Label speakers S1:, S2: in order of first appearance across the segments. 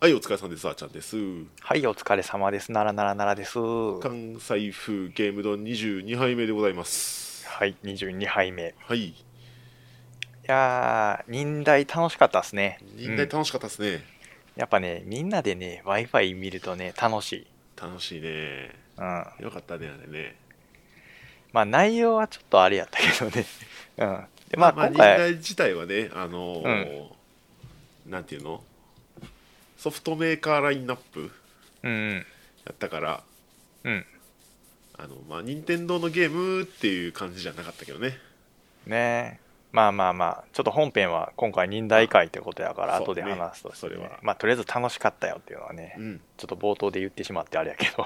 S1: はい、お疲れさんです。あーちゃんです。
S2: はい、お疲れ様です。ならならならです。は
S1: 関西風ゲーム丼22杯目でございます。
S2: い、22杯目。い
S1: はい。
S2: やー、忍耐楽しかったですね。
S1: 忍
S2: う
S1: 耐
S2: ん
S1: 楽しかったですね。
S2: やっぱね、みんなでね、Wi-Fi 見るとね、楽しい。
S1: 楽しいね。
S2: うん。ま
S1: よかったね、あれね。
S2: あ、内容はちょっとあれやったけどね。 うん。で、まあ、
S1: まあ、
S2: 今
S1: 忍
S2: 回、
S1: 耐自体はね、あのーなんていうのソフトメーカーラインナップ
S2: うん、
S1: やったから、
S2: うん。
S1: あの、まあ、任天堂のゲームっていう感じじゃなかったけどね。
S2: ねまあまあまあ、ちょっと本編は今回忍耐会ということやから、
S1: そう
S2: 後
S1: ね
S2: で話すとして、ね
S1: それは
S2: まあ、とりあえず楽しかったよっていうのはね、
S1: うん。
S2: ちょっと冒頭で言ってしまってあれやけど。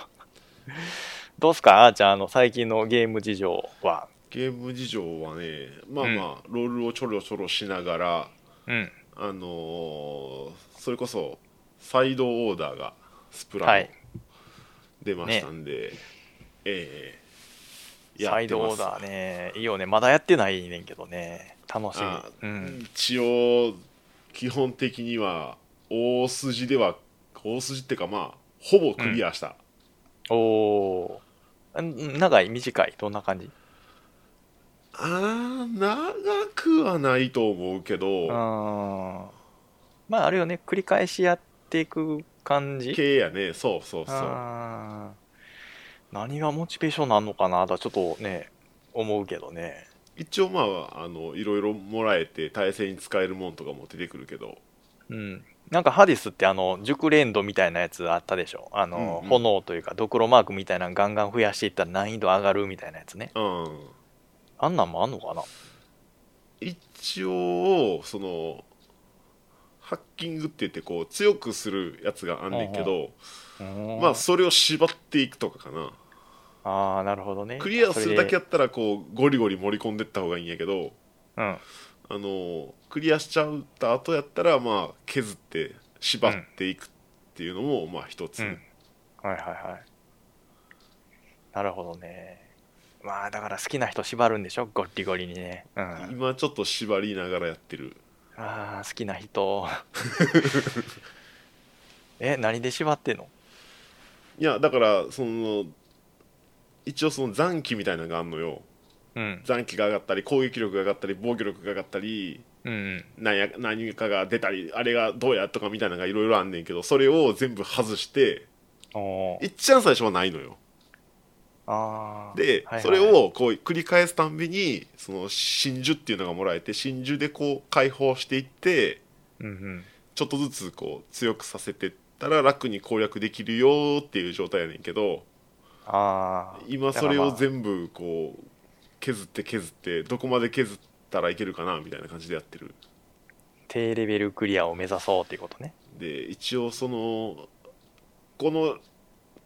S2: どうすか、あーちゃん、あの、最近のゲーム事情は。
S1: ゲーム事情はね、まあまあ、ロールをちょろちょろしながら、
S2: うん。
S1: あのーそれこそサイドオーダーがスプラ
S2: は
S1: の
S2: い。
S1: 出ましたんで、ええ
S2: サイドオー
S1: ー
S2: ダーね、いいよね。まだやってないねんけどね。楽し
S1: あ
S2: み。うん。
S1: 一応基本的には大筋では大筋っていうかまあほぼクリアした、
S2: おおー。ん長い短いどんな感じ
S1: あー長くはないと思うけ
S2: うーん。
S1: ど
S2: まあ、あれよね。繰り返しやっていく感じ
S1: 系やねそうそうそう
S2: あー何がモチベーションなんのかなとはちょっとね、思うけどね。
S1: 一応まああのいろいろもらえて対戦に使えるもんとかも出てくるけど
S2: うん。なんかハディスってあの、熟練度みたいなやつあったでしょあの、
S1: うんうん
S2: 炎というか、ドクロマークみたいなのガンガン増やしていったら難易度上がるみたいなやつね。
S1: うん
S2: あんなんもあんのかな
S1: 一応そのハッキングって言ってこう強くするやつがあんねんけど、ま
S2: ま
S1: あそれを縛っていくとかかな
S2: ああなるほどね
S1: クリアするだけ
S2: それで
S1: やったらこうゴリゴリ盛り込んでった方がいいんやけど
S2: うん
S1: あのクリアしちゃった後やったらまあ削って縛っていくっていうのもまあ一つ、
S2: うんはいはいはいなるほどねまあだから好きな人縛るんでしょゴリゴリにね、うん、あ
S1: 今ちょっと縛りながらやってる
S2: あ好きな 人え何で縛ってんの
S1: いやだからその一応その残機みたいなのがあんのよ
S2: うん
S1: 残機が上がったり攻撃力が上がったり防御力が上がったり
S2: うんうん
S1: なんや何かが出たりあれがどうやとかみたいなのがいろいろあんねんけどそれを全部外して
S2: おー
S1: いっちゃん最初はないのよ
S2: あー
S1: で、
S2: はいはい
S1: それをこう繰り返すたんびにその真珠っていうのがもらえて真珠でこう解放していって
S2: うんうん
S1: ちょっとずつこう強くさせてったら楽に攻略できるよーっていう状態やねんけど
S2: ああ
S1: 今それを全部こう削って削ってどこまで削ったらいけるかなみたいな感じでやってる
S2: 低レベルクリアを目指そうっていうことね
S1: で一応そのこの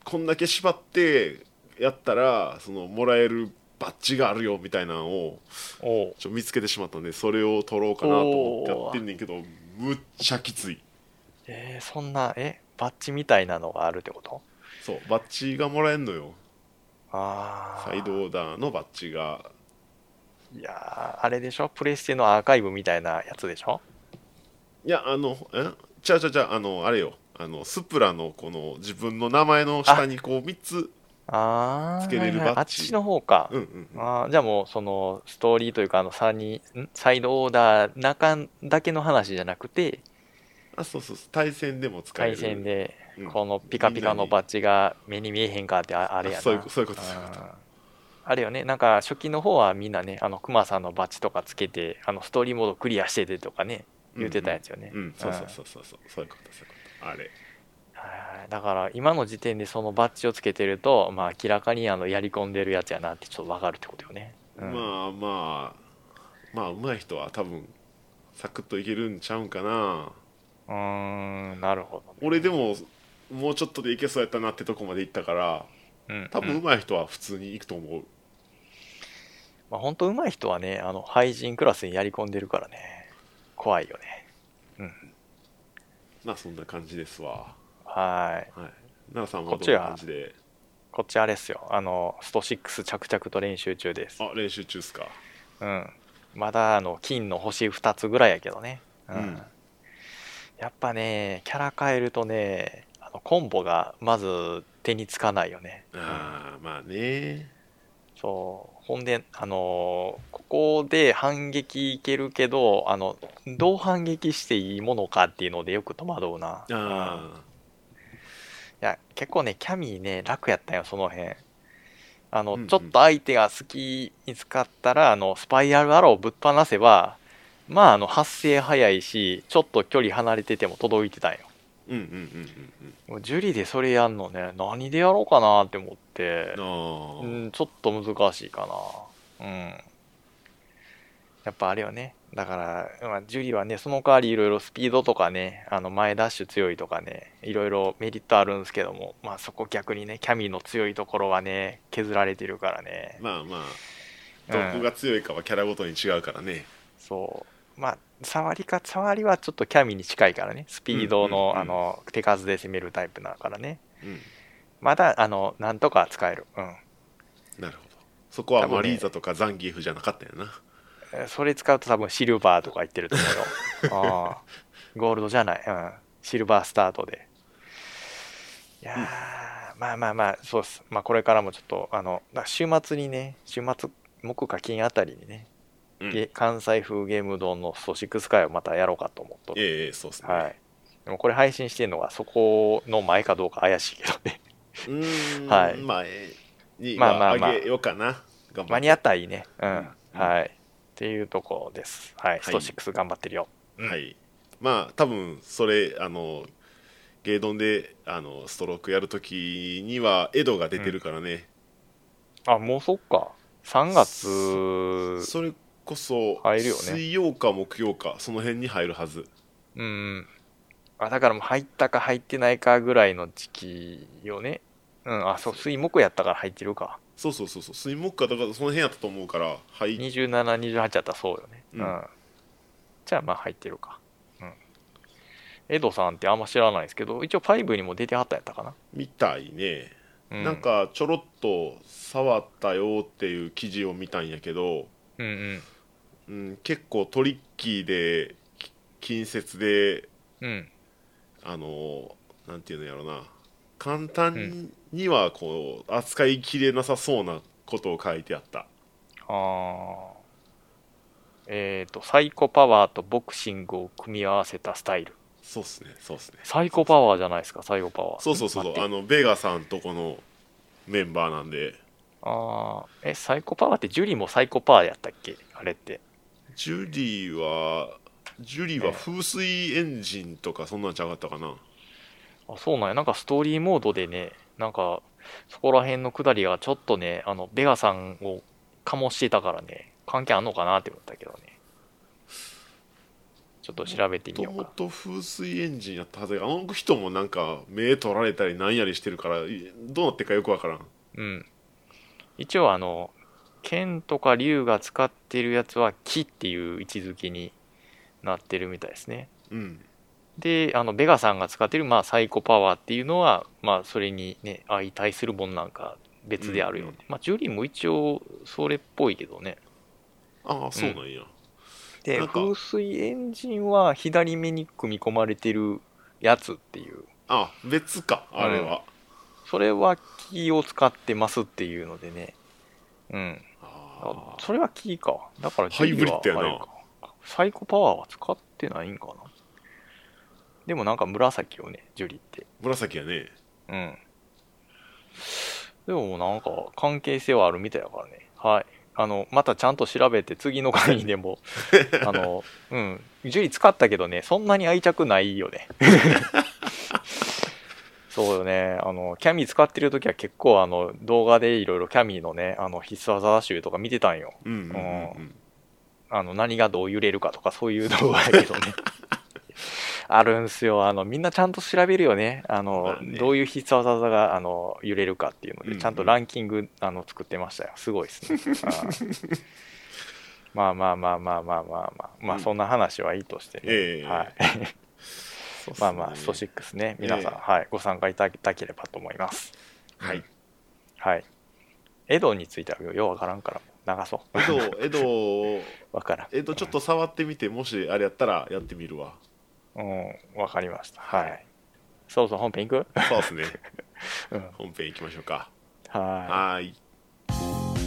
S1: こんだけ縛ってやったらそのもらえるバッジがあるよみたいなのを
S2: おお
S1: ちょ見つけてしまったんでそれを取ろうかなと思ってやってんねんけどむっちゃきつい
S2: えー、そんなえバッジみたいなのがあるってこと
S1: そうバッジがもらえんのよ
S2: ああ
S1: サイドオーダーのバッジが
S2: いやーあれでしょプレステのアーカイブみたいなやつでしょ
S1: いやあのえちゃうちゃうちゃうあのあれよあのスプラのこの自分の名前の下にこう3つ
S2: ああ
S1: つけれるバッジ
S2: あっちの方か、
S1: うんうんうん
S2: あーじゃあもうそのストーリーというかあのサニんサイドオーダー中だけの話じゃなくて
S1: あそうそうそう対戦でも使える
S2: 対戦で
S1: うん
S2: このピカピカのバッジが目に見えへんかってああれやな
S1: そういうことそういうことそういうこと
S2: あーあれよねなんか初期の方はみんなねあのクマさんのバッジとかつけてあのストーリーモードクリアしててとかね言ってたやつよね、
S1: うん、そうそうそうそうそうそういうことそういうことあれ
S2: はいだから今の時点でそのバッジをつけてると、まあ、明らかにあのやり込んでるやつやなってちょっとわかるってことよね、うん
S1: まあまあまあ上手い人は多分サクッといけるんちゃうんかな
S2: うーんなるほど、
S1: 俺でももうちょっとでいけそうやったなってとこまで行ったから
S2: うん、
S1: 多分
S2: うん
S1: 上手い人は普通に行くと思う、
S2: まあ、本当上手い人はねあの廃人クラスにやり込んでるからね怖いよね
S1: まあそんな感じですわ
S2: はい
S1: はい奈良さん
S2: こ
S1: は
S2: っ
S1: ど
S2: ち
S1: ん
S2: は
S1: な感じで
S2: こっちあれっすよあのスト6着々と練習中です、
S1: あ練習中っすか
S2: うん、まだあの金の星2つぐらいやけどね、うん
S1: うん
S2: やっぱね、キャラ変えるとね、あのコンボがまず手につかないよね。
S1: ああまあね
S2: そう。ほんで、あのーここで反撃いけるけど、あの、どう反撃していいものかっていうのでよく戸惑うな。うん
S1: あ
S2: いや、結構ね、キャミーね、楽やったよ、その辺。あの、
S1: うんうん
S2: ちょっと相手が隙に使ったら、あの、スパイラルアローをぶっ放せば、まあ、あの、発生早いし、ちょっと距離離れてても届いてたんよ。
S1: ーうんうんうんうん
S2: もうジュリでそれやんのね、何でやろうかなって思って、
S1: うんあ
S2: う
S1: ー
S2: ん、ちょっと難しいかな。うん。やっぱあれよね。だから、まあ、ジュリはね、その代わりいろいろスピードとかね、あの前ダッシュ強いとかね、いろいろメリットあるんですけども、まあそこ逆にね、キャミーの強いところはね、削られてるからね。
S1: まあまあ
S2: う
S1: ど
S2: ん
S1: こが強いかはキャラごとに違うからね
S2: そう。まあ、触りか、触りはちょっとキャミーに近いからね、スピードの、
S1: うんうんうん
S2: あの、手数で攻めるタイプだからね。
S1: うん
S2: まだ、あの、なんとか使える。うん。
S1: なるほどそこは
S2: 多分ね
S1: マリーザとかザンギーフじゃなかったよな
S2: えーそれ使うと多分シルバーとか言ってると思うよ。あーゴールドじゃない、うん。シルバースタートで。いやー、まあまあまあ、そうです。まあこれからもちょっと、あの、だ週末にね、週末、木か金あたりにね、
S1: うん
S2: げ関西風ゲーム丼のソシックス会をまたやろうかと思っとる。
S1: ええええそうですね、
S2: はい。でもこれ配信してるのがそこの前かどうか怪しいけどね。
S1: うーん、
S2: はい
S1: 前に
S2: まあまあ
S1: は
S2: まあ
S1: あげようかな頑張
S2: 間
S1: っ
S2: に合ったらいいね。うん。
S1: うん
S2: はい。っていうところです。はい。スト6頑張ってるよ。うん
S1: はいまあ多分それあのゲードンであのストロークやるときにはエドが出てるからね、
S2: あ、もうそっか。3月、
S1: それこそ
S2: 入るよね
S1: 水曜か木曜かその辺に入るはず
S2: うん。あ、だからもう入ったか入ってないかぐらいの時期よね。うん、あ、そう、水木やったから入ってるか。
S1: そうそうそうそう水木かだからその辺やったと思うからはい
S2: 27、28やったらそうよね。う
S1: うん
S2: ん。じゃあまあ入ってるか。うん。エドさんってあんま知らないですけど、一応5にも出てはったんやったかな。
S1: みたいね、
S2: う
S1: なん、かちょろっと触ったよっていう記事を見たんやけど、
S2: うんうん。
S1: うん、結構トリッキーでき近接で
S2: うん。
S1: あのなんていうのやろな簡単にはこう、扱いきれなさそうなことを書いてあった
S2: あー。えっ、と、サイコパワーとボクシングを組み合わせたスタイル。
S1: そうっすねそうっすね
S2: サイコパワーじゃないですか、サイコパワー。
S1: そうそうそうそ
S2: 待
S1: う
S2: って
S1: あのベガさんとこのメンバーなんで
S2: ああ、え、サイコパワーってジュリもサイコパワーやったっけあれって。
S1: ジュリーはジュリーは風水エンジンとかそんなんちゃうかったかな
S2: あ、そうなんや。なんかストーリーモードでね、なんか、そこら辺のくだりがちょっとね、あの、ベガさんを醸してたからね、関係あんのかなって思ったけどね。ちょっと調べてみ
S1: もと
S2: よう
S1: も
S2: か。
S1: と風水エンジンやったはずやあの人もなんか目取られたりなんやりしてるからいどうなってるかよくわからん
S2: うん。一応あの、剣とか竜が使ってるやつは木っていう位置づけになってるみたいですね。
S1: うん
S2: で、あの、ベガさんが使ってる、まあ、サイコパワーっていうのは、まあ、それにね、相対するもんなんか別であるよね。
S1: うん
S2: まあ、ジュリーも一応、それっぽいけどね。
S1: ああそうなんや、
S2: で、
S1: なんか
S2: 風水エンジンは左目に組み込まれてるやつっていう。
S1: あ別かあれは、
S2: それはキーを使ってますっていうのでね。うん。
S1: あ
S2: あ
S1: あ
S2: それはキーか。だから
S1: ハイブリッドやな
S2: あれかサイコパワーは使ってないんかな。でもなんか紫をね、ジュリーって。
S1: 紫やね
S2: うん。でもなんか関係性はあるみたいだからね。はい。あの、またちゃんと調べて次の回にでも、あの、うん。ジュリ使ったけどね、そんなに愛着ないよね。そうよね。あの、キャミー使ってる時は結構あの、動画でいろいろキャミーのね、あの、必須技集とか見てたんよ。
S1: うんうんうんうん
S2: あの、何がどう揺れるかとかそういう動画やけ どね。あるんすよ。あの、みんなちゃんと調べるよね。あの、
S1: まあね
S2: どういう必殺技が、あの、揺れるかっていうの
S1: うん
S2: で、
S1: うん
S2: ちゃんとランキング、あの、作ってましたよ。すごいです ね。あーまあまあまあまあまあまあまあ、まあ、
S1: うん
S2: そんな話はいいとしてね。
S1: ええ
S2: はい。
S1: そうっすね
S2: まあまあ、スト6ね。皆さん、
S1: え
S2: はい、ご参加いただければと思います。
S1: はい
S2: はい。エドについてはようわからんから、流そ
S1: 江戸江戸
S2: う。わからん。
S1: 江戸ちょっと触ってみてもしあれやったらやってみるわ
S2: うん、わかりました。はい。そろそろ本編行く
S1: そうですね。
S2: うん。
S1: 本編行きましょうか。
S2: は
S1: はーい。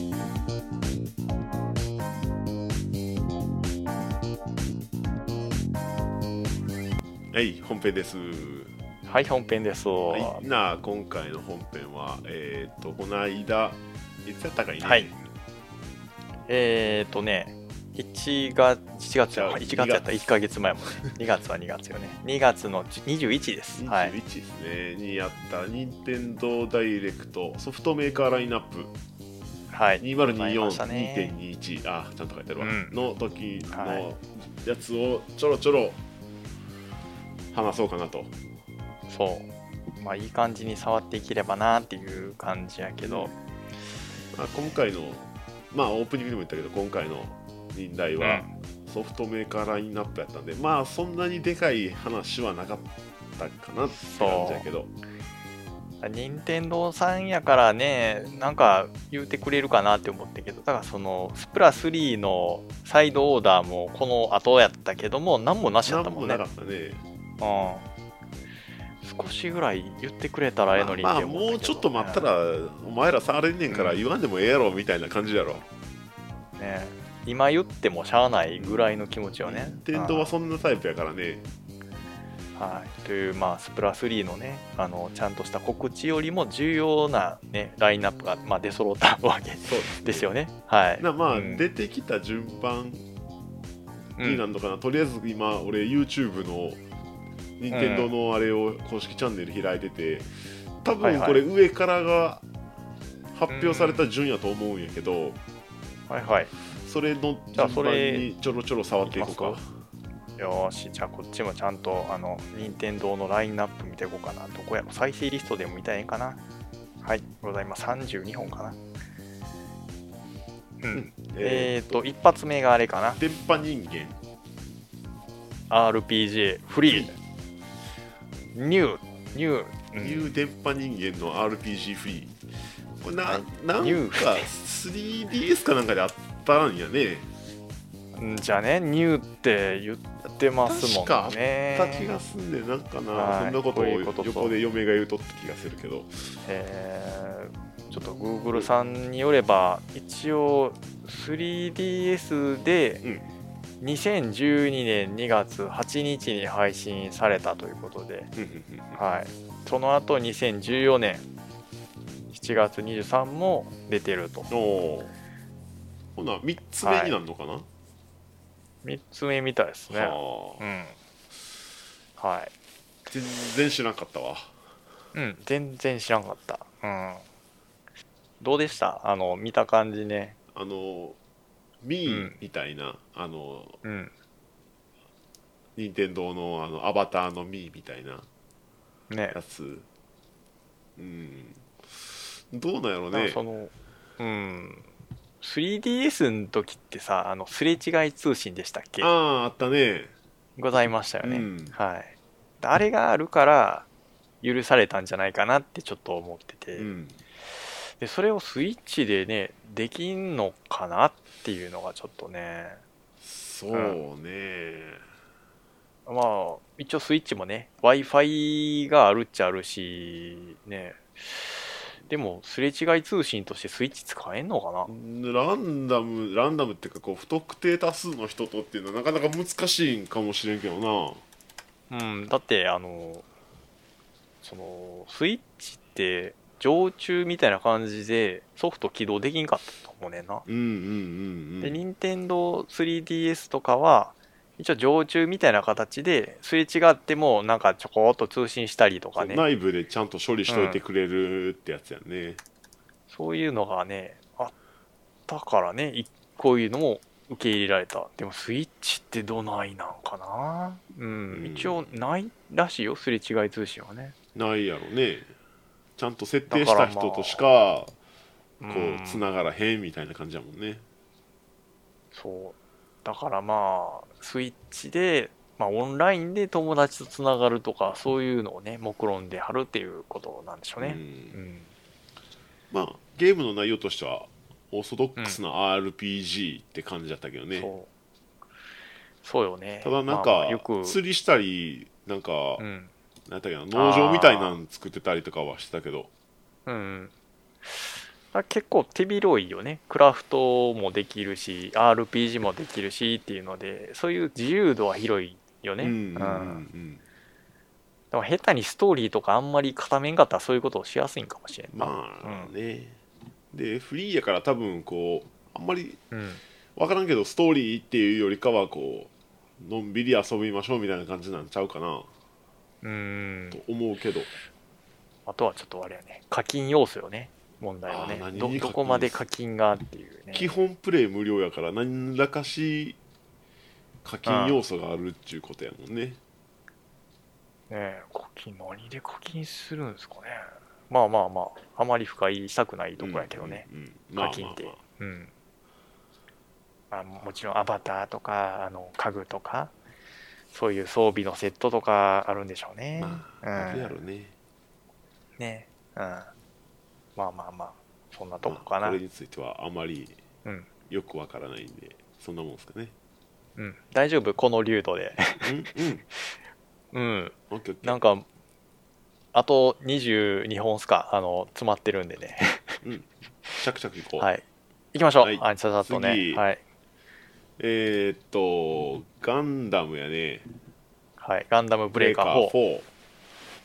S1: はい、本編です。
S2: い。はい、本編です。
S1: はい、なあ今回の本編は、えっ、と、この間、いつやったかいね。
S2: はいえっ、ー、とね、1月、1月や、
S1: あ
S2: 1月やった、1ヶ月前もね。2月は2月よ ね。2月の21です。はい。
S1: 21ですね、にあった任天堂ダイレクトソフトメーカーラインナップ
S2: はい。ございましたね
S1: 2024.21、あちゃんと書いてあるわ、
S2: うん
S1: の時
S2: はい
S1: のやつをちょろちょろ話そうかなと
S2: そう。まあ、いい感じに触っていければなっていう感じやけど、
S1: まあ、今回のまあオープニングでも言ったけど今回の任題はソフトメーカーラインナップやったんで、まあそんなにでかい話はなかったかなって感じやけど
S2: 任天堂さんやからね、なんか言うてくれるかなって思ったけど、だからその、スプラ3のサイドオーダーもこの後やったけども、何もなしだった
S1: 何
S2: も
S1: も
S2: んね
S1: なか。ったね
S2: うん。少しぐらい言ってくれたらええのに
S1: まあ
S2: 思んだけど
S1: もうちょっと待ったらお前ら触れんねんから言わんでもええやろみたいな感じやろ
S2: ね、今言ってもしゃあないぐらいの気持ちよね。
S1: 天童はそんなタイプやからね
S2: うんはい、という、まあ、スプラ3のねあの、ちゃんとした告知よりも重要な、ね、ラインナップが、まあ、出揃ったわけ
S1: そう
S2: ですよね。はい、
S1: なまあ、
S2: うん
S1: 出てきた順番
S2: う
S1: になんんのかな、とりあえず今俺 YouTube の任天堂のあれを公式チャンネル開いてて多
S2: はい
S1: 分
S2: はい
S1: これ上からが発表された順やと思うんやけど、
S2: はいはい、
S1: それの
S2: じゃあ
S1: 順
S2: そ
S1: 番
S2: れ
S1: にちょろちょろ触っていこうか
S2: いきまよーし、じゃあこっちもちゃんとあの任天堂のラインナップ見ていこうかな。どこやろ再生リストでも見たらええんかな。はい、ございます。32本かな。うん、
S1: え
S2: えっ、と、一発目があれかな
S1: ー。電波人間
S2: RPG フリーニューニュー
S1: ニュー電波人間の RPG フリーこれな,、
S2: はい
S1: なん
S2: ニュ
S1: か
S2: ー
S1: 3DS かなんかであったんやね
S2: うんじゃあねニューって言ってますも
S1: 確かあ
S2: ん
S1: っ
S2: ね
S1: た気がすんでなんかな、
S2: はい
S1: そんなこと
S2: こ
S1: を
S2: ういうことそう
S1: 横で嫁が言うとった気がするけど
S2: えーちょっと Google さんによれば一応 3DS で
S1: うん
S2: 2012年2月8日に配信されたということで、はい、その後2014年7月23も出てると
S1: おおほな3つ目になるのかな、
S2: 3つ目みたいですね
S1: はあ
S2: うんはい
S1: 全然知らんかったわ
S2: うん、全然知らんかった。うん。どうでしたあの、見た感じね。
S1: あのミ
S2: う
S1: ー
S2: ん
S1: みたいな、あの
S2: うん。
S1: 任天堂のあのアバターのミーみたいな
S2: ね。
S1: やつうんどうなんやろ
S2: なん
S1: ね
S2: かその、うん。3DS の時ってさ、あの、すれ違い通信でしたっけ
S1: あああったね
S2: ございましたよね。
S1: うん
S2: はい。あれがあるから、許されたんじゃないかなってちょっと思ってて、
S1: うん
S2: でそれをスイッチでねできんのかなっていうのがちょっとね
S1: そうね
S2: まあ、一応スイッチもね、Wi-Fi があるっちゃあるし、ね。でも、すれ違い通信としてスイッチ使えんのかな
S1: ランダムランダムっていうかこう不特定多数の人とっていうのはなかなか難しいんかもしれんけどな
S2: うん、だって、あの、その、スイッチって、常駐みたいな感じでソフト起動できんかったと思うねんな。
S1: うんうんうんう
S2: で、
S1: ん
S2: 任天堂 3DS とかは、一応常駐みたいな形で、すれ違ってもなんかちょこっと通信したりとかね。
S1: 内部でちゃんと処理しといてくれるってやつやね、
S2: そういうのがね、あったからね、いこういうのも受け入れられた。でも、スイッチってどないなんかなうん、
S1: うん
S2: 一応ないらしいよ、すれ違い通信はね。
S1: ないやろねちゃんと設定した人としか
S2: う
S1: こ
S2: ん
S1: うつながらへんみたいな感じやもんね
S2: そう。だからまあ、スイッチで、まあ、オンラインで友達とつながるとか、そういうのをね、目論んではるっていうことなんでしょう
S1: う
S2: ね。うんん。
S1: まあゲームの内容としてはオーソドックスな RPG って感じだったけどね、
S2: そう。そうよね
S1: ただなん
S2: まあま
S1: か
S2: あよく、
S1: 釣りしたりなんか、
S2: うん
S1: なんだっけな農場みたいなの作ってたりとかはしてたけど
S2: うんうん、あ結構手広いよねクラフトもできるし RPG もできるしっていうのでそういう自由度は広いよね、
S1: うん
S2: うん
S1: うんうん
S2: でも下手にストーリーとかあんまり固めんかったらそういうことをしやすいんかもしれんな、
S1: まあね、でフリーやから多分こうあんまり
S2: うんうん
S1: 分からんけどストーリーっていうよりかはこうのんびり遊びましょうみたいな感じなんちゃうかな
S2: うん
S1: と思うけど、
S2: あとはちょっとあれやね課金要素よね問題はね
S1: あー何に課
S2: ど
S1: 金
S2: どこまで課金がっていうね
S1: 基本プレイ無料やから何らかし課金要素があるっちゅうことやもんね
S2: ねえ課金何で課金するんですかねまあまあまああまり深入りしたくないとこやけどね、
S1: うんうんうん
S2: 課金ってうんまあ、もちろんアバターとかあの家具とかそういう装備のセットとかあるんでしょうね、
S1: まあまあまああ
S2: う
S1: る
S2: ん
S1: やろね
S2: ねうんまあまあまあそんなとこか
S1: ま
S2: な、
S1: あこれについてはあまり
S2: うん
S1: よくわからないんでそんなもんですかね
S2: うん、大丈夫この流度で
S1: うんうん
S2: うん
S1: オッケーオッケー
S2: なんかあと22本っすかあの詰まってるんでね
S1: シャクシャクいこう、
S2: はい行きましょう、
S1: はい
S2: はい、ささっとね
S1: 次
S2: はい、
S1: えー、っとガンダムやね
S2: はい、ガンダムブレーカー 4,
S1: 4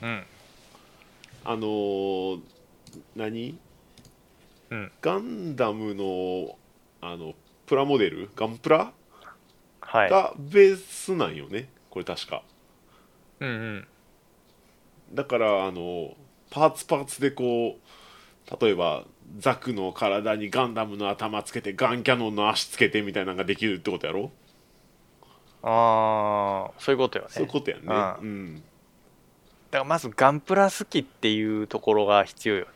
S2: うん
S1: あのー何、
S2: うん
S1: ガンダムのあのプラモデルガンプラ
S2: はい
S1: がベースなんよねこれ確か
S2: うんうん
S1: だからあのパーツパーツでこう例えばザクの体にガンダムの頭つけてガンキャノンの足つけてみたいなのができるってことやろ
S2: ああそういうことよね
S1: そういうことやんね
S2: ああ
S1: うん
S2: だからまずガンプラ好きっていうところが必要よ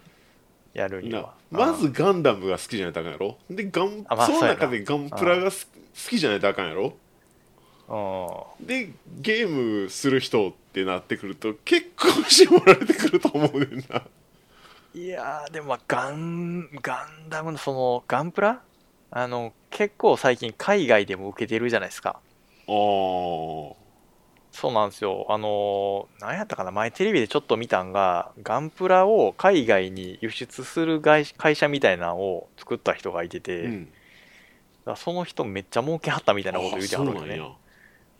S2: やるに
S1: な
S2: は
S1: まずガンダムが好きじゃないとあかんやろでガン、
S2: あまあ
S1: その
S2: そうやな
S1: 中でガンプラがす好きじゃないとあかんやろ
S2: うんうん
S1: でゲームする人ってなってくると結構絞られてくると思うねんない
S2: やーでもまあガンガンダムのそのガンプラあの結構最近海外でも受けてるじゃないですか
S1: あー
S2: そうなんですよあのー何やったかな前テレビでちょっと見たんがガンプラを海外に輸出する会会社みたいなのを作った人がいてて、
S1: う
S2: だ
S1: ん
S2: からその人めっちゃ儲けはったみたいなこと言うてはるん
S1: あ
S2: よ
S1: そう
S2: ね
S1: なんや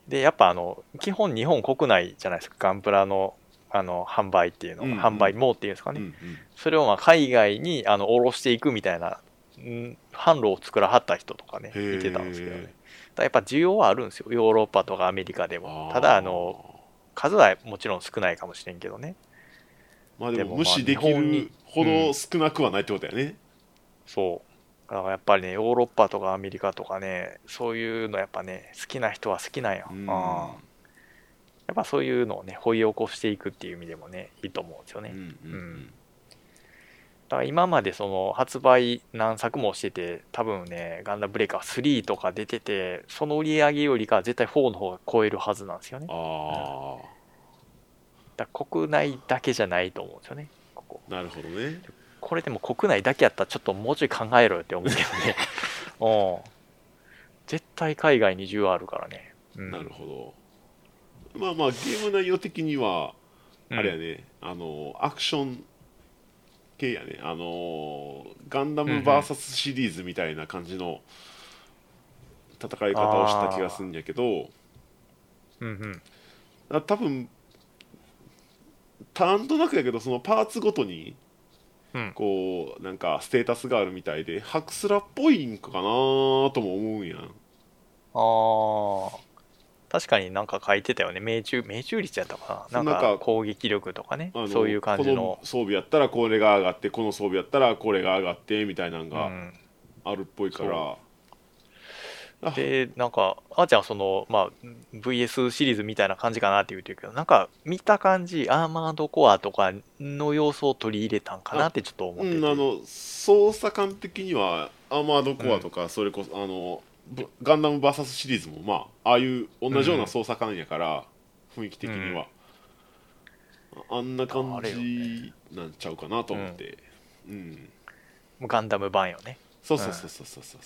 S2: でやっぱあの基本日本国内じゃないですかガンプラのあの販売っていうの、
S1: うんうん
S2: 販売網っていうんですか
S1: う
S2: ね、
S1: ん
S2: それをまあ海外にあの卸していくみたいなうん販路を作らはった人とかね
S1: へー
S2: 見てたんですけどねだからやっぱ需要はあるんですよヨーロッパとかアメリカで
S1: うん
S2: もただあの数はもちろん少ないかもしれんけどね
S1: まあで
S2: で
S1: も
S2: も
S1: 無視でき
S2: まあ日本
S1: る
S2: に
S1: ほど少なくはないってことやね、
S2: そうだからやっぱりねヨーロッパとかアメリカとかねそういうのやっぱね好きな人は好きなんや、
S1: うん
S2: あーやっぱそういうのをね掘り起こしていくっていう意味でもねいいと思うんですよね、
S1: うんうんうん
S2: だから今までその発売何作もしてて多分ねガンダムブレイカー3とか出ててその売り上げよりか絶対4の方が超えるはずなんですよね
S1: あ
S2: だから国内だけじゃないと思うんですよねここ
S1: あなるほどね
S2: これでも国内だけやったらちょっともうちょい考えろよって思うけど ねうん絶対海外に需要あるからね、うん、
S1: なるほどまあまあゲーム内容的には
S2: うん
S1: あれやね、あのアクション系やねあのガンダム VS シリーズみたいな感じの戦い方をした気がするんやけど
S2: うんうん
S1: あ多分なんとなくやけどそのパーツごとに
S2: うん
S1: こうなんかステータスがあるみたいでハクスラっぽいんかなとも思うんやん
S2: ああ確かになんか書いてたよね命中命中率やったかななん
S1: なん
S2: か
S1: か
S2: 攻撃力とかね
S1: あの
S2: そういう感じ
S1: こ
S2: の
S1: の装備やったらこれが上がってこの装備やったらこれが上がってみたいなの
S2: う
S1: が
S2: ん
S1: あるっぽいから、あ
S2: でなんかあーちゃんその、まあ、VS シリーズみたいな感じかなって言うてるけどなんか見た感じアーマードコアとかの要素を取り入れたんかなってちょっと思っ
S1: う
S2: てて
S1: ん、あの操作感的にはアーマードコアとか、それこそあのブガンダム VS シリーズもまあああいう同じような操作感やから、雰囲気的には、ああんな感
S2: あれよ
S1: じなんちゃうかなと思って、うん
S2: ガンダム版よね
S1: そうそうそうそうそうそ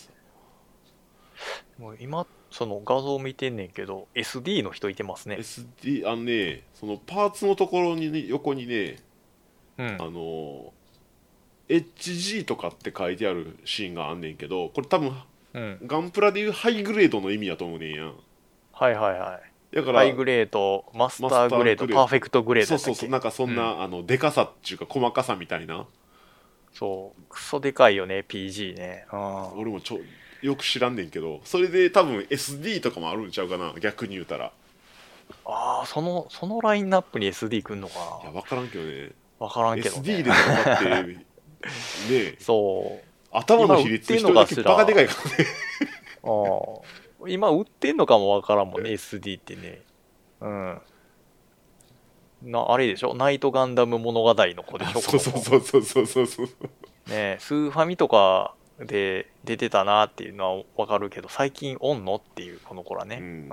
S1: う
S2: もう今その画像見てんねんけど SD の人いてますね、
S1: SD あのねそのパーツのところに、ね、横にね
S2: うん
S1: あ、のー HG とかって書いてあるシーンがあんねんけどこれ多分
S2: うん、
S1: ガンプラでいうハイグレードの意味やと思うねんやん
S2: はいはいはい
S1: だから
S2: ハイグレードマスターグレード
S1: マスターグレード
S2: パーフェクトグレード
S1: そ
S2: や
S1: う
S2: った
S1: そ
S2: っ
S1: うそ
S2: け
S1: うなんかそんな、あのでかさっていうか細かさみたいな
S2: そうクソでかいよね PG ねうん
S1: 俺もちょよく知らんねんけどそれで多分 SD とかもあるんちゃうかな逆に言うたら
S2: ああそのそのラインナップに SD くんのか
S1: いや
S2: な
S1: 分からんけどね
S2: わからんけど、ね、
S1: SD で頑張 ってねえ
S2: そう
S1: 頭の比率人だけバカでかいからね
S2: ああ今売ってんのかもわからんもんね SD ってねうんなあれでしょナイトガンダム物語の子でしょ
S1: そうそう
S2: この子
S1: そうそうそうそうそう
S2: ねえスーファミとかで出てたなっていうのはわかるけど最近おんのっていうこの子らね、
S1: うん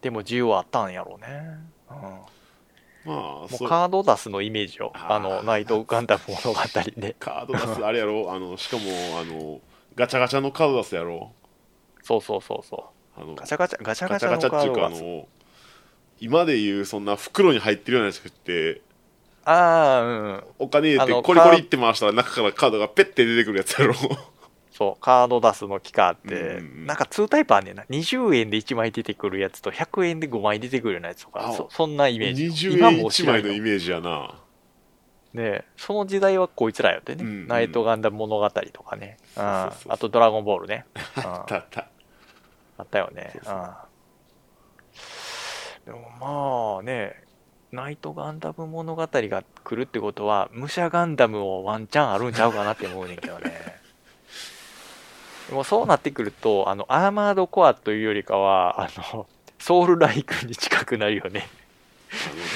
S2: でも需要はあったんやろうね、うん、も
S1: まあ
S2: う
S1: そう
S2: カード出すのイメージよ
S1: あー
S2: あのナイトガンダム物語 で
S1: カード出すあれやろあのしかもあのガチャガチャのカード出すやろ
S2: そうそうそうそう
S1: あの
S2: ガチャガチャガチャガ
S1: ガチ
S2: チ
S1: ャ
S2: ャ
S1: ガ
S2: の
S1: チャ
S2: カ
S1: っ
S2: ー
S1: てい
S2: ド
S1: うかあ
S2: 出す
S1: の今でいうそんな袋に入ってるようなやつじゃなくて
S2: ああうん
S1: お金入
S2: あ
S1: れて
S2: の
S1: コリコリって回したら中からカードがペッて出てくるやつやろ
S2: そう、カード出すの期間あって、
S1: うんうんうん
S2: なんか2タイプあんねんな。20円で1枚出てくるやつと、100円で5枚出てくるようなやつとか
S1: あ、
S2: そそんなイメージ。
S1: 20
S2: 今
S1: 円
S2: も
S1: 1枚の
S2: 知らん
S1: イ
S2: よ
S1: メージやな
S2: ねその時代はこいつらやってね。
S1: うんうん
S2: ナイトガンダム物語とかね。うん
S1: そうそうそう
S2: あとドラゴンボー ルね。うん
S1: あったあった
S2: あったよね。
S1: そうそ
S2: う
S1: うん
S2: でもまあね、ナイトガンダム物語が来るってことは、武者ガンダムをワンチャンあるんちゃうかなって思うねんけどね。 でもそうなってくると、あの、アーマードコアというよりかは、あの、ソウルライクに近くなるよね。
S1: あ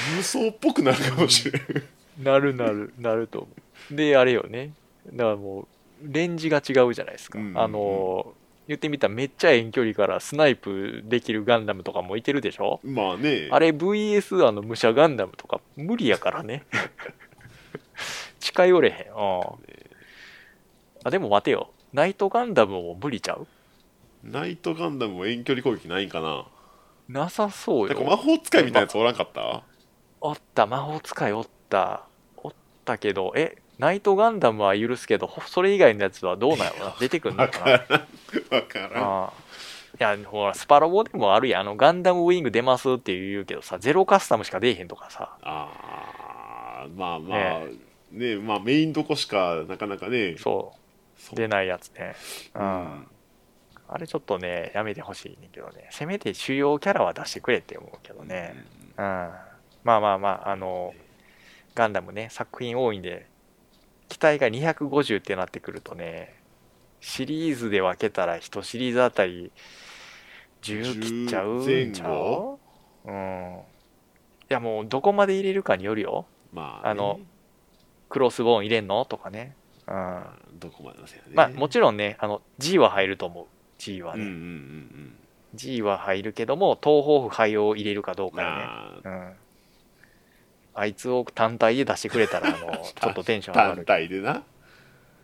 S1: の無双っぽくなるかもしれん
S2: なるなる、なると思う。で、あれよね。だからもう、レンジが違うじゃないですか。
S1: うんうんうん
S2: あの、言ってみたらめっちゃ遠距離からスナイプできるガンダムとかもいてるでしょ
S1: まあね
S2: あれ VS あの武者ガンダムとか無理やからね。 近寄れへん。うんあでも待てよ。ナイトガンダムも無理ちゃう
S1: ナイトガンダムも遠距離攻撃ないんかな
S2: なさそう
S1: なんか魔
S2: よ。
S1: 法使いみたいなやつおらんかった
S2: おった、魔法使いおった。おったけど、え、ナイトガンダムは許すけど、ほそれ以外のやつはどうなんやろな。出てくんの
S1: わ
S2: か
S1: か
S2: な。
S1: らん わからん
S2: ああいや、ほら、スパロボでもあるやん。あの、ガンダムウィング出ますって言うけどさ、ゼロカスタムしか出えへんとかさ。
S1: あーまあまあ
S2: ね
S1: ねまあメインどこしかなかなかね
S2: そう、
S1: そう
S2: 出ないやつね。
S1: う
S2: うん
S1: ん
S2: あれちょっとね、やめてほしいねんけどね。せめて主要キャラは出してくれって思うけどね。うん。まあまあまあ、あの、ガンダムね、作品多いんで、機体が250ってなってくるとね、シリーズで分けたら1シリーズあたり10切っちゃうんちゃううん。いやもうどこまで入れるかによるよ。
S1: まあね
S2: あのクロスボーン入れんのとかね。うん。
S1: どこまでのせやね
S2: まあもちろんね、あの、G は入ると思う。G は
S1: うん
S2: ね。
S1: うんうんうん
S2: G は入るけども東方不敗を入れるかどうかよ
S1: まあ
S2: ね、うん、あいつを単体で出してくれた らあのちょっとテンション上が
S1: 単
S2: る
S1: 体でな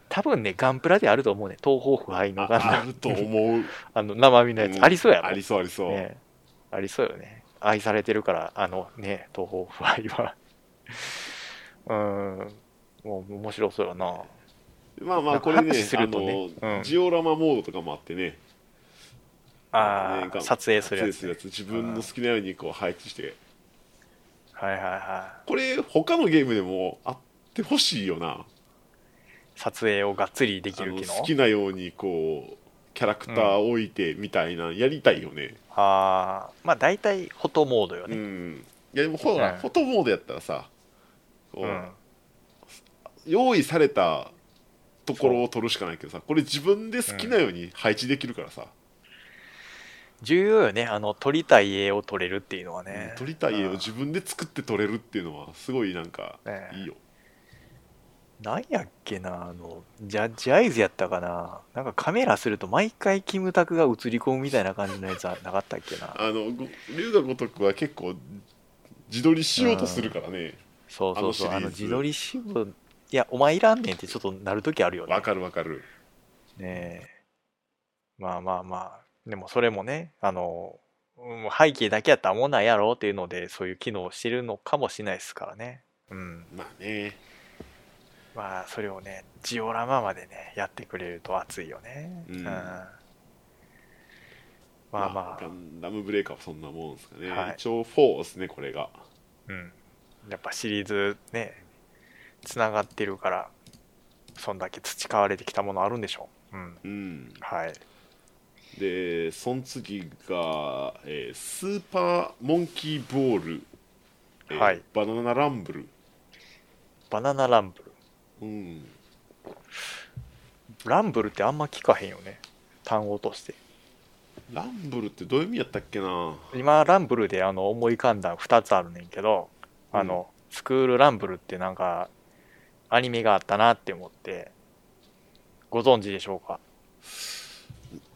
S2: 多分ねガンプラであると思うね東方不敗のガンダ
S1: ああ
S2: ム
S1: ると思う
S2: あの生身のやつ、
S1: うん
S2: ありそうやろ
S1: ありそうありそう
S2: ね、ありそうよね愛されてるからあのね東方不敗は うんもう面白そうよな
S1: まあま
S2: な
S1: あ
S2: んか
S1: これね
S2: 拍手するとね
S1: あの
S2: うん
S1: ジオラマモードとかもあってね
S2: あ
S1: ね
S2: あ
S1: が
S2: 撮影するやつ
S1: 撮影す自分の好きなようにこう配置して
S2: はいはいはい
S1: これ他のゲームでもあってほしいよな
S2: 撮影をがっつりでき
S1: あ
S2: る
S1: の
S2: 機能
S1: 好きなようにこうキャラクター置いてみたいな、やりたいよね
S2: ああまあ大体フォトモードよ
S1: う
S2: ね、
S1: んいやでもほら、
S2: うん
S1: フォトモードやったらさこう、
S2: うん
S1: 用意されたところを取るしかないけどさこれ自分で好きなように配置できるからさ、
S2: 重要よねあの撮りたい絵を撮れるっていうのはね、
S1: 取りたい絵を
S2: うん
S1: 自分で作って取れるっていうのはすごいなんか
S2: ね
S1: いいよ、
S2: なんやっけなあのジャッジアイズやったかななんかカメラすると毎回キムタクが映り込むみたいな感じのやつはなかったっけな
S1: あのご龍が如くは結構自撮りしようとするからね
S2: そうそうそうあ
S1: あ
S2: の
S1: のシリーズ
S2: 自撮り支部いやお前いらんねんってちょっとなるときあるよね
S1: わかるわかる
S2: ねえまあまあまあでもそれもねあのうん背景だけやったらおもんないやろっていうのでそういう機能をしてるのかもしれないですからねうん
S1: まあね
S2: まあそれをねジオラマまでねやってくれると熱いよね
S1: うん
S2: まあま
S1: ガンダムブレーカーはそんなもんですかね、
S2: はい
S1: 一応4ですねこれが
S2: あ、うん、やっぱシリーズねつながってるからそんだけ培われてきたものあるんでしょう、うん、
S1: うん
S2: はい
S1: でその次が、えースーパーモンキーボール、えー
S2: はい
S1: バナナランブル、
S2: バナナランブ
S1: う
S2: ル
S1: ん、
S2: ランブルってあんま聞かへんよね単語として
S1: ランブルってどういう意味やったっけな
S2: 今ランブルであの思い浮かんだ2つあるねんけどあの、スクールランブルってなんかアニメがあったなって思ってご存知でしょうか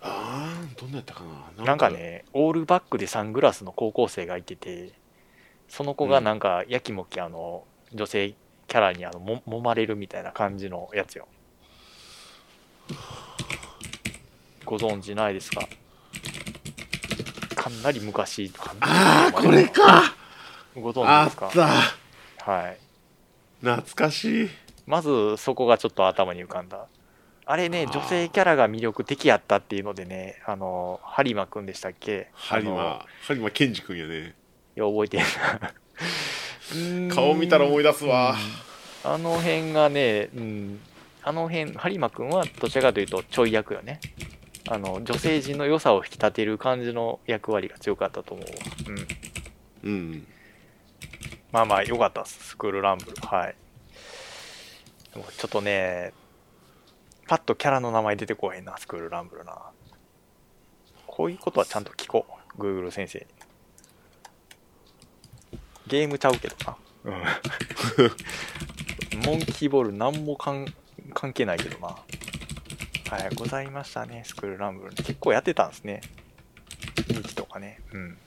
S1: あーどんなやったかな
S2: なんかねオールバックでサングラスの高校生がいててその子がなんかやきもきあの女性キャラにあのも揉まれるみたいな感じのやつよご存知ないですかかなり昔かなり
S1: ああ
S2: 前
S1: これか
S2: ご存知
S1: あ
S2: です
S1: っ
S2: か
S1: た
S2: はい
S1: 懐かしい
S2: まずそこがちょっと頭に浮かんだあれね
S1: あー
S2: 女性キャラが魅力的やったっていうのでねあの播磨くんでしたっけ
S1: ハリ
S2: あの
S1: マハリマケンジ君やね
S2: いや覚えてる な
S1: 顔見たら思い出すわ
S2: あの辺がね、うん、あの辺播磨君はどちらかというとちょい役よねあの女性陣の良さを引き立てる感じの役割が強かったと思う、うん、
S1: うん
S2: まあまあ良かったですスクールランブルはいでもちょっとねパッとキャラの名前出てこへんなスクールランブルなこういうことはちゃんと聞こう Google 先生にゲームちゃうけどなモンキーボール何もかん関係ないけどなはいございましたねスクールランブル結構やってたんですね人気とかねうん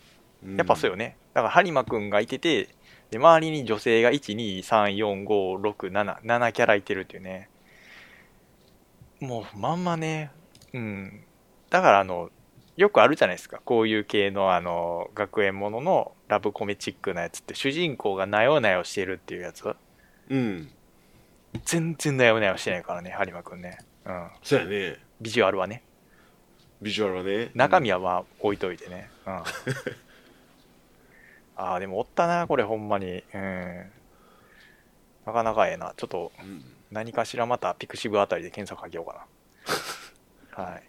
S1: うん
S2: やっぱそうよね。だから、播磨くんがいてて、で、周りに女性が1、2、3、4、5、6、7、7キャラいてるっていうね。もう、まんまね、うん。だから、あの、よくあるじゃないですか。こういう系の、あの、学園もののラブコメチックなやつって、主人公がなよなよしてるっていうやつ。
S1: うん
S2: 全然なよなよしてないからね、播磨くんね。うん。
S1: そうやね
S2: ビジュアルはね。
S1: ビジュアルはね
S2: 中
S1: うん
S2: 身はまあ置いといてね、うん、 ああでもおったなこれほんまにうんなかなかええなちょっと
S1: うん
S2: 何かしらまたピクシブあたりで検索かけよう かなはい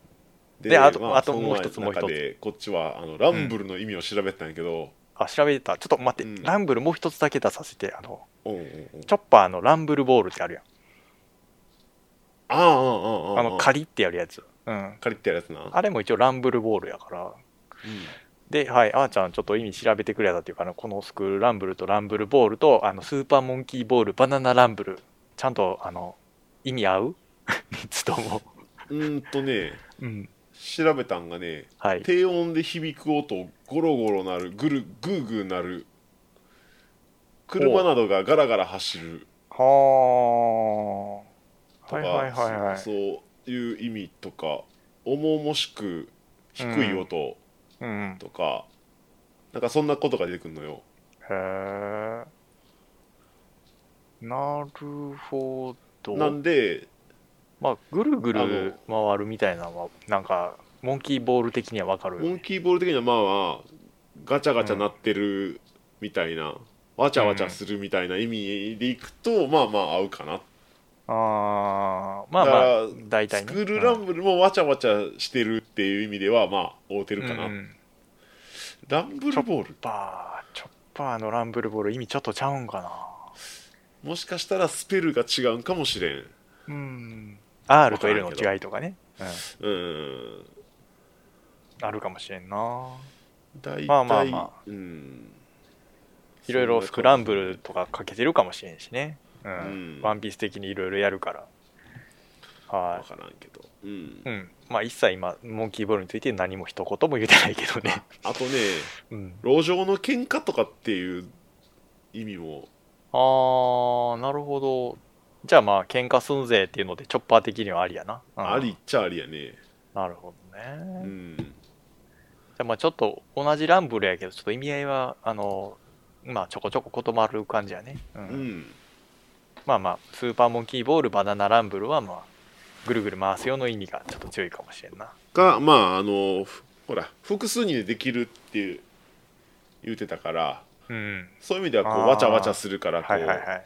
S1: で
S2: であとあと
S1: その
S2: もう一つもう一つ
S1: 中でこっちはあのランブルの意味を調べてたんやけど、
S2: あ調べてたちょっと待って、
S1: うん
S2: ランブルもう一つだけ出させてあの
S1: うんうんうん
S2: チョッパーのランブルボールってあるやん
S1: ああああああ
S2: あのカリってやるやつうん
S1: 借りてやるやつな、
S2: あれも一応ランブルボールやから
S1: うん
S2: で、はい、あーちゃん、ちょっと意味調べてくれたっていうか、あのこのスクールランブルとランブルボールと、あの、スーパーモンキーボール、バナナランブル、ちゃんと、あの、意味合う 三つとも。
S1: うーんとね
S2: うん。
S1: 調べたんがね
S2: はい。
S1: 低音で響く音ゴロゴロ鳴るぐるグーグー鳴る車などがガラガラ走る
S2: はあ。は
S1: とか、
S2: いはいはいはい。
S1: そそういう意味とか重々しく低い音
S2: うん。
S1: とか、なんかそんなことが出てくるのよ
S2: へえ。なるほど。
S1: なんで
S2: まあ、ぐるぐ
S1: あ
S2: る回るみたいなのは、なんか、モンキーボール的にはわかるよ
S1: モン
S2: ね。
S1: キーボール的にはまあまあガチャガチャ鳴ってるみたいな、わちゃわちゃするみたいな意味でいくと、まあまあ合うかな
S2: ああ、まあまあ
S1: だから、
S2: 大体
S1: ス
S2: ね。
S1: クールラ
S2: うん
S1: ンブルもわちゃわちゃしてるっていう意味ではまあ合うてるかな、
S2: うんうん
S1: ランブルボール
S2: チョッパーチョッパーのランブルボール意味ちょっとちゃうんかな
S1: もしかしたらスペルが違うんかもしれん
S2: うん R と L
S1: わから
S2: の
S1: ん
S2: 違いとかね、う
S1: うん
S2: ん、あるかもしれんな
S1: 大体
S2: まあまあま
S1: あうん
S2: いろいろスクランブルとかかけてるかもしれんしね、うん
S1: うん
S2: ワンピース的にいろいろやるから
S1: 分
S2: は
S1: からんけど、うん
S2: い、うん、まあ一切今モンキーボールについて何も一言も言ってないけどね、
S1: あとね
S2: うん、
S1: 路上の喧嘩とかっていう意味も
S2: あーなるほどじゃあまあ喧嘩すんぜっていうのでチョッパー的にはありやな、うん
S1: ありっちゃありやね
S2: なるほどね、
S1: うん
S2: ゃあまあちょっと同じランブルやけど、ちょっと意味合いは、あの、まあちょこちょこ異なる感じやね。うん。
S1: うん
S2: まあまあ、スーパーモンキーボール、バナナランブルはまあ、ぐるぐる回すよの意味がちょっと強いかもしれんな。
S1: がまああのふほら複数人でできるっていう言うてたから
S2: うん。
S1: そういう意味ではこ
S2: あ
S1: う
S2: ー
S1: わちゃわちゃするからこ
S2: はいはいは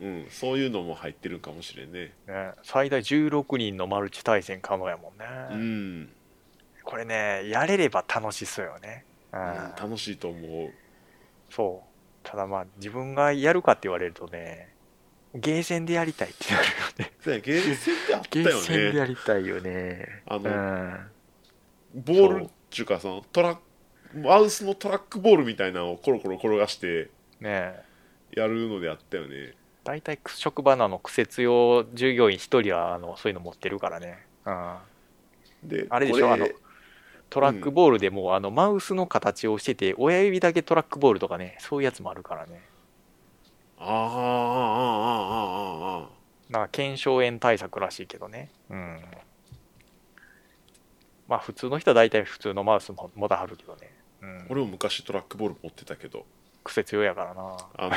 S1: う
S2: い。
S1: うんそういうのも入ってるかもしれんね
S2: ね、最大16人のマルチ対戦可能やもんね。
S1: うん
S2: これね、やれれば楽しそうよね。うん。
S1: うん楽しいと思う
S2: そう。ただまあ、自分がやるかって言われるとね、ゲーセンでやりたいってなるよね。
S1: そうやゲーセンってあった
S2: ゲーセ
S1: よ
S2: ンで
S1: ね
S2: やりたいよね。
S1: あ
S2: う
S1: の
S2: ん。
S1: ボールっていうかそのトラックアウスのトラックボールみたいなのをコロコロ転がして
S2: ねえ。
S1: やるのであったよね
S2: 大体職場なの苦節用従業員一人はあのそういうの持ってるからね、うん、
S1: で
S2: あれでしょ
S1: こ
S2: あのトラックボールでもうあのマウスの形をしてて親指だけトラックボールとかねそういうやつもあるからね
S1: あーあーあーあーあーあー
S2: なんか腱鞘炎対策らしいけどねうんまあ普通の人は大体普通のマウスも持たはるけどね、うん、
S1: 俺も昔トラックボール持ってたけど
S2: 癖強いやからな
S1: あ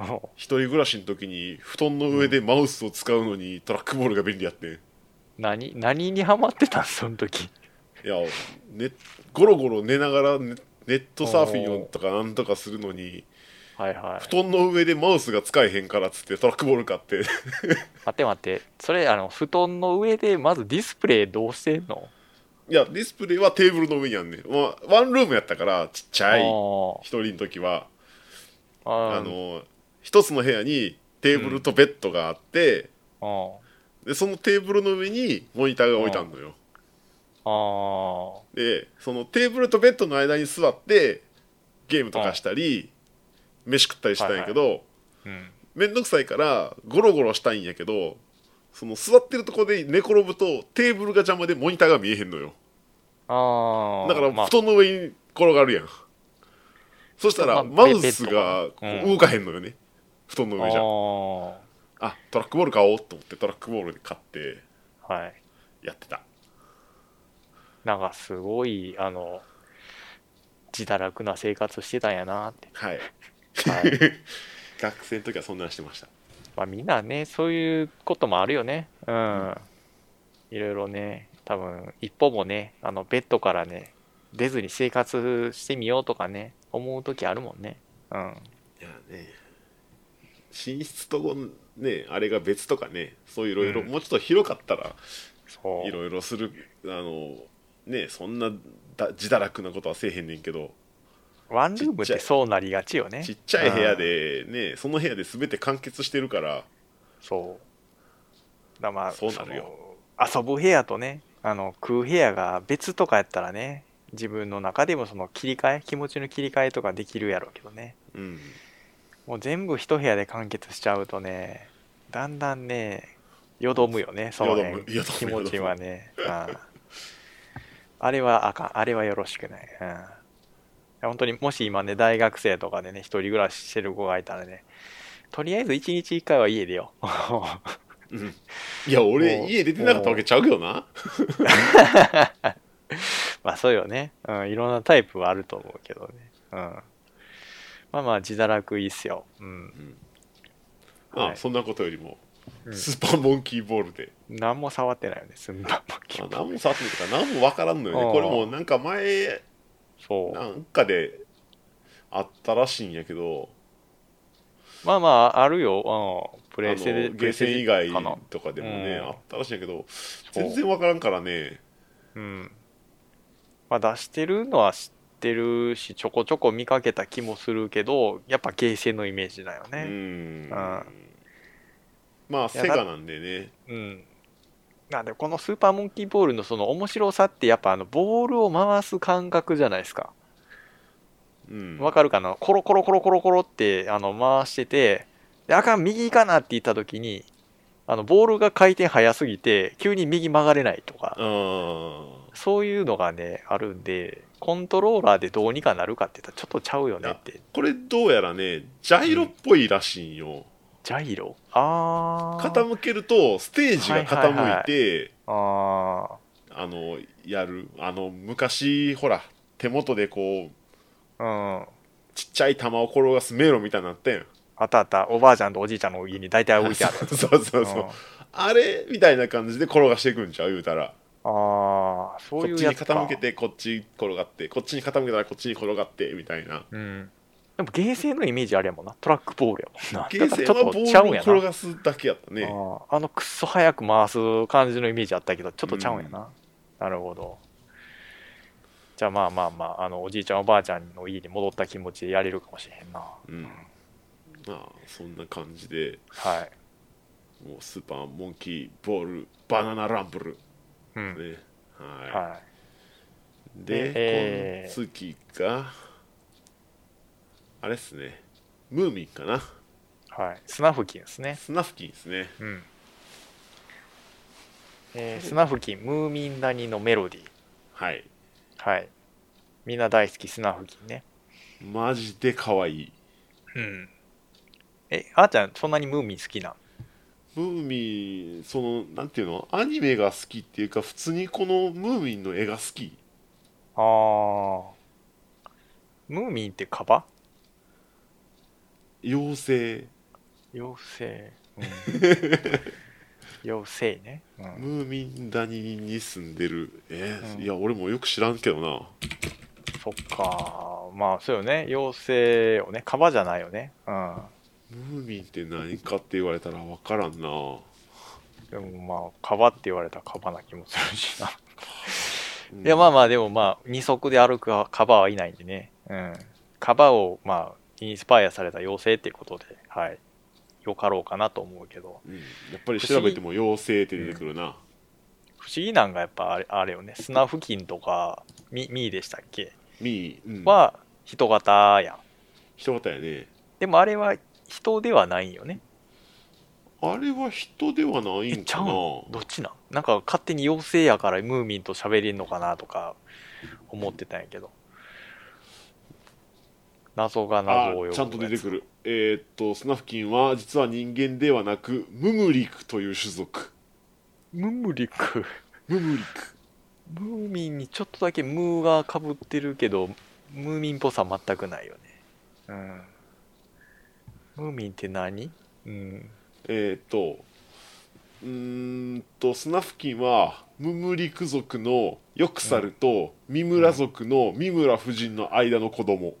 S1: の
S2: も
S1: 一人暮らしの時に布団の上でマウスを使うのにトラックボールが便利やってん
S2: う何何にハマってたんその時
S1: いや、ね、ゴロゴロ寝ながらネネットサーフィンとかなんとかするのに
S2: はいはい
S1: 布団の上でマウスが使えへんからっつってトラックボール買って
S2: 待って待ってそれあの布団の上でまずディスプレイどうしてんの
S1: いやディスプレイはテーブルの上にあんねん、まあ、ワンルームやったからちっちゃい
S2: あー
S1: 一人の時は
S2: あ
S1: あの一つの部屋にテーブルとベッドがあって、
S2: の
S1: でそのテーブルの上にモニターが置いてあるのよ
S2: あー
S1: でそのテーブルとベッドの間に座ってゲームとかしたり飯食ったりしたんやけど、
S2: うん
S1: めんどくさいからゴロゴロしたいんやけどその座ってるとこで寝転ぶとテーブルが邪魔でモニターが見えへんのよ
S2: あー
S1: だから
S2: まあ
S1: 布団の上に転がるやん、そした
S2: ま
S1: ら
S2: あ
S1: マウスが
S2: ベッド
S1: こう動かへんのよね、布団の
S2: あ
S1: 上じゃ
S2: ー
S1: あトラックボール買おうと思ってトラックボールで買って
S2: はい
S1: やってた
S2: なんかすごいあの自堕落な生活してたんや なって、
S1: はい
S2: はい
S1: 学生の時はそんなんしてました
S2: まあ、みんなねそういうこともあるよねうんいろいろね多分一歩もねあのベッドからね出ずに生活してみようとかね思う時あるもんねうん
S1: いやね寝室とねあれが別とかねそういろいろ
S2: うん
S1: もうちょっと広かったら
S2: そう
S1: いろいろするあのねそんなだ自堕落なことはせえへんねんけど
S2: ワンルームっ
S1: ちっちゃい
S2: てそうなりがちよね
S1: ちっちゃい部屋でねその部屋で全て完結してるから
S2: そう。だまあ、
S1: そうなるよ
S2: その。遊ぶ部屋とね、あの、食う部屋が別とかやったらね、自分の中でもその切り替え、気持ちの切り替えとかできるやろうけどね。
S1: うん
S2: もう全部一部屋で完結しちゃうとね、だんだんね、よどむよね、その
S1: よど
S2: 辺
S1: むよどむ
S2: 気持ちはね。うんあれはあかん、あれはよろしくない。うんいや本当にもし今ね、大学生とかでね、一人暮らししてる子がいたらね、とりあえず一日一回は家でよ。
S1: うんいや俺
S2: もう
S1: 家出てなかったわけちゃうけどな
S2: まあそうよね。うん、いろんなタイプはあると思うけどね。うん。まあまあ、自堕落いいっすよ。うん。
S1: まあ、
S2: はい
S1: そんなことよりも、
S2: うん
S1: スーパーモンキーボールで、
S2: 何も触ってないよね、スンバも 基
S1: まあ
S2: 本、
S1: 何も触ってないから何もわからんのよね
S2: あー
S1: これもなんか前
S2: そ
S1: なんかであったらしいんやけど
S2: う。まあまあ、あるよ。うん。プレイステ
S1: あ
S2: で
S1: の
S2: プレ
S1: ゲー
S2: イステ
S1: セン
S2: で
S1: 以外
S2: かな。
S1: とかでもね、
S2: うん
S1: あったらしいんやけど
S2: そう
S1: 全然わからんからね
S2: うん。まあ出してるのは知ってるし、ちょこちょこ見かけた気もするけど、やっぱゲーセンのイメージだよ
S1: う
S2: ね。
S1: ん
S2: あ
S1: まあセガなんでね
S2: うん。なんで、このスーパーモンキーボールのその面白さって、やっぱあの、ボールを回す感覚じゃないですか。
S1: うん
S2: わかるかなコロコロコロコロコロってあの回してて、であかん、右かなって言った時に、あの、ボールが回転早すぎて、急に右曲がれないとか、
S1: あ
S2: そういうのがね、あるんで、コントローラーでどうにかなるかって言ったらちょっとちゃうよねって。
S1: これどうやらねジャイロっぽいらしいんよ、
S2: ジャイロあー。
S1: 傾けるとステージが傾いて、
S2: あー。
S1: あのやるあの昔ほら手元でこう
S2: うん。
S1: ちっちゃい球を転がす迷路みたいになってん
S2: あったあった、おばあちゃんとおじいちゃんの家に大体置いてある。
S1: そうそうそうそうあれみたいな感じで転がしていくんちゃう言うたら
S2: ああ、そう
S1: こ
S2: い
S1: っ
S2: う
S1: ち
S2: や
S1: に
S2: つか。
S1: 傾けてこっち転がってこっちに傾けたらこっちに転がってみたいな
S2: うん。でも、ゲーセンのイメージあれやもんな。トラックボールやもんな。
S1: ゲーセン
S2: だ
S1: は
S2: から
S1: ボ
S2: ちょっとちゃ
S1: ー
S2: う
S1: ル
S2: ん
S1: を
S2: や
S1: 転
S2: な。
S1: がすだけやったね
S2: あーあのくっそ早く回す感じのイメージあったけど、ちょっとちゃうんやな。なるほど。じゃあまあまあまあ、あの、おじいちゃんおばあちゃんの家に戻った気持ちでやれるかもしれへんな。
S1: うんまあそんな感じで
S2: はい。
S1: もうスーパーモンキーボールバナナランブル
S2: うん。
S1: ねはい、
S2: は
S1: で、
S2: えー。
S1: 今月があれっすねムーミンかない
S2: はい。砂付近ですね。
S1: スナフキンですね
S2: うん。えー、砂付近、ムーミン谷のメロディー。
S1: はい
S2: はい。みんな大好き、砂付近ね。
S1: マジで可愛い
S2: うん。え、あーちゃん、そんなにムーミン好きなん
S1: ムーミンそのなんていうのアニメが好きっていうか普通にこのムーミンの絵が好き
S2: あー。ムーミンってカバ
S1: 妖精
S2: 妖精。 うん、妖精ね。うん
S1: ムーミン谷に住んでるえー
S2: うん
S1: いや俺もよく知らんけどな
S2: そっか。まあ、そうよね。妖精をね、カバじゃないよね。うん。
S1: ムーミンって何かって言われたら分からんな
S2: でもまあ、カバって言われたらカバな気もするしな。
S1: うん
S2: いや、まあまあ、でもまあ、二足で歩くカバはいないんでね。うん。カバを、まあ、インスパイアされた妖精っていうことで、はい。よかろうかなと思うけど、
S1: うんやっぱり調べても妖精って出てくるな、
S2: 不思議なんがやっぱあれあれよね、砂付近とか、ミミーでしたっけ
S1: ミー、うん、
S2: は、人型やん。
S1: 人型やね
S2: でもあれは人ではないよね。
S1: あれは人ではないんかな
S2: えちゃどっちなんなんか勝手に妖精やからムーミンと喋れんのかなとか思ってたんやけど。謎が
S1: あ
S2: 謎を呼ぶやつ
S1: ちゃんと出てくるえーっとスナフキンは実は人間ではなくムムリクという種族
S2: ムムリク。
S1: ムムリク
S2: ムーミンにちょっとだけムーがかぶってるけど、ムーミンっぽさ全くないよね。うん。ムーミンって何うん。
S1: えーっとうーんとスナフキンはムムリク族のヨクサルとミムラ族のミムラ夫人の間の子供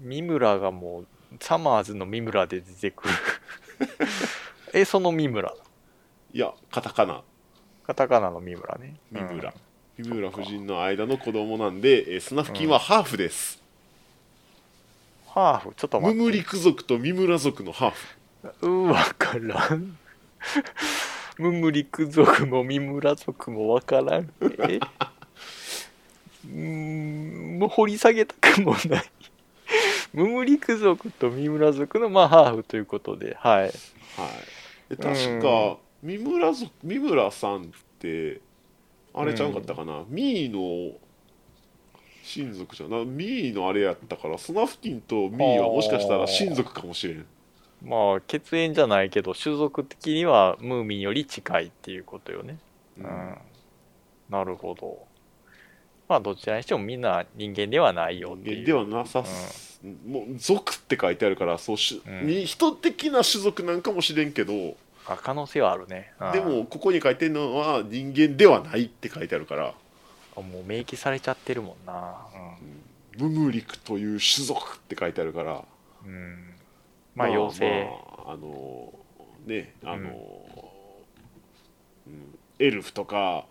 S2: ミムラがもう、サマーズのミムラで出て くる。え、そのミムラ。
S1: いやカタカナ
S2: カタカナのミムラね。
S1: ミムラ
S2: うん、
S1: ミムラ夫人の間の子供なんで、えースナフキンはハーフです、
S2: ハーフ、ちょっと待
S1: ム
S2: って。
S1: ムリク族とミムラ族のハーフ
S2: うん、わからん。ムムリク族もミムラ族もわからん。えうーん、もう掘り下げたくもない。ムムリク族とミムラ族のまあハーフということで、はい。
S1: はい、で確か三村族三村さんってあれちゃうかったかな、ミーの親族じゃなミーのあれやったからスナフキンとミーはもしかしたら親族かもしれん
S2: まあ血縁じゃないけど、種族的にはムーミンより近いっていうことよね。
S1: う
S2: うんん。なるほど。まあどちらにしてもみんな人間ではないよっ
S1: 人
S2: てい
S1: 間
S2: う。
S1: ではなさす、もう族って書いてあるからそうし、
S2: うん
S1: に人的な種族なんかもしれんけど
S2: あ可能性はあるね。うん
S1: でもここに書いてるのは人間ではないって書いてあるから
S2: あもう明記されちゃってるもんな。
S1: ムムリクという種族って書いてあるから
S2: うん。うんまあ、妖精。
S1: まあ、あのねあの、うんエルフとか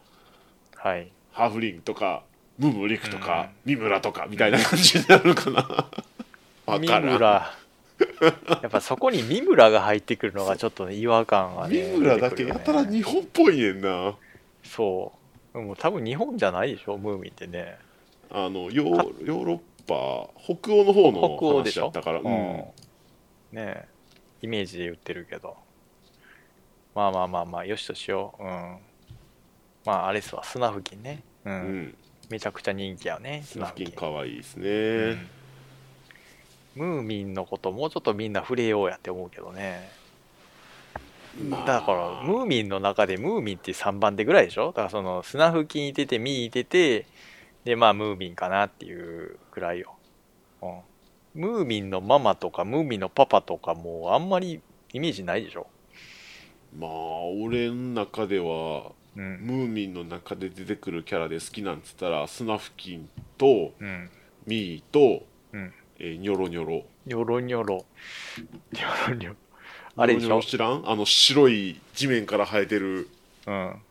S2: はい。
S1: ハーフリングとかムムリクとか、ミムラとかみたいな感じになるの かなわ
S2: ミ
S1: からん
S2: ムラ。やっぱそこにミムラが入ってくるのがちょっとね違和感がね。
S1: ミムラだけ
S2: 出て
S1: や
S2: く
S1: た
S2: るよ
S1: ら
S2: ね
S1: 日本っぽいねんな
S2: そう。もう多分日本じゃないでしょ、ムーミンってね。
S1: あのヨーヨーロッパ北欧の方
S2: 北
S1: の
S2: 欧でし
S1: 話だ
S2: ょ。
S1: ったから、うん
S2: うんねえ。イメージで言ってるけど。まあまあまあまあ、よしとしよう。うん。まあ、あれっすわ、砂付近ね。う。
S1: うんん、
S2: めちゃくちゃ人気やね。
S1: スナフキン
S2: 砂付近
S1: かわいいですね、
S2: ムーミンのこともうちょっとみんな触れようやって思うけどねだからムーミンの中でムーミンって3番手ぐらいでしょだからその砂付近いててミーいててでまあムーミンかなっていうくらいよ、うん、ムーミンのママとかムーミンのパパとかもうあんまりイメージないでしょ
S1: まあ俺の中では
S2: うん
S1: ムーミンの中で出てくるキャラで好きなんつったらスナフキンと
S2: うん
S1: ミーと、
S2: うん
S1: えーニョロニョロ
S2: ニョロニ ョロニョロニョロあれで
S1: ニ
S2: し
S1: ョロ
S2: ょ
S1: ニョロ、知らんあの白い地面から生えてる
S2: うん、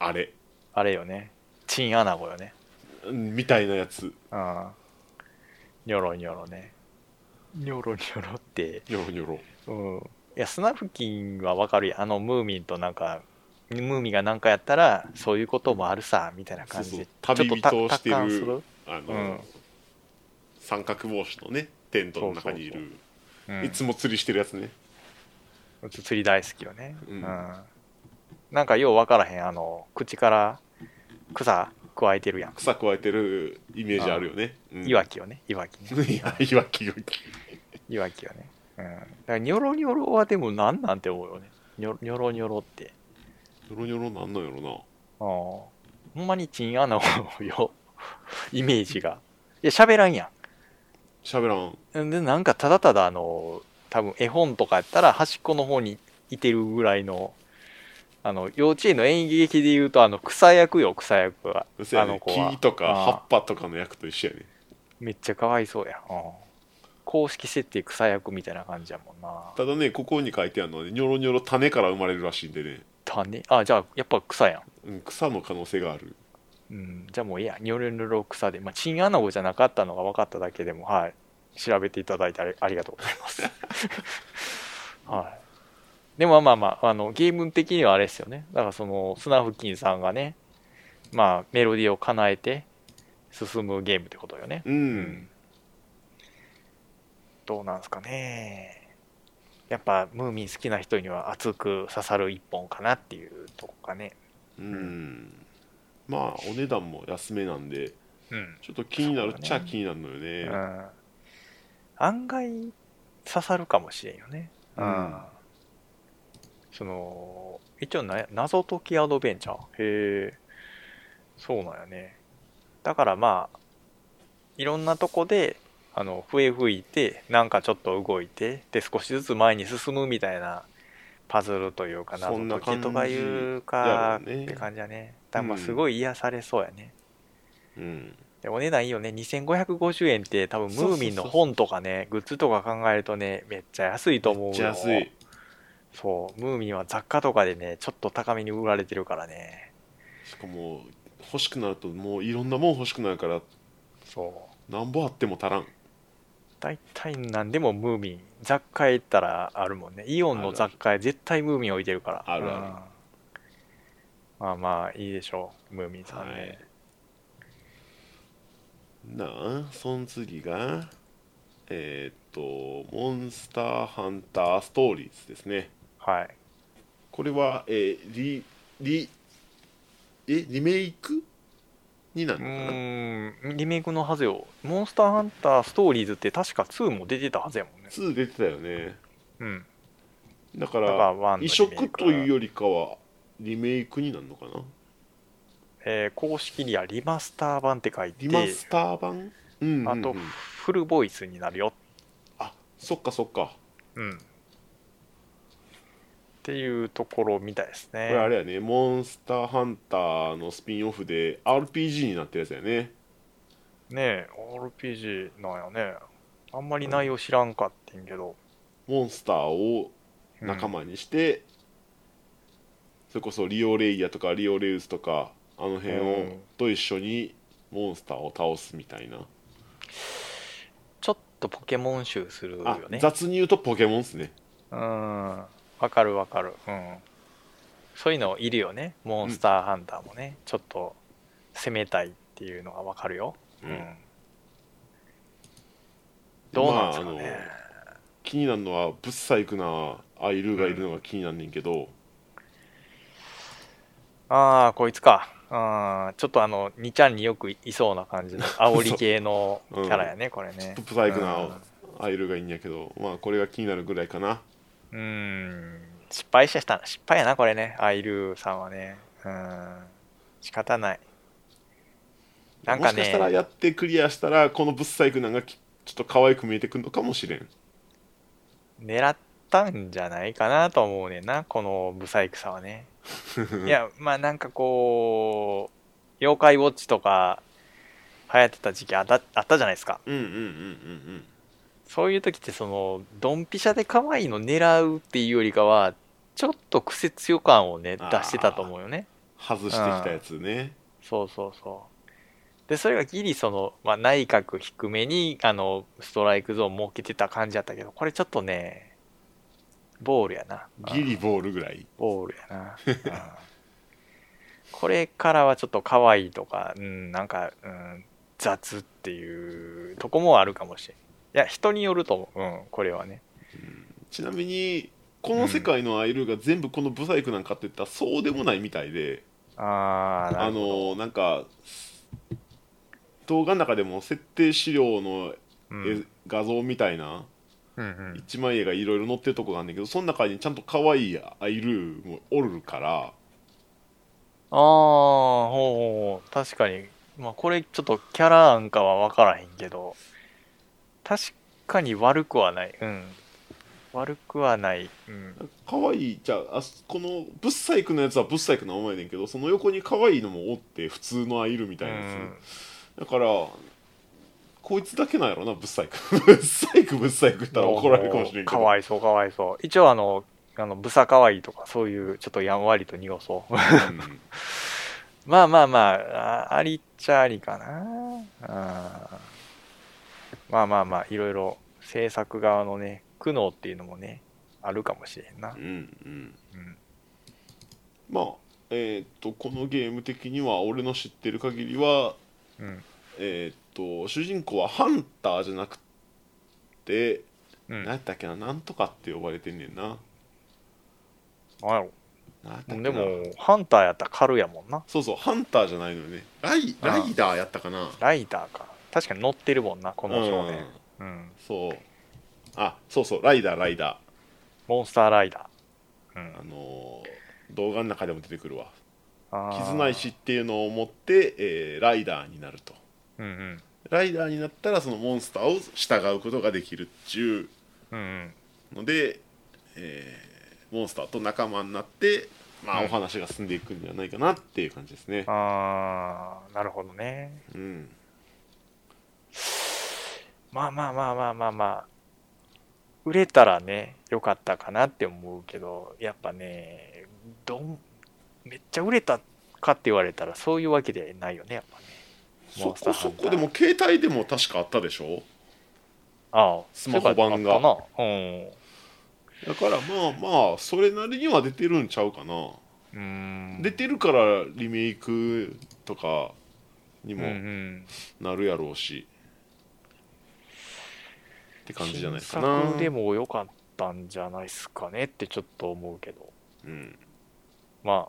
S1: あれ
S2: あれよねチンアナゴよね
S1: うんみたいなやつ
S2: うんニョロニョロねニョロニョロって
S1: ニョロニョロ
S2: うん、いやスナフキンはわかるやんあのムーミンとなんかムーミンがなんかやったらそういうこともあるさみたいな感じ
S1: そう
S2: で
S1: そう旅人
S2: ちょっと
S1: をしてる
S2: 達観する
S1: あの、
S2: うん
S1: 三角帽子のねテントの中にいる
S2: そううん
S1: いつも釣りしてるやつね
S2: うつ釣り大好きよね、
S1: うん
S2: なんかようわからへんあの口から草加えてるやん
S1: 草加えてるイメージあるよね、うん
S2: いわきよねいわきね
S1: いやいわきいわき
S2: いわきよね、うん、だからニョロニョロはでもなんなんて思うよねニョニョロニョロって
S1: ニョロニョロなんなんやろな
S2: ああほんまにチンアナゴよ イメージがいや喋らんやん
S1: 喋らん
S2: でなんかただただあの多分絵本とかやったら端っこの方にいてるぐらいのあの幼稚園の演劇で言うとあの草役よ草役は
S1: うせや
S2: あの
S1: ね
S2: 子は
S1: 木とか
S2: ああ
S1: 葉っぱとかの役と一緒やね
S2: めっちゃかわいそうや、うん公式設定草役みたいな感じやもんな
S1: ただねここに書いてあるのはねニョロニョロ種から生まれるらしいんでね、
S2: 種あじゃあやっぱ草や
S1: うん、草の可能性がある
S2: ん、うん、じゃあもういいやニョロニョロ草でまあチンアナゴじゃなかったのが分かっただけでもはい調べていただいてありありがとうござい ますはいでもまあまああのゲーム的にはあれですよねだからそのスナフキンさんがねまあメロディーを叶えて進むゲームってことよね
S1: うん、
S2: どうなんですかねやっぱムーミン好きな人には熱く刺さる一本かなっていうとこかね
S1: うん、まあお値段も安めなんで
S2: うん、
S1: ちょっと気になるっちゃ
S2: そうだね
S1: 気になるのよね
S2: うん、案外刺さるかもしれんよね
S1: うん
S2: その一応な謎解きアドベンチャーへえそうなんやねだからまあいろんなとこであの笛吹いてなんかちょっと動いてで少しずつ前に進むみたいなパズルというか
S1: そ
S2: 謎
S1: んな
S2: 解き
S1: 感じ
S2: とかいうか
S1: やろうね
S2: って感じやねだからまあ
S1: うん
S2: すごい癒されそうやね、
S1: うん
S2: でお値段いいよね2550円って多分
S1: そうそうそ
S2: ム
S1: う
S2: ーミンの本とかねグッズとか考えるとねめっちゃ安いと思うよ
S1: めっちゃ安い
S2: そうムーミンは雑貨とかでねちょっと高めに売られてるからね
S1: しかも欲しくなるともういろんなもん欲しくなるから
S2: そう
S1: なんぼあっても足らん
S2: 大体何でもムーミン雑貨行ったらあるもんねイオンの雑貨屋絶対ムーミン置いてるから
S1: あるある
S2: うんまあまあいいでしょうムーミンさんね、
S1: はいなあその次がえーっと「モンスターハンターストーリーズ」ですね
S2: はい、
S1: これは、えーリリえリメイクにな
S2: う
S1: るのかな
S2: ーんリメイクのはずよモンスターハンターストーリーズって確か2も出てたはずやもんね
S1: 2出てたよね
S2: うん
S1: だか
S2: だから
S1: ら
S2: 1のリメイ
S1: 移
S2: ク
S1: 植というよりかはリメイクになるのかな
S2: えー公式にはリマスター版って書いて
S1: リマスター版うんうんうん
S2: あとフルボイスになるよ、
S1: あそっかそっか
S2: うん、っていうところみたいです
S1: これあ
S2: ね
S1: れやね、モンスターハンターのスピンオフで RPG になってるやつやね。
S2: ねえ RPG なんやねあんまり内容知らんかってんけど、
S1: モンスターを
S2: うん
S1: 仲間にして、それこそリオレイヤとかリオレウスとか、あの辺
S2: う
S1: を
S2: ん
S1: と一緒にモンスターを倒すみたいな。
S2: ちょっとポケモン集する
S1: あ
S2: よ、ね
S1: 雑に言うとポケモンっすね。
S2: うんわかるわかるうんそういうのいるよねモンスターハンターもね、ちょっと攻めたいっていうのがわかるよ、
S1: う
S2: うんんどうなんですかね、
S1: まああの気になるのは、ブッサイクなアイルーがいるのが気になんねんけど、
S2: ああ、こいつか。あーちょっとあの、2ちゃんによくいそうな 感じの、煽り系のキャラやね、これね。
S1: ブッサイクなアイルーがいいんやけど、まあこれが気になるぐらいかな。
S2: うん。うん。失敗しした失敗やなこれねアイルーさんはねうん仕方ないなん
S1: も
S2: か
S1: しかしたら
S2: ね
S1: やってクリアしたらこのブッサイクなんかきちょっと可愛く見えてくるのかもしれん
S2: 狙ったんじゃないかなと思うねんなこのブサイクさは ねいやまあなんかこう妖怪ウォッチとか流行ってた時期あったあったじゃないですか
S1: うんうんうんうん
S2: そういう時ってそのドンピシャで可愛いの狙うっていうよりかはちょっと癖強感をね出
S1: あー
S2: してたと思うよね
S1: 外してきたやつね
S2: そうそうそうでそれがギリその、まあ、内角低めにあのストライクゾーン設けてた感じだったけどこれちょっとねボールやな
S1: ギリボールぐらい
S2: ボールやなうんこれからはちょっと可愛いとか、うん、なんか、うん、雑っていうとこもあるかもしれんいや人によると思う、うん、これはね
S1: ちなみにこの世界のアイルが全部このブサイクなんかって言ったらそうでもないみたいで、
S2: ああな
S1: あ
S2: るほど
S1: のなんか動画の中でも設定資料の
S2: う
S1: 絵、
S2: ん
S1: 画像みたいな
S2: うんうん
S1: 一枚絵がいろいろ載ってるとこがあるんだけどその中にちゃんと可愛いアイルーもおるから
S2: ああほうほうほう確かに、まあ、これちょっとキャラなんかは分からへんけど確かに悪くはないうん悪くはない、うん、
S1: 可愛いじゃああこのブッサイクのやつはブッサイクの名前やねんけどその横に可愛いのもおって普通のアイルみたいなやつ、だからこいつだけなんやろなブッサイク ブッサイクブッサイク言ったら怒られるかもしれんけど
S2: かわいそうかわいそう一応あのあのブサかわいいとかそういうちょっとやんわりと濁そう
S1: うん
S2: まあまあまああありっちゃありかなあーまあまあまあいろいろ制作側のね苦悩っていうのもねあるかもしれんな
S1: うんうん
S2: うん
S1: まあえーっとこのゲーム的には俺の知ってる限りは
S2: うん
S1: えーっと主人公はハンターじゃなくて、
S2: うん
S1: 何やったっけななんとかって呼ばれてんねんな
S2: なんやろ
S1: 何やったっけな
S2: でもハンターやったらカルやもんな
S1: そうそうハンターじゃないのよねライ
S2: あ
S1: ラ
S2: あ
S1: イダーやったかな
S2: ライダーか確かに乗ってるもんなこの少
S1: う
S2: 年
S1: ん
S2: うん、
S1: そうあそうそうライダーライダ
S2: モンスターライダーうん
S1: ーあのー動画の中でも出てくるわ
S2: あー
S1: 絆石っていうのを持って、えーライダーになると
S2: うんうん
S1: ライダーになったらそのモンスターを従うことができるっちゅ
S2: うんうん
S1: うので、えーモンスターと仲間になってまあ
S2: うん
S1: お話が進んでいくんじゃないかなっていう感じですね
S2: ああなるほどね
S1: うん
S2: まあまあまあまあまあまあ売れたらね良かったかなって思うけどやっぱねどんめっちゃ売れたかって言われたらそういうわけではないよねやっぱね
S1: そ
S2: モンスタ
S1: こ
S2: ーハ
S1: そ
S2: ンター
S1: こでも携帯でも確かあったでしょ
S2: ああ
S1: スマホ版が
S2: そういえばあったなうん
S1: だからまあまあそれなりには出てるんちゃうかな
S2: うーん
S1: 出てるからリメイクとかに
S2: うんう
S1: も
S2: ん
S1: なるやろうし、って感じじゃないか
S2: 新
S1: な
S2: 作でも良かったんじゃないですかねってちょっと思うけど
S1: うん、
S2: まあ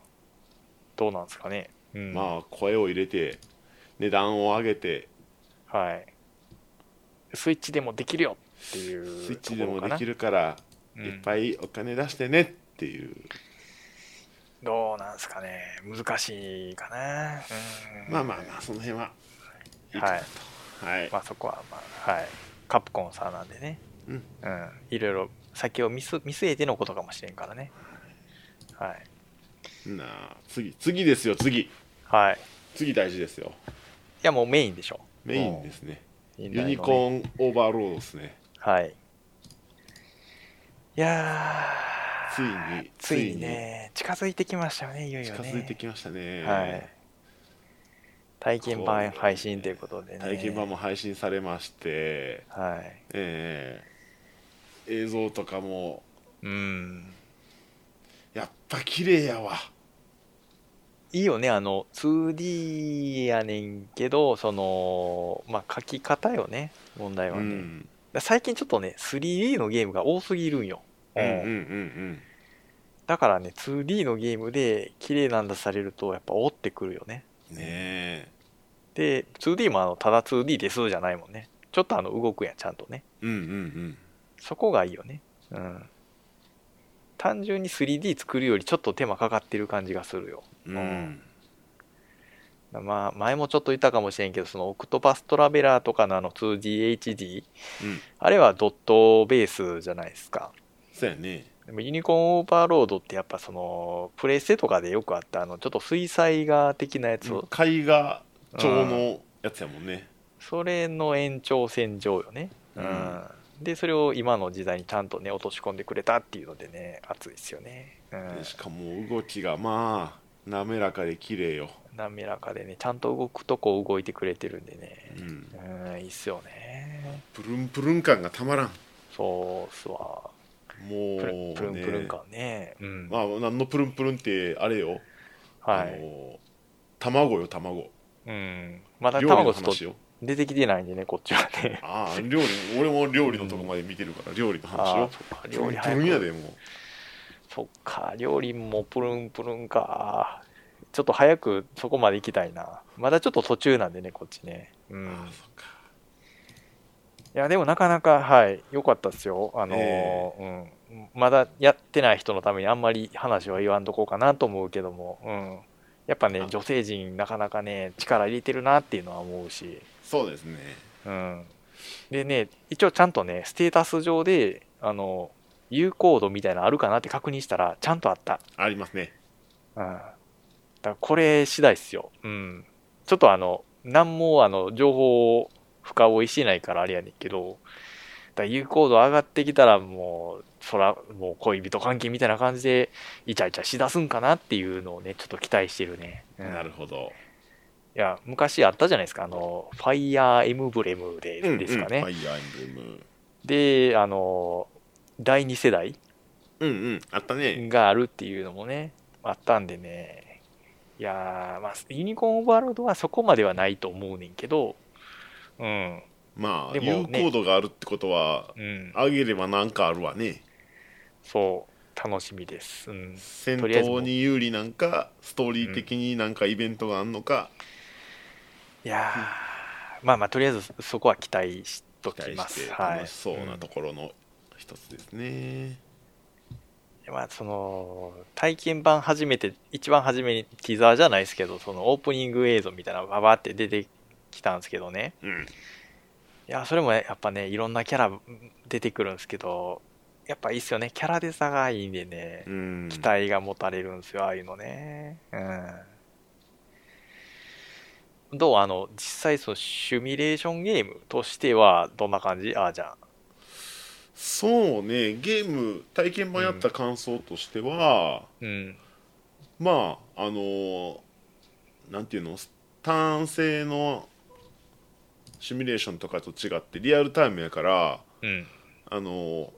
S2: どうなんですかね、うん、
S1: まあ声を入れて値段を上げて
S2: はいスイッチでもできるよっていう
S1: スイッチでもでき
S2: る、
S1: るから
S2: うん
S1: いっぱいお金出してねっていう、
S2: どうなんすかね難しいかな、うん
S1: まあまあまあその辺は
S2: はい
S1: はい、
S2: まあそこはまあはいカプコンさんなんでね
S1: うん
S2: うんいろいろ先を見す見据えてのことかもしれんからねはい
S1: なあ次次ですよ次
S2: はいい
S1: 次大事ですよ
S2: やもうメインでしょ
S1: メインですねユニ
S2: ーン
S1: コーンオーバーロードですね
S2: はいいやー
S1: ついに
S2: ついにね近づいてきましたよねいよいよ
S1: 近
S2: ね
S1: づいてきましたね、
S2: はい、体験版配信ということでね
S1: 体験版も配信されまして、
S2: はい
S1: えー映像とかも
S2: うん
S1: やっぱ綺麗やわ
S2: いいよねあの 2D やねんけどそのまあ書き方よね問題は
S1: う
S2: ね、
S1: ん
S2: だ最近ちょっとね 3D のゲームが多すぎるんよ、
S1: うんうんうん
S2: だからね 2D のゲームで綺麗なんだされるとやっぱ折ってくるよね
S1: うんねえ
S2: で 2D もあのただ 2D ですじゃないもんねちょっとあの動くやんちゃんとね
S1: うんうんうん
S2: そこがいいよねうん単純に 3D 作るよりちょっと手間かかってる感じがするよ
S3: うん
S2: まあ、前もちょっと言ったかもしれんけど、そのオクトパストラベラーとかのあの 2DHD、
S3: うん
S2: あれはドットベースじゃないですか。
S1: そうやね
S2: でもユニコーンオーバーロードってやっぱその、プレステとかでよくあった、あの、ちょっと水彩画的なやつ、
S1: 絵画調のやつやもんね
S2: それの延長線上よね。
S3: うん
S2: で、それを今の時代にちゃんとね、落とし込んでくれたっていうのでね、熱いですよね。うん
S1: でしかも動きがまあ滑らかで綺麗よ、
S2: 滑らかでね、ちゃんと動くとこ動いてくれてるんで
S1: う
S2: ね。
S1: ん、
S2: うん、いいっすよね。
S1: プルンプルン感がたまらん
S2: そうっすわ。
S1: も
S2: プルン
S1: う
S2: プルンプルン
S1: ね
S2: 感ね。うん。
S1: まあ何のプルンプルンってあれよ、
S2: は
S1: あ
S2: い。
S1: の卵よ卵
S2: うん。まだ
S1: 料理の
S2: 卵ちょっと
S1: 話よ
S2: 出てきてないんでね、こっちは ね。
S1: ああ料理俺も料理のとこまで見てるから、料理の話
S2: あ
S1: よ
S2: あ、そっ
S1: プ
S2: か、料
S1: ル
S2: 理
S1: ンプルンや
S2: 早く。
S1: でもう
S2: そっか、料理もプルンプルンか。ちょっと早くそこまで行きたいな。まだちょっと途中なんでね、こっちね。うん。い
S1: ああそっか
S2: や、でもなかなか、はい、良かったですよ。あのー
S1: え
S2: うん。まだやってない人のためにあんまり話は言わんとこうかなと思うけども、うん。やっぱね
S1: あ、
S2: 女性陣なかなかね、力入れてるなっていうのは思うし。
S1: そうですね
S2: うん、でね、一応ちゃんとね、ステータス上で、あの、有効度みたいなのあるかなって確認したら、ちゃんとあった。
S1: ありますね
S2: うん。だからこれ次第っすよ。うん。ちょっとあの、何もあの、情報を深追いしてないからあれやねんけど、だから有効度上がってきたらもう、そら、もう恋人関係みたいな感じで、イチャイチャしだすんかなっていうのをね、ちょっと期待してるね。うん
S1: なるほど
S2: いや、昔あったじゃないですか、あの、ファイヤーエムブレムでですかね。
S1: うんうん、ファイアーエンブレム
S2: であの第2世代
S1: うんうんあったね、
S2: があるっていうのもねあったんでねいやーまあユニコーンオーバーロードはそこまではないと思うねんけどうん
S1: まあ、
S2: でもね
S1: 有効度があるってことは
S2: うん
S1: 上げればなんかあるわね
S2: そう楽しみです、うん、
S1: 戦
S2: とりあえずも
S1: 闘
S2: う
S1: に有利なんかストーリー的になんかイベントがあんのか、
S2: いやーまあまあとりあえずそこは期待しと
S1: 期
S2: きま
S1: 待し
S2: す
S1: て
S2: はい
S1: 楽しそうなところの一つですね、
S2: まあ、その体験版初めて一番初めにティザーじゃないですけどそのオープニング映像みたいなのがババって出てきたんですけどね、
S1: うん
S2: いや、それもやっぱね、いろんなキャラうん出てくるんですけど、やっぱいいっすよね。キャラデザがいいんでね、
S1: うん
S2: 期待が持たれるんですよ、ああいうのね。うん。どうあの、実際そのシュミュレーションゲームとしてはどんな感じああ、じゃ
S1: そうねゲーム体験版やった感想としては、
S2: ん。うん。
S1: まああのーなんていうの単性のシミュレーションとかと違ってリアルタイムやから
S2: うん。
S1: あのー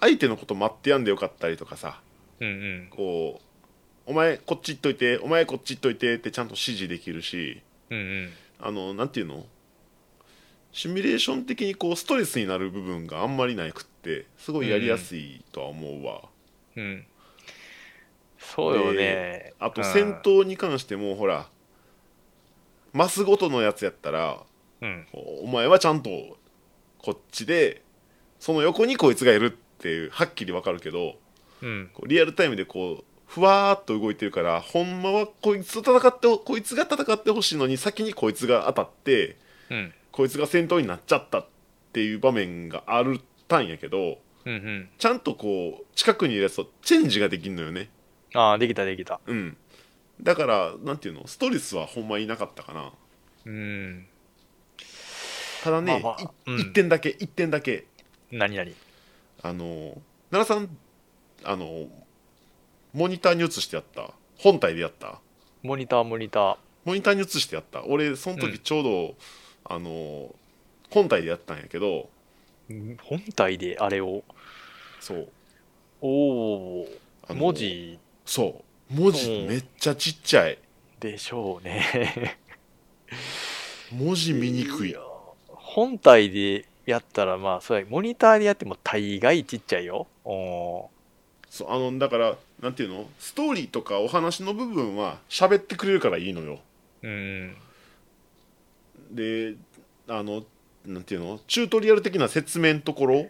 S1: 相手のこと待ってやんでよかったりとかさ
S2: うんうん。
S1: こう「お前こっち行っといてお前こっち行っといて」ってちゃんと指示できるし
S2: うんうん。
S1: あのなんていうのシミュレーション的にこうストレスになる部分があんまりなくってすごいやりやすいとは思うわ、
S2: うん。そうよね。
S1: あと
S2: うん
S1: 戦。闘に関してもほらマスごとのやつやったら
S2: うん。
S1: お前はちゃんとこっちでその横にこいつがいるっていうはっきりわかるけど
S2: うん。
S1: こうリアルタイムでこうふわーっと動いてるからほんまはこいつと戦ってこいつが戦ってほしいのに先にこいつが当たって
S2: うん。
S1: こいつが戦闘になっちゃったっていう場面があるたんやけど
S2: うんうん。
S1: ちゃんとこう近くにいるやつとチェンジができるのよね
S2: ああ、できたできた。
S1: うんだからなんていうのストレスはほんまいなかったかな
S2: うん。
S1: ただね、
S2: まあまあ
S1: い
S2: うん
S1: 一点だけ一点だけ
S2: 何々。
S1: あの奈良さんあのモニターに映してやった本体でやった
S2: モニター、モニター。
S1: モニターに映してやった俺その
S2: うん
S1: 時ちょうど、あの本体でやったんやけど
S2: ん本体であれを
S1: そう
S2: おお
S1: あの
S2: 文字
S1: そう文字
S2: うん
S1: めっちゃちっちゃい
S2: でしょうね
S1: 文字見にくい
S2: や本体でやったらまあそれモニターでやっても大概ちっちゃいよお
S1: そうあのだからなんていうのストーリーとかお話の部分は喋ってくれるからいいのよ
S2: ーうん
S1: であのなんていうのチュートリアル的な説明のところ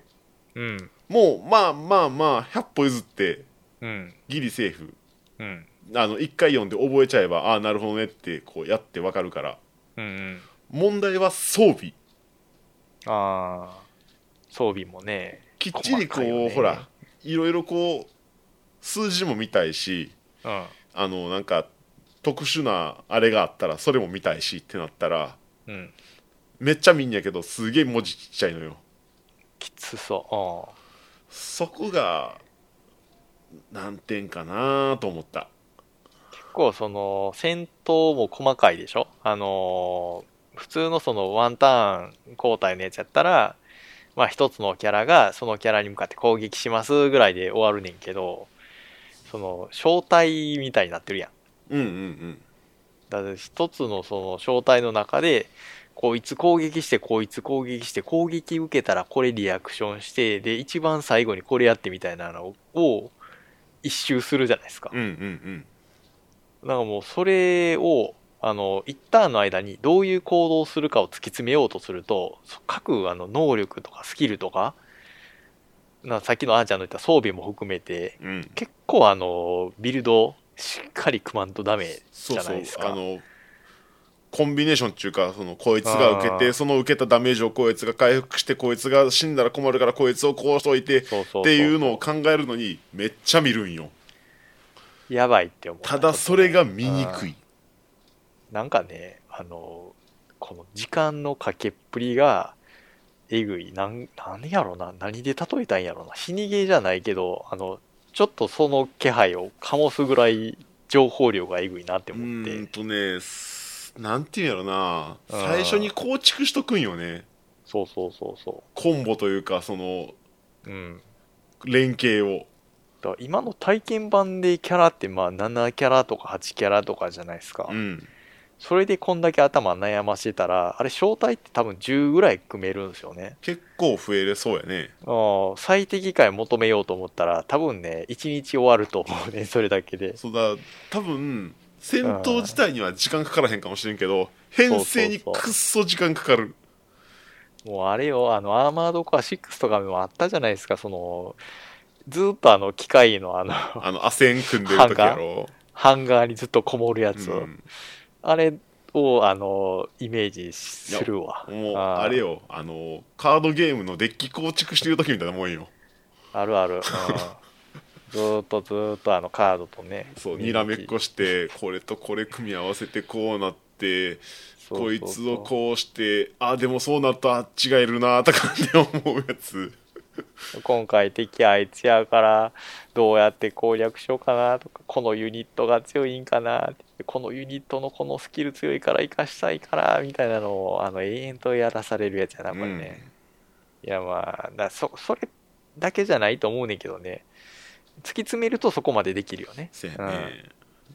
S2: うん
S1: もうまあまあまあ100歩譲って
S2: うん
S1: ギリセーフ
S2: うん
S1: あの1回読んで覚えちゃえばああなるほどねってこうやってわかるから
S2: うんうん
S1: 問題は装備
S2: ああ装備もね
S1: きっちりこう、
S2: 細かいよね
S1: ほらいろいろこう数字も見たいし
S2: うん
S1: あのなんか特殊なあれがあったらそれも見たいしってなったら
S2: うん
S1: めっちゃ見んやけどすげえ文字ちっちゃいのよ
S2: きつそ
S1: そこが難点かなと思った
S2: ううん結構その戦闘も細かいでしょあのー普通のそのワンターン交代のやつやったらまあ一つのキャラがそのキャラに向かって攻撃しますぐらいで終わるねんけどその招待みたいになってるやん
S1: うんうんうん
S2: だって一つのその正体の中でこいつ攻撃してこいつ攻撃して攻撃受けたらこれリアクションしてで一番最後にこれやってみたいなのを一周するじゃないですか
S1: うんうん
S2: なんかもうそれをあの一ターンの間にどういう行動をするかを突き詰めようとするとそ各あの能力とかスキルとかなさっきのあーちゃんの言った装備も含めて
S1: うんうん
S2: 結構あのビルドしっかり組まんとダメ
S1: そう
S2: じゃ
S1: そ
S2: な
S1: う
S2: いですか
S1: あのコンビネーションっていうかそのこいつが受け
S2: あ
S1: て
S2: ー
S1: その受けたダメージをこいつが回復してこいつが死んだら困るからこいつをこうしといてっ
S2: そうそうそう
S1: ていうのを考えるのにめっちゃ見るんよ
S2: やばいって思う
S1: ただそれが見にく
S2: い
S1: い
S2: なんかねあのこの時間のかけっぷりがえぐいなん何やろな何で例えたんやろな死にゲーじゃないけどあのちょっとその気配を醸すぐらい情報量がえぐいなって
S1: う
S2: 思っ
S1: ーん
S2: て
S1: とねすなんていうんやろな
S2: うん
S1: 最初に構築しとくんよね
S2: そうそうそうそ
S1: コンボというかその
S2: ううん
S1: 連携を
S2: だから今の体験版でキャラってまあ7キャラとか8キャラとかじゃないですか、
S1: うん
S2: それでこんだけ頭悩ましてたらあれ正体って多分10ぐらい組めるんですよね
S1: 結構増えれそうやね
S2: うん最適解求めようと思ったら多分ね一日終わると思うね それだけで
S1: そうだ多分戦闘自体には時間かからへんかもしれんけど編成にくっそ時間かかる
S2: もうあれよあのアーマードコア6とかもあったじゃないですかそのずーっとあの機械の あの
S1: あの汗組んでる時やろ、
S2: ハンガーにずっとこもるや
S1: う
S2: つを、
S1: ん、
S2: あれをあのイメージするわ
S1: もう
S2: あー
S1: あれよあのカードゲームのデッキ構築してる時みたいなもんよ
S2: ある ある、うんずーっとずーっとあのカードとね
S1: そう
S2: 見
S1: に
S2: る
S1: らめっこしてこれとこれ組み合わせてこうなって
S2: そうそ
S1: こ
S2: う
S1: い
S2: そう
S1: つをこうしてあでもそうなったあっちがいるなとかって思うやつ
S2: 今回敵あいつやからどうやって攻略しようかなとかこのユニットが強いんかなってこのユニットのこのスキル強いから生かしたいからみたいなのをあの永遠とやらされるやつやなこれね、いやまあだそそれだけじゃないと思うねんけどね突き詰めるとそこまでできるよね
S1: せや
S2: うん
S1: ね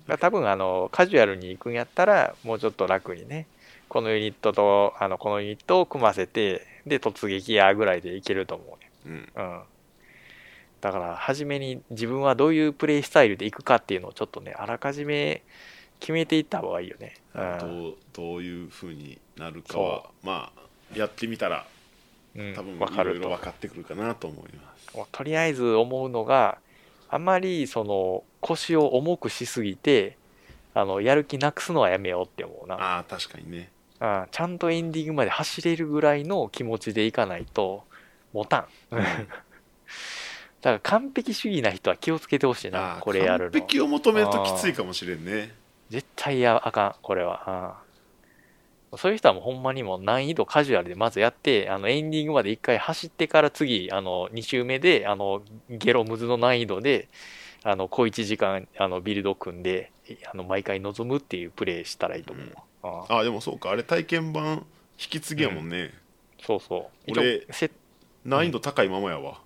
S2: だ多分あのカジュアルに行くんやったらもうちょっと楽にねこのユニットとあのこのユニットを組ませてで突撃やぐらいでいけると思うね
S1: うん
S2: うん、だから初めに自分はどういうプレイスタイルでいくかっていうのをちょっとねあらかじめ決めていった方がいいよね、うん
S1: どうどういうふうになるかはまあやってみたら
S2: うん、
S1: 多分
S2: わか
S1: いろい
S2: る
S1: ろ
S2: と
S1: 分かってくるかなと思います
S2: もうとりあえず思うのがあまりその腰を重くしすぎてあのやる気なくすのはやめようって思うな
S1: ああ確かにね
S2: うんちゃんとエンディングまで走れるぐらいの気持ちでいかないと持たん だから完璧主義な人は気をつけてほしいな
S1: あー
S2: これやるの
S1: 完璧を求めるときついかもしれんね
S2: 絶対やあかんこれは、うん、そういう人はもうほんまにもう難易度カジュアルでまずやってあのエンディングまで1回走ってから次あの2周目であのゲロムズの難易度であの小1時間あのビルド組んであの毎回臨むっていうプレイしたらいいと思う、うん
S1: ああでもそうかあれ体験版引き継ぎやもんね、
S2: そうそう一応
S1: 俺
S2: セッ
S1: 難易度高いままやわ、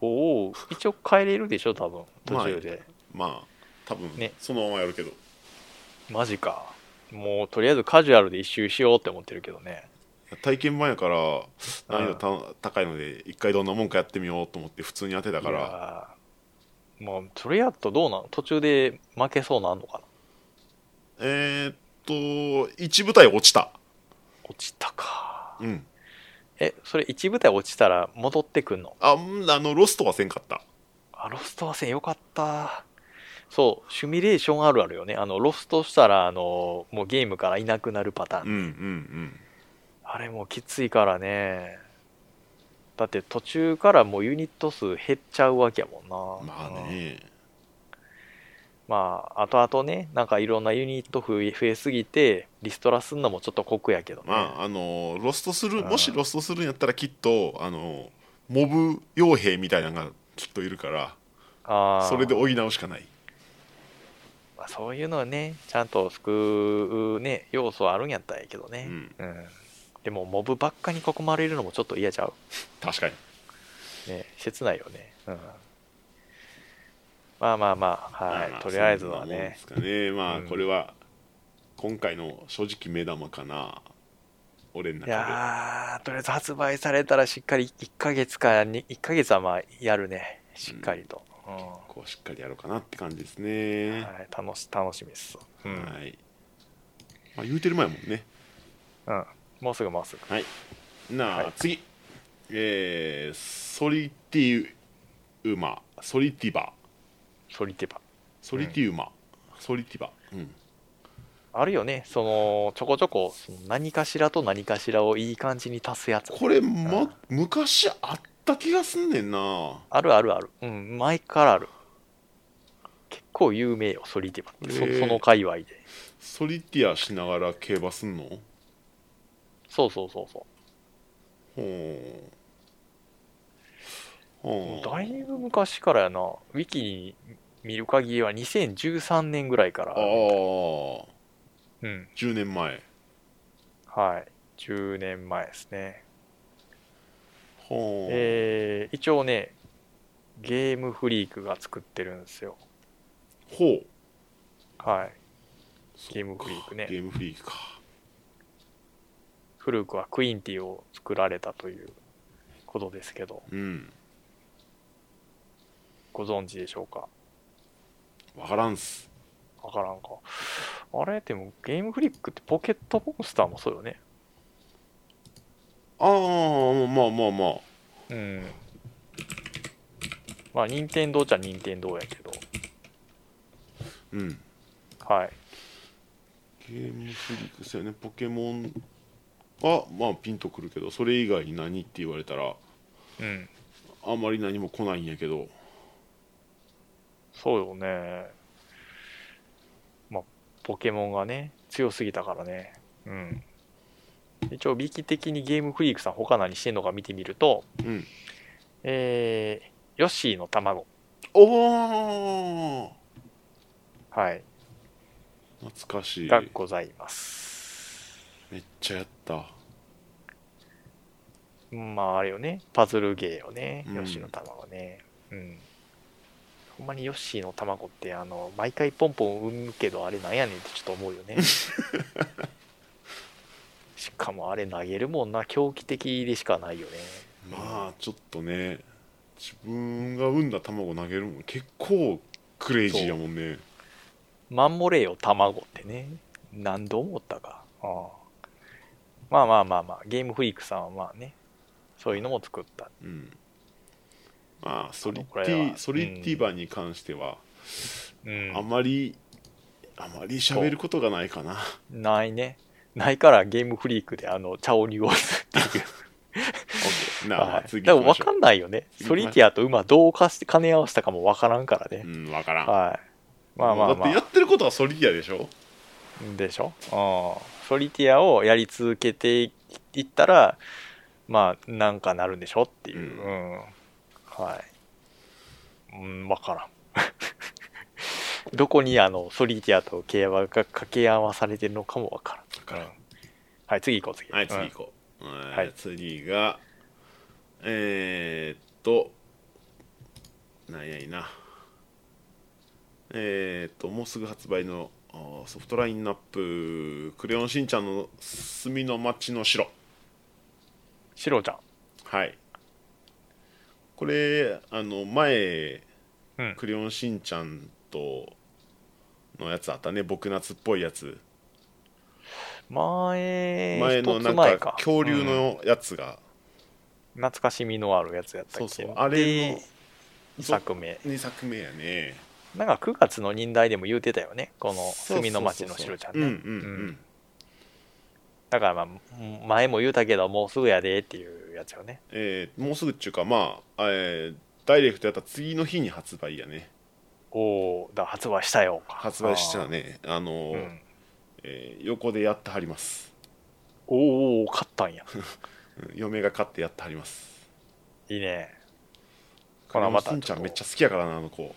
S2: トを一応変えれるでしょ多分途中で、
S1: まあ多分
S2: ね
S1: そのままやるけど、
S2: マジかもうとりあえずカジュアルで一周しようって思ってるけどね
S1: 体験版やから難易度た高いので一回どんなもんかやってみようと思って普通に当てたか
S2: い
S1: ら
S2: やーまあそれやったらどうなの途中で負けそうなんのかな
S1: えーっと一部隊落ちた
S2: 落ちたか
S1: うん
S2: えそれ一部隊落ちたら戻ってくんの
S1: あうんあのロストはせんかった
S2: ああ、ロストはせんよかった。そう、シミュレーションあるあるよね。あの、ロストしたら、あの、もうゲームからいなくなるパター
S1: う
S2: ン。
S1: んうん
S2: あれもうきついからね。だって途中からもうユニット数減っちゃうわけやも
S1: うんん
S2: な。
S1: まあ
S2: うん。
S1: ね
S2: まあ、後々ね、なんかいろんなユニット増え増えすぎて、リストラすんのもちょっと酷やけどね。
S1: まああのロストする
S2: うん
S1: もしロストするんやったらきっとあのモブ傭兵みたいなのがきっといるから
S2: あー
S1: それで補うしかない
S2: まあ、そういうのをね、ちゃんと救うね、要素はあるんやったらええけど
S1: う
S2: ね。
S1: ん
S2: うん。でも、モブばっかに囲まれるのもちょっと嫌ちゃう。
S1: 確かに
S2: ね、切ないよね。うん。まあまあまあ、はい。
S1: まあ
S2: とりあえず
S1: そ
S2: は
S1: んなもんで
S2: ね。
S1: すかねまあ
S2: うん
S1: これは今回の正直目玉かな俺の
S2: い
S1: 中
S2: やー、とりあえず発売されたらしっかり1ヶ月かに、1ヶ月はまあやるね。しっかりと。うん。
S1: でこうしっかりやろうかなって感じですね
S2: はい、楽し、楽しみっす。うん。
S1: はい、まあ、言うてる前やもんね
S2: うん。もうすぐもうすぐ。
S1: なあ、
S2: はい
S1: 次えー、ソリティウマソリティバ
S2: ソリティバ。
S1: ソリティウマ、ソリティバ、うん、
S2: あるよね、そのちょこちょこその何かしらと何かしらをいい感じに足すやつ。
S1: これ、ま
S2: うん
S1: 昔あった気がすんねんな
S2: あるあるある。うん、前からある。結構有名よ、ソリティバって、そ
S1: へえ
S2: その界隈で。
S1: ソリティアしながら競馬すんの
S2: そうそうそうそ
S1: ほう
S2: う。も
S1: ほ
S2: う
S1: う
S2: だいぶ昔からやな、ウィキに見る限りは2013年ぐらいか
S1: あ
S2: ら
S1: あ、ー
S2: うん、
S1: 10年前
S2: はい、10年前ですね。
S1: ほう、
S2: えー、一応ね、ゲームフリークが作ってるんですよ。
S1: ほう
S2: はい、ゲームフリークね
S1: ゲームフリークか
S2: 古くはクインティを作られたということですけど、
S1: うん
S2: ご存知でしょうか
S1: わからんっす
S2: わからんか。あれでもゲームフリックってポケットモンスターもそうよね。
S1: ああまあまあまあ
S2: うん。まあ、任天堂じゃ任天堂やけど、
S1: うん
S2: はい。
S1: ゲームフリックスやねポケモンはまあピンとくるけどそれ以外に何って言われたら
S2: うん。
S1: あんまり何も来ないんやけど
S2: そうよね。まあ、ポケモンがね、強すぎたからね。うん。一応、ウィキ的にゲームフリークさん他何してんのか見てみると、
S1: うん
S2: えー、ヨッシーの卵。
S1: おー
S2: はい。
S1: 懐かしい
S2: がございます。
S1: めっちゃやった
S2: まああれよね、パズルゲーよね、
S1: うん
S2: ヨッシーの卵ね。うん。ほんまにヨッシーの卵って、あの、毎回ポンポン産むけど、あれなんやねんってちょっと思うよ ね。しかもあれ投げるもんな、狂気的でしかないよね。
S1: まあちょっとね自分が産んだ卵投げるもん結構クレイジーやもんね
S2: 守れよ、卵ってね。何度思ったか。ああまあまあまあまあ、ゲームフリークさんはまあね、そういうのも作った。
S1: うんまあソリ
S2: こ
S1: テ
S2: れは
S1: ィソリティバに関しては、
S2: うん
S1: あまりあまり喋ることがないかな
S2: ないね。ないからゲームフリークであの茶を濁すっていう。
S1: OK なあ、
S2: はい、
S1: 次
S2: で
S1: 行き
S2: も
S1: まし
S2: 分
S1: ょう
S2: かんないよね。
S1: 次行
S2: ソ
S1: きましょう
S2: リティアと馬どうかして兼ね合わせたかも分からんからね
S1: う。んわからん
S2: はい。まあまあ
S1: だ
S2: ま
S1: ってや
S2: あ。
S1: ってることはソリティアでしょ
S2: でしょうん。ソリティアをやり続けていったら、まあ、なんかなるんでしょっていう。
S1: う
S2: うん。はい。うん、分からん。 どこにあのソリティアと競馬が掛け合わされてるのかも分からん。うんはい、次行こう、次。
S1: はい次行こう、はい、次がえー、っとなんやいなえー、っともうすぐ発売のあーソフトラインナップ「クレヨンしんちゃんの墨の町の城
S2: シロちゃん。」
S1: はいこれあの前
S2: うん
S1: クレヨンしんちゃん」とのやつあったね僕夏っぽいやつ
S2: 前、
S1: 前の
S2: 一つ
S1: なん
S2: 前
S1: か恐竜
S2: うん
S1: のやつが、
S2: 懐かしみのあるやつやったっ
S1: そ
S2: け
S1: うそうあれの
S2: 2作目
S1: 2作目やね
S2: なんか9月の忍耐でも言うてたよねこの墨の町のシロちゃん
S1: ね
S2: ね、
S1: うんうんう
S2: うん
S1: ん
S2: だから、まあ、前も言うたけどもうすぐやでっていうやつよね
S1: えーもうすぐっちゅうかまあ、えーダイレクトやった次の日に発売やね
S2: おおだから発売したよ
S1: 発売したねあの
S2: お
S1: ー、えー横でやってはります
S2: おー買ったんや
S1: うん嫁が買ってやってはります
S2: いいねこれはまた
S1: すんちゃんめっちゃ好きやからなあの子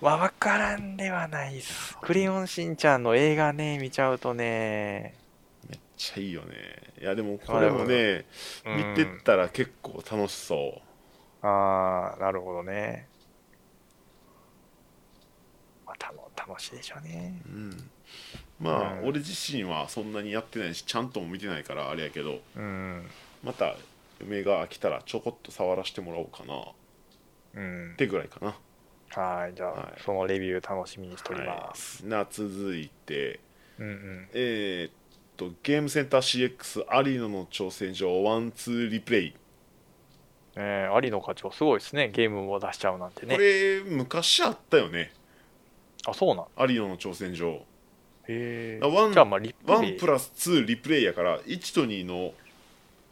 S2: まあ、わからんではないっす。クレヨンしんちゃんの映画ね、見ちゃうとね、
S1: めっちゃいいよねいやでもこれも
S2: あれ
S1: ね見てったら結構楽しそ
S2: ああ、なるほどね。まあ、たの楽しいでしょうね。
S1: う、うんまあ、
S2: うん
S1: 俺自身はそんなにやってないしちゃんとも見てないからあれやけど
S2: うん。
S1: また嫁が飽きたらちょこっと触らせてもらおうかなっ
S2: うん、
S1: てぐらいかな
S2: はい、じゃあ、
S1: はい
S2: そのレビュー楽しみにしております。
S1: はい、な続いて
S2: うんうん。
S1: えーっとゲームセンター CX アリノの挑戦状ワンツーリプレイ、
S2: えー、有野課長、すごいですね。ゲームも出しちゃうなんて
S1: こ
S2: ね。
S1: れ昔あったよね
S2: あ、そうなん。
S1: アリノの挑戦状
S2: へえ。
S1: あワン
S2: じゃあ、まあ、リプレイ。
S1: 1プラス2リプレイやから1と2の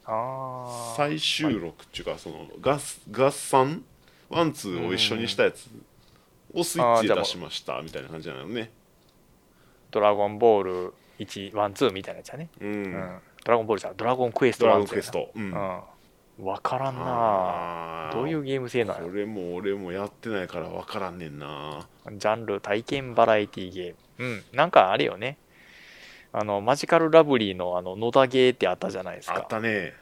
S2: ああ。
S1: 最終録っていうかその合合算ワンツーを一緒にしたやつをスイッチで出しましたみたいな感じなのね
S2: ドラゴンボール1、ワン、ツーみたいなやつやね。
S1: う
S2: うんん。ドラゴンボールじゃないドラゴンクエスト
S1: ドラゴ
S2: ワ
S1: ン
S2: ツ
S1: クエ
S2: やな
S1: スト、うん
S2: うん。わからんな
S1: あー
S2: どういうゲーム性な
S1: こ
S2: の
S1: れも俺もやってないから分からんねんな
S2: ジャンル体験バラエティゲーム。うん。なんかあれよね。あの、マジカルラブリーのあの、野田ゲーってあったじゃないです
S1: あ
S2: か
S1: っ。たね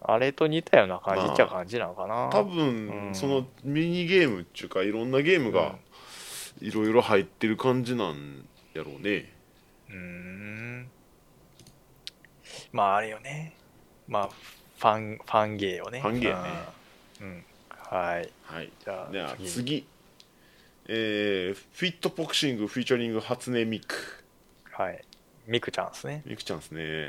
S2: あれと似たような感じ
S1: まあ
S2: っちゃ感じなのかな。
S1: 多分、
S2: うん
S1: そのミニゲームっていうかいろんなゲームがいろいろ入ってる感じなんやろうね
S2: うーん。まああれよね。まあ、ファン、ファンゲーよね。
S1: ファンゲーね
S2: うん。うん。はい。
S1: はい
S2: じゃ
S1: では
S2: あ、次。
S1: 次えーフィットボクシングフィーチャリング初音ミク
S2: はい。ミクちゃんですね。
S1: ミクちゃんですね
S2: い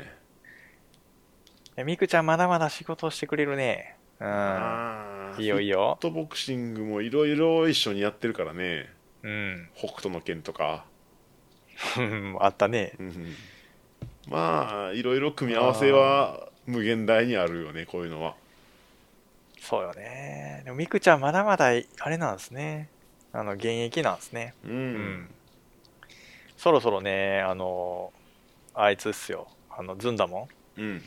S2: やミクちゃんまだまだ仕事してくれるね。うん。
S1: あー
S2: いいよいいよ
S1: フィッ。トボクシングもいろいろ一緒にやってるからね
S2: うん。
S1: 北斗の拳とか、
S2: あったね。
S1: うんうんまあいろいろ組み合わせは無限大にあるよねこういうのは
S2: そうよね。でも、ミクちゃんまだまだ、あれなんですね。あの、現役なんですね。
S1: うん、
S2: んそろそろね、あの、あいつっすよ。あの、ズンダモン
S1: うん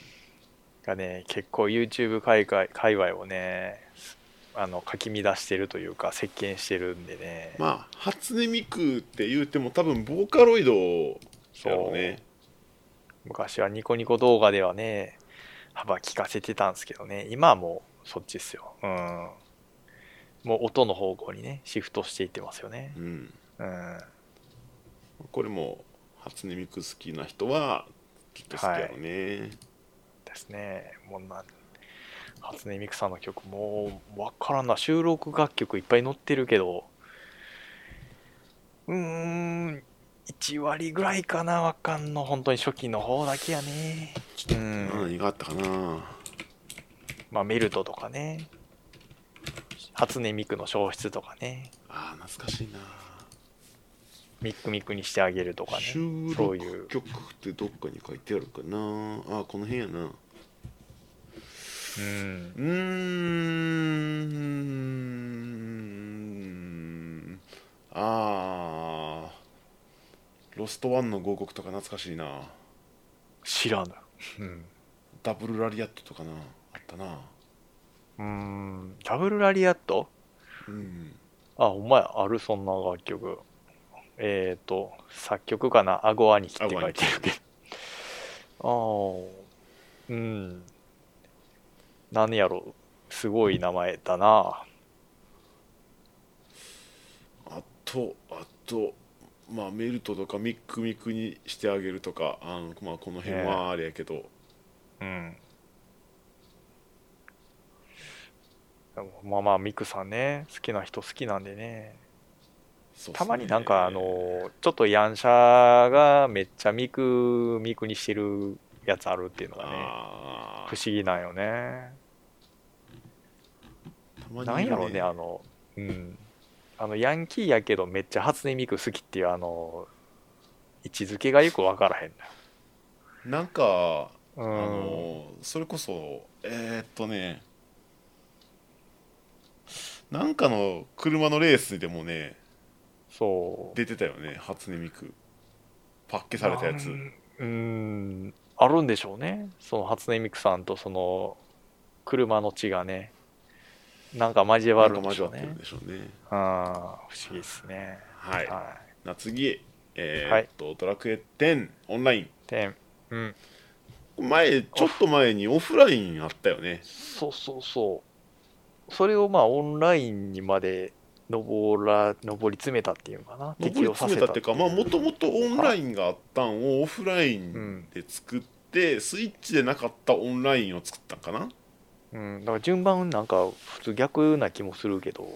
S2: がね、結構 YouTube 界隈界隈をね、あの、かき乱してるというか、席巻してるんでね。
S1: まあ初音ミクって言うても多分ボーカロイド
S2: そ
S1: やろうね
S2: 昔はニコニコ動画ではね、幅利かせてたんですけどね、今はもうそっちっすよ。うん。もう音の方向にね、シフトしていってますよね
S1: う。ん
S2: うん。
S1: これも初音ミク好きな人はきっと好きやろうね、
S2: ですね。もうな初音ミクさんの曲もうわからんな収録楽曲いっぱい載ってるけどうーん1割ぐらいかなわかんの本当に初期の方だけやねうん
S1: 何があったかな
S2: まあメルトとかね初音ミクの消失とかね
S1: あー懐かしいな
S2: ミックミックにしてあげるとかね
S1: 収
S2: そういう
S1: 録曲ってどっかに書いてあるかなあーこの辺やな
S2: うん
S1: うーんあーロストワンの合国とか懐かしいな
S2: 知らぬうん
S1: ダブルラリアットとかなあったな
S2: うーんダブルラリアット
S1: うん
S2: あ、お前、ある、そんな楽曲。えっ、と、作曲かな、アゴアニキって書いてるけど。ああ、うん。何やろ、すごい名前だな。
S1: あとあとまあメルトとかミックミクにしてあげるとかあの、まあ、この辺
S2: ね
S1: はあれやけど、
S2: うん。でもまあまあ、ミクさんね、好きな人好きなんでね。
S1: そうっすね
S2: たまになんか、あの、ちょっとヤンシャがめっちゃミク、ミクにしてるやつあるっていうのがね、
S1: あ
S2: 不思議なんよね。
S1: ーま
S2: なんやろうねあのうんあのヤンキーやけどめっちゃ初音ミク好きっていうあの位置づけがよく分からへん
S1: なんか
S2: の
S1: あ
S2: よ
S1: のそれこそえーっとねなんかの車のレースでもね
S2: そう
S1: 出てたよね初音ミクパッケされたやつ
S2: うんうんあるんでしょうねその初音ミクさんとその車の血がねなんか交わ
S1: な
S2: る
S1: ん
S2: ん
S1: か
S2: でし
S1: 交わ
S2: ょう
S1: ってる
S2: ね
S1: んでしょうね
S2: あ不思議ですね
S1: はい、
S2: は
S1: な次え
S2: は
S1: ーっ
S2: い
S1: と、ドラクエ10オンライ
S2: いでうん
S1: ン前ちょっと前にオフラインあったよね
S2: そうそうそうそれをまあオンラインにまで登ら登り詰めたっていうのかな
S1: 上り
S2: 適用さ
S1: 詰め
S2: せた
S1: たっていうかまあもともとオンラインがあったんをオフライ
S2: う
S1: ン
S2: ん、
S1: で作って、スイッチでなかったオンラインを作ったんかな
S2: うん、だから順番なんか普通逆な気もするけど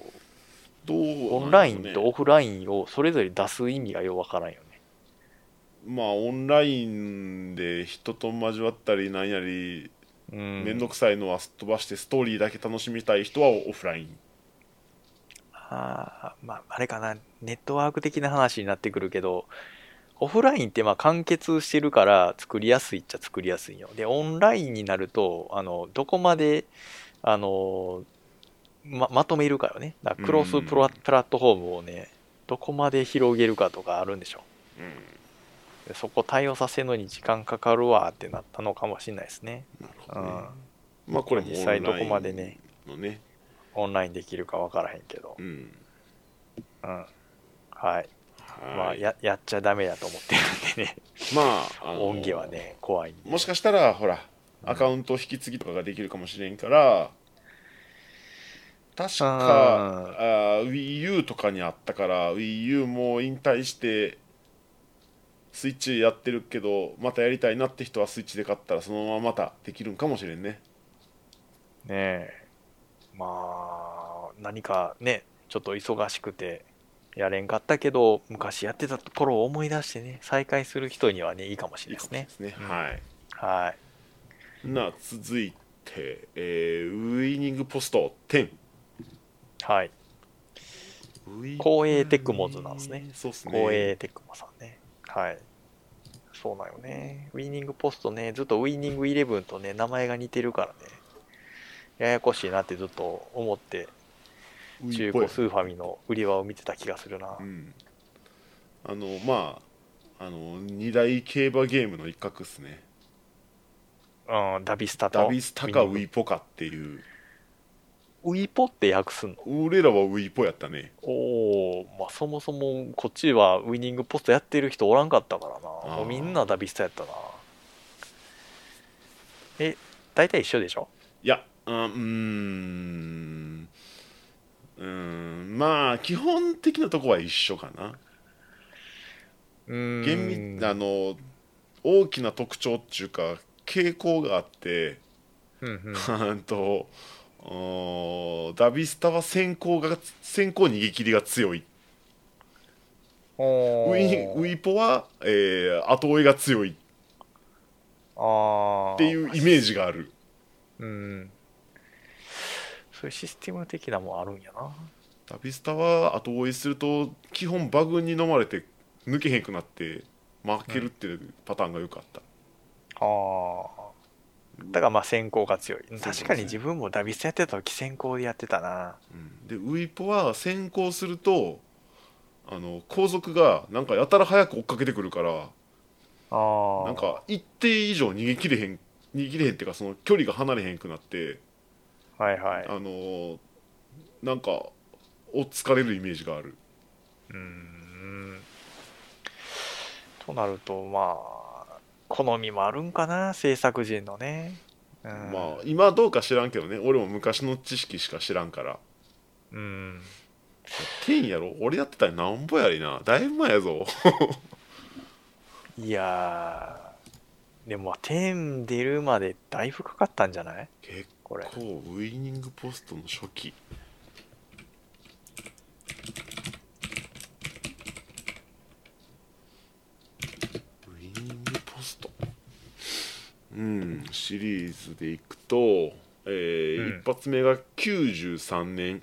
S1: どうなんでしょうね
S2: オンラインとオフラインをそれぞれ出す意味がようわからんよね
S1: まあオンラインで人と交わったりなんやり
S2: うん
S1: 面倒くさいのはすっ飛ばしてストーリーだけ楽しみたい人はオフライン
S2: あーまああれかなネットワーク的な話になってくるけどオフラインってまあ完結してるから作りやすいっちゃ作りやすいよでオンラインになるとあのどこまであのままとめるかよねだからクロスプ
S1: う
S2: ラ,、
S1: ん
S2: プラットフォームをねどこまで広げるかとかあるんでしょ
S1: うん
S2: でそこ対応させるのに時間かかるわってなったのかもしれないですね、
S1: なるほど、
S2: うん
S1: ねまあこれも
S2: 実際どこまでね
S1: のね
S2: オンラインできるかわからへんけど、
S1: うん
S2: うんはい
S1: はい
S2: まあ、ややっちゃダメだと思ってるんでね
S1: まああの
S2: 音源はね怖いんで
S1: もしかしたらほらアカウント引き継ぎとかができるかもしれんから確か
S2: あ
S1: あー WiiU とかにあったから WiiU も引退してスイッチやってるけどまたやりたいなって人はスイッチで買ったらそのまままたできるんかもしれんね
S2: ねえまあ何かねちょっと忙しくてやれんかったけど昔やってた頃を思い出してね再開する人にはねいいかもし
S1: い
S2: れ
S1: い
S2: な
S1: か
S2: いで
S1: も
S2: す
S1: しれないです
S2: ね
S1: ね
S2: うん
S1: はい
S2: はい
S1: なあ続いて、えーウイニングポスト10
S2: はい光栄テクモズなんですね
S1: そうですね
S2: 光栄テックマさんねはいそうなんよねウィーニングポストねずっとウィーニングイレブンとね名前が似てるからねややこしいなってずっと思って
S1: ウイ
S2: 中
S1: っぽい
S2: 古スーファミの売り場を見てた気がするな
S1: うん、あのまああの二大競馬ゲームの一角っすね
S2: うん、ダビスタと
S1: ダビスタかウ
S2: ウィ
S1: イポかっていう
S2: ポって訳すの
S1: 俺らはウイポやったね
S2: おおまあそもそもこっちはウィニングポストやってる人おらんかったからな
S1: ー
S2: もうみんなダビスタやったなえ大体一緒でしょ
S1: いやあうーんうーんまあ基本的なとこは一緒かな
S2: うん
S1: 厳密あの大きな特徴っていうか傾向があって
S2: うんうん、
S1: うんとおーダビスタは先行が先行逃げ切りが強い
S2: お
S1: ウイウイポは、えー後追いが強い
S2: あ
S1: っ
S2: って
S1: いうイメージがある
S2: うんそういうシステム的なもんあるんやな
S1: ダビスタは後追いすると基本バグに飲まれて抜けへんくなって負けるっていうパターンがよくあった、
S2: あーだからまあ先行が強い
S1: ん
S2: 確かに自分もダビスタやってた時先行でやってたな
S1: うんでウイポは先行するとあの後続がなんかやたら早く追っかけてくるから
S2: ああ
S1: なんか一定以上逃げ切れへん逃げ切れへんっていうかその距離が離れへんくなって
S2: はいはい
S1: あのーなんかおっつかれるイメージがある
S2: うーんとなるとまあ好みもあるんかな制作陣のね、うん、
S1: まあ今どうか知らんけどね俺も昔の知識しか知らんから
S2: うん
S1: 天やろ俺やってたらなんぼやりなだいぶ前やぞ
S2: いやーでも10出るまでだいぶかかったんじゃない
S1: 結
S2: これ
S1: 構ウイニングポストの初期ウイニングポストうんシリーズでいくとえー
S2: うん
S1: 一発目が93年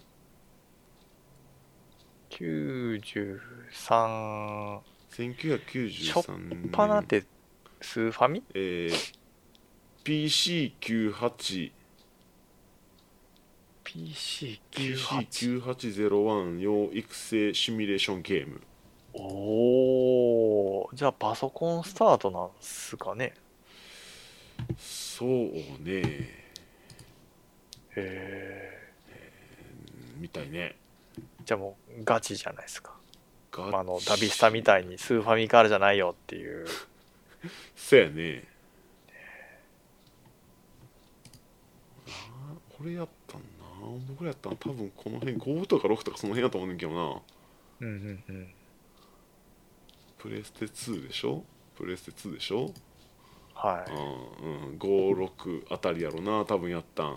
S2: 93
S1: 1993年
S2: パナってスーファミ
S1: えー、PC98
S2: PC98
S1: PC9801 用育成シミュレーションゲーム
S2: おーじゃあパソコンスタートなんすかね
S1: そうね
S2: へ
S1: みたいね
S2: えじゃあもうガチじゃないですか
S1: ガ
S2: あのダビスタみたいにスーファミからじゃないよっていう
S1: そうやねあーこれやったんな僕らやったら多分この辺5とか6とかその辺やと思うねんけどな
S2: うんうんうん
S1: プレステ2でしょプレステ2でしょ、
S2: は
S1: うんうん、56あたりやろな多分やったん
S2: い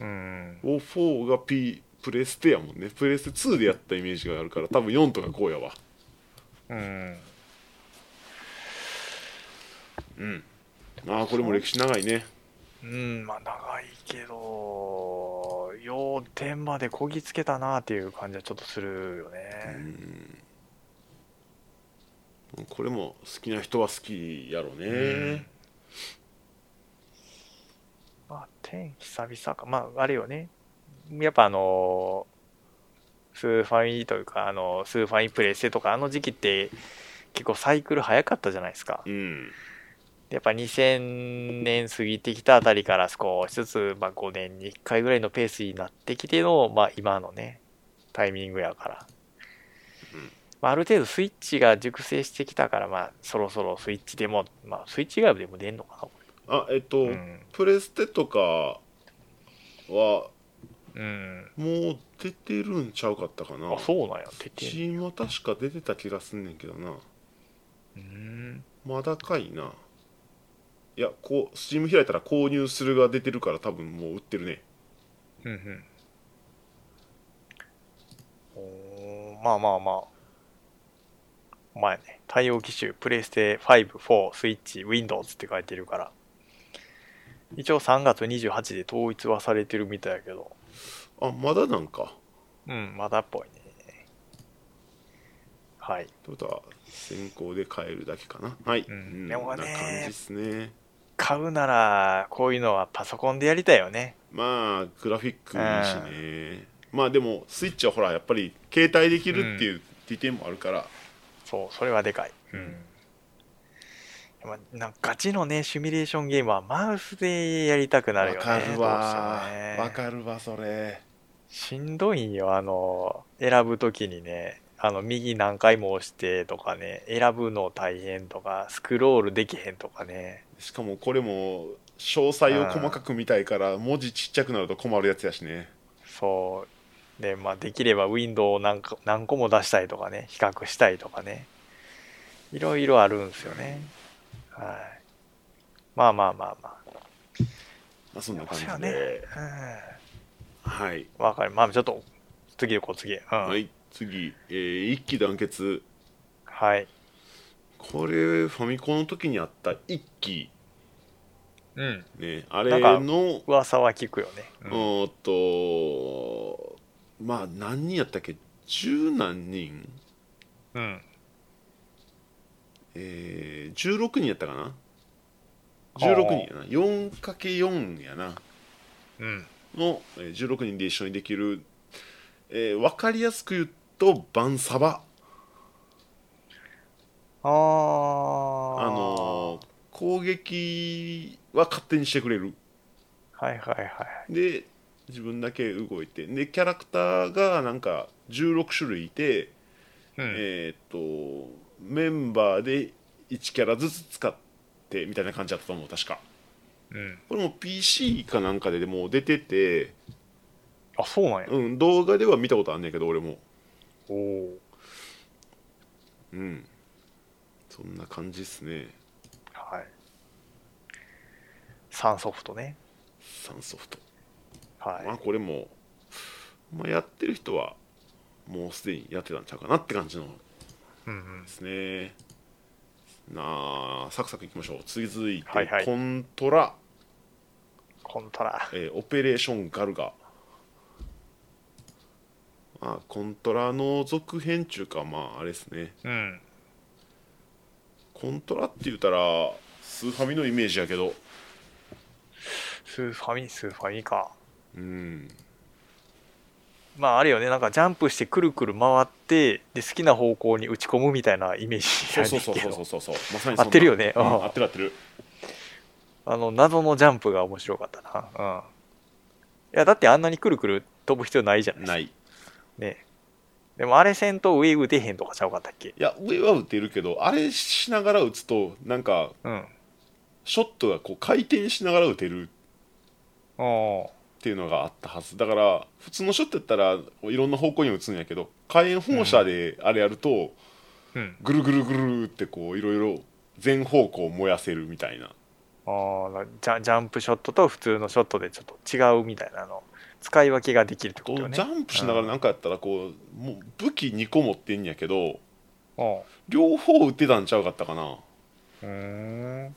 S2: うん
S1: お4が P プレステやもんねプレステ2でやったイメージがあるから多分4とかこうやわ
S2: うん
S1: うんああこれも歴史長いね
S2: うんまあ長いけど要点までこぎつけたなっていう感じはちょっとするよ
S1: う
S2: ね
S1: んこれも好きな人は好きやろね、
S2: うんまあ天久々かまああれよねやっぱあのスーファミというかあのスーファミプレステとかあの時期って結構サイクル早かったじゃないですか
S1: うん、
S2: やっぱ2000年過ぎてきたあたりから少しずつ、まあ、5年に1回ぐらいのペースになってきての、まあ、今のねタイミングやから、
S1: うん
S2: まあ、ある程度スイッチが熟成してきたから、まあ、そろそろスイッチでも、まあ、スイッチ以外でも出んのかなこ
S1: あえっと、
S2: れうん、
S1: プレステとかは
S2: うん、
S1: もう出てるんちゃうかったかな
S2: あそうなんや出てん
S1: チームは確か出てた気がすんねんけどな
S2: うん
S1: まだかいないやこうスチーム開いたら購入するが出てるから多分もう売ってるね
S2: うんうんおーまあまあまあお前ね対応機種プレイステ5、4、スイッチ、Windows って書いてるから一応3月28で統一はされてるみたいやけど
S1: あまだなんか
S2: うんまだっぽいねはい
S1: ということは先行で買えるだけかなはい、
S2: うんでもね
S1: な感じですね
S2: 買うならこういうのはパソコンでやりたいよね
S1: まあグラフィックいいしねまあでもスイッチはほらやっぱり携帯できるっていう利点もあるから、
S2: そうそれはでかい
S1: うん
S2: まあなんかガチのねシミュレーションゲームはマウスでやりたくなるよ
S1: わ
S2: ね
S1: かるわ
S2: どうしてもね
S1: わ、かるわそれ
S2: しんどいんよ、あの、選ぶときにね、あの、右何回も押してとかね、選ぶの大変とか、スクロールできへんとかね。
S1: しかもこれも詳細を細かく見たいから文字ちっちゃくなると困るやつやしね
S2: そう。で、まあ、できれば Windows を何個何個も出したいとかね、比較したいとかね。いろいろあるんですよね。はい。まあまあまあま
S1: まあそんな
S2: あ。
S1: 感じ
S2: そう
S1: で、
S2: ね。
S1: はい、
S2: うん。わかる。まあ、ちょっと、次でこう次へ。うん。は。
S1: はいい次、えー一期団結これファミコンの時にあった一期
S2: うん。
S1: ねあれ
S2: なん
S1: の
S2: 噂は聞くよね。
S1: う
S2: うん。
S1: ーんとまあ何人やったっけ十何人
S2: うん。
S1: えー、16人やったかな16人やな 4×4 やな
S2: うん。
S1: の、えー16人で一緒にできる、えー、分かりやすく言うとバンサバ
S2: ああ
S1: あのー攻撃は勝手にしてくれる
S2: はいはいはい
S1: で自分だけ動いてでキャラクターがなんか16種類いて、
S2: はい、
S1: えーっとメンバーで1キャラずつ使ってみたいな感じだったと思う確か
S2: うん、
S1: これも PC かなんかででも出てて、
S2: あそうなんや、
S1: うん、動画では見たことあんねんけど俺も
S2: おお
S1: うんそんな感じっすね
S2: はいサンソフトね
S1: サンソフト、まあ
S2: は
S1: これも、まあ、やってる人はもうすでにやってたんちゃうかなって感じの
S2: い、うんうん
S1: で、すねなあサクサクいきましょう続いて、
S2: はいはい
S1: コントラ
S2: コントラ
S1: えーオペレーションガルガまあコントラの続編中かまああれですね
S2: うん
S1: コントラって言ったらスーファミのイメージやけど
S2: スーファミスーファミか
S1: うん
S2: まああれよねなんかジャンプしてくるくる回ってで好きな方向に打ち込むみたいなイメージ
S1: そう
S2: なん
S1: そう
S2: です
S1: そう
S2: け
S1: そうそうそうそう
S2: ど
S1: まさにそんな
S2: 合ってるよね、
S1: う
S2: うんん
S1: 合ってる合ってる
S2: あの謎のジャンプが面白かったなうんいやだってあんなにくるくる飛ぶ必要ないじゃないですか
S1: ないい
S2: ねでもあれせんと上打てへんとかちゃうかったっけ
S1: や上は打てるけどあれしながら打つとなんか
S2: うん
S1: ショットがこう回転しながら打てる
S2: おお
S1: っていうのがあったはずだから普通のショットやったらいろんな方向に打つんやけど火炎放射であれやると、
S2: ーうん
S1: ぐるぐるぐるってこういろいろ全方向燃やせるみたいな
S2: ああジャジャンプショットと普通のショットでちょっと違うみたいなあの使い分けができるってこ
S1: こと
S2: よ
S1: う
S2: ね
S1: ジャンプしながらなんかやったらこうもう武器2個持ってんやけど
S2: お
S1: 両方打ってたんちゃうかったかな
S2: うーん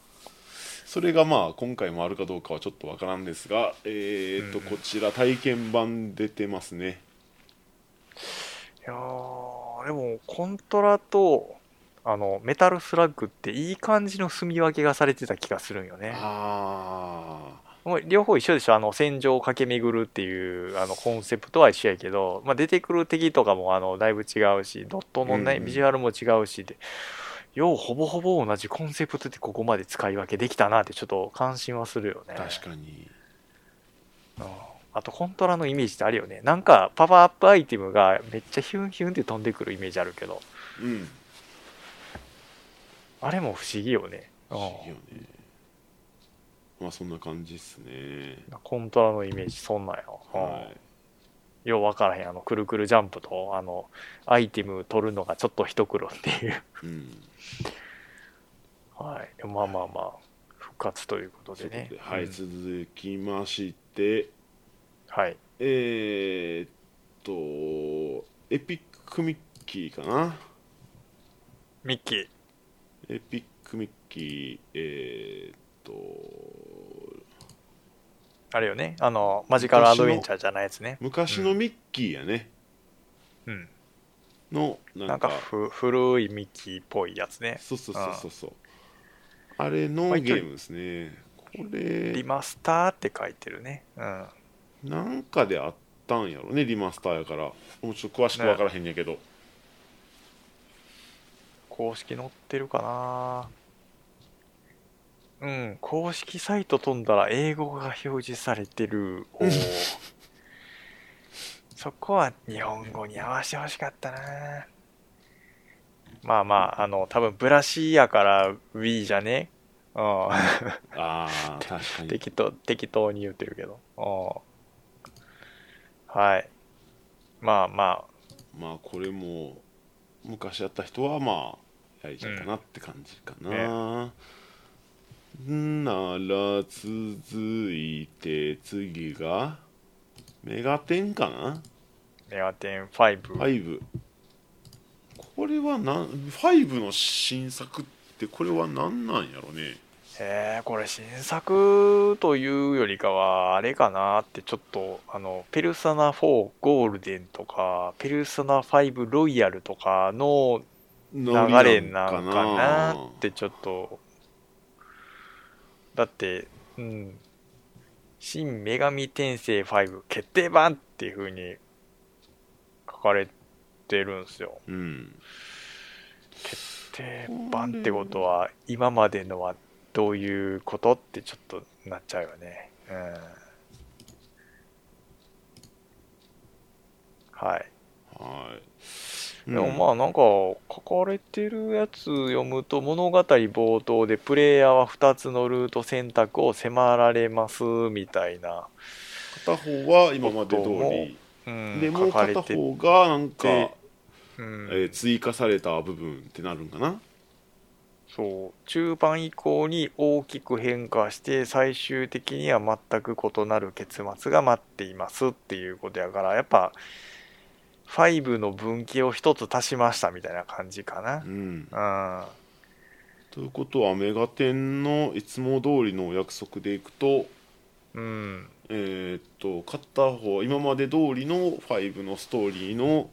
S1: それがまあ今回もあるかどうかはちょっとわからんですがえー、っと
S2: うん
S1: こちら体験版出てますね
S2: いやーでもコントラとあのメタルスラッグっていい感じの住み分けがされてた気がするんよね
S1: ああ
S2: もう両方一緒でしょあの戦場を駆け巡るっていうあのコンセプトは一緒やけど、まあ、出てくる敵とかもあのだいぶ違うしドットのね、
S1: うんうん
S2: ビジュアルも違うしでようほぼほぼ同じコンセプトでここまで使い分けできたなってちょっと感心はするよね
S1: 確かに
S2: うんあとコントラのイメージってあるよねなんかパワーアップアイテムがめっちゃヒュンヒュンって飛んでくるイメージあるけど
S1: うん
S2: あれも不思議よね
S1: 不思議よねまあそんな感じっすね
S2: うんコントラのイメージそんなんよ、うん
S1: はい
S2: よう分からへんあのくるくるジャンプとあのアイテム取るのがちょっと一苦労っていう
S1: うん
S2: はいでもまあまあまあ復活ということでね
S1: はい、
S2: うん
S1: 続きまして
S2: はい
S1: えーっとエピックミッキーかな
S2: ミッキー
S1: エピックミッキーえーっと
S2: あれよねあのマジカルアドベンチャーじゃないやつね
S1: 昔のミッキーやね、
S2: うん
S1: のな
S2: なんん
S1: か
S2: かふ古いミッキーっぽいやつね
S1: そうそうそうそうそうあれのゲームですねこ
S2: リ
S1: れ
S2: マスターって書いてるねうん
S1: なんかであったんやろねリマスターやからもうちょっと詳しく分からへんやけど、
S2: 公式載ってるかなうん公式サイト飛んだら英語が表示されて るおー
S1: うん
S2: そこは日本語に合わせてほしかったなまあまああの多分ブラシやから Wii じゃねうん
S1: ああ確かに
S2: 適当適当に言ってるけどうんはいまあま
S1: まあこれも昔やった人はまあやりちゃったなって感じかな、なら続いて次がメガテンかな
S2: あメガテン5、
S1: 5これはなん5の新作ってこれは何なんやろね
S2: えー、これ新作というよりかはあれかなってちょっとあの「ペルソナ4ゴールデン」とか「ペルソナ5ロイヤル」とかの流れなんかなってちょっとだってうん「新女神転生5決定版」っていう風に書かれてるんですよ
S1: うん
S2: 定番ってことは今までのはどういうことってちょっとなっちゃうよねうんはい、
S1: はい
S2: でもまあなんか書かれてるやつ読むと物語冒頭でプレイヤーは2つのルート選択を迫られますみたいな、
S1: 片方は今まで通り
S2: うん、
S1: でも
S2: 書
S1: う
S2: かれ
S1: 片
S2: て
S1: 方がなんか、
S2: てうん
S1: えー追加された部分ってなるんかな
S2: そう中盤以降に大きく変化して最終的には全く異なる結末が待っていますっていうことやからやっぱ5の分岐を一つ足しましたみたいな感じか
S1: うん
S2: な
S1: ということはメガテンのいつも通りのお約束でいくと
S2: うん
S1: えーっと片方今まで通りの5のストーリーの、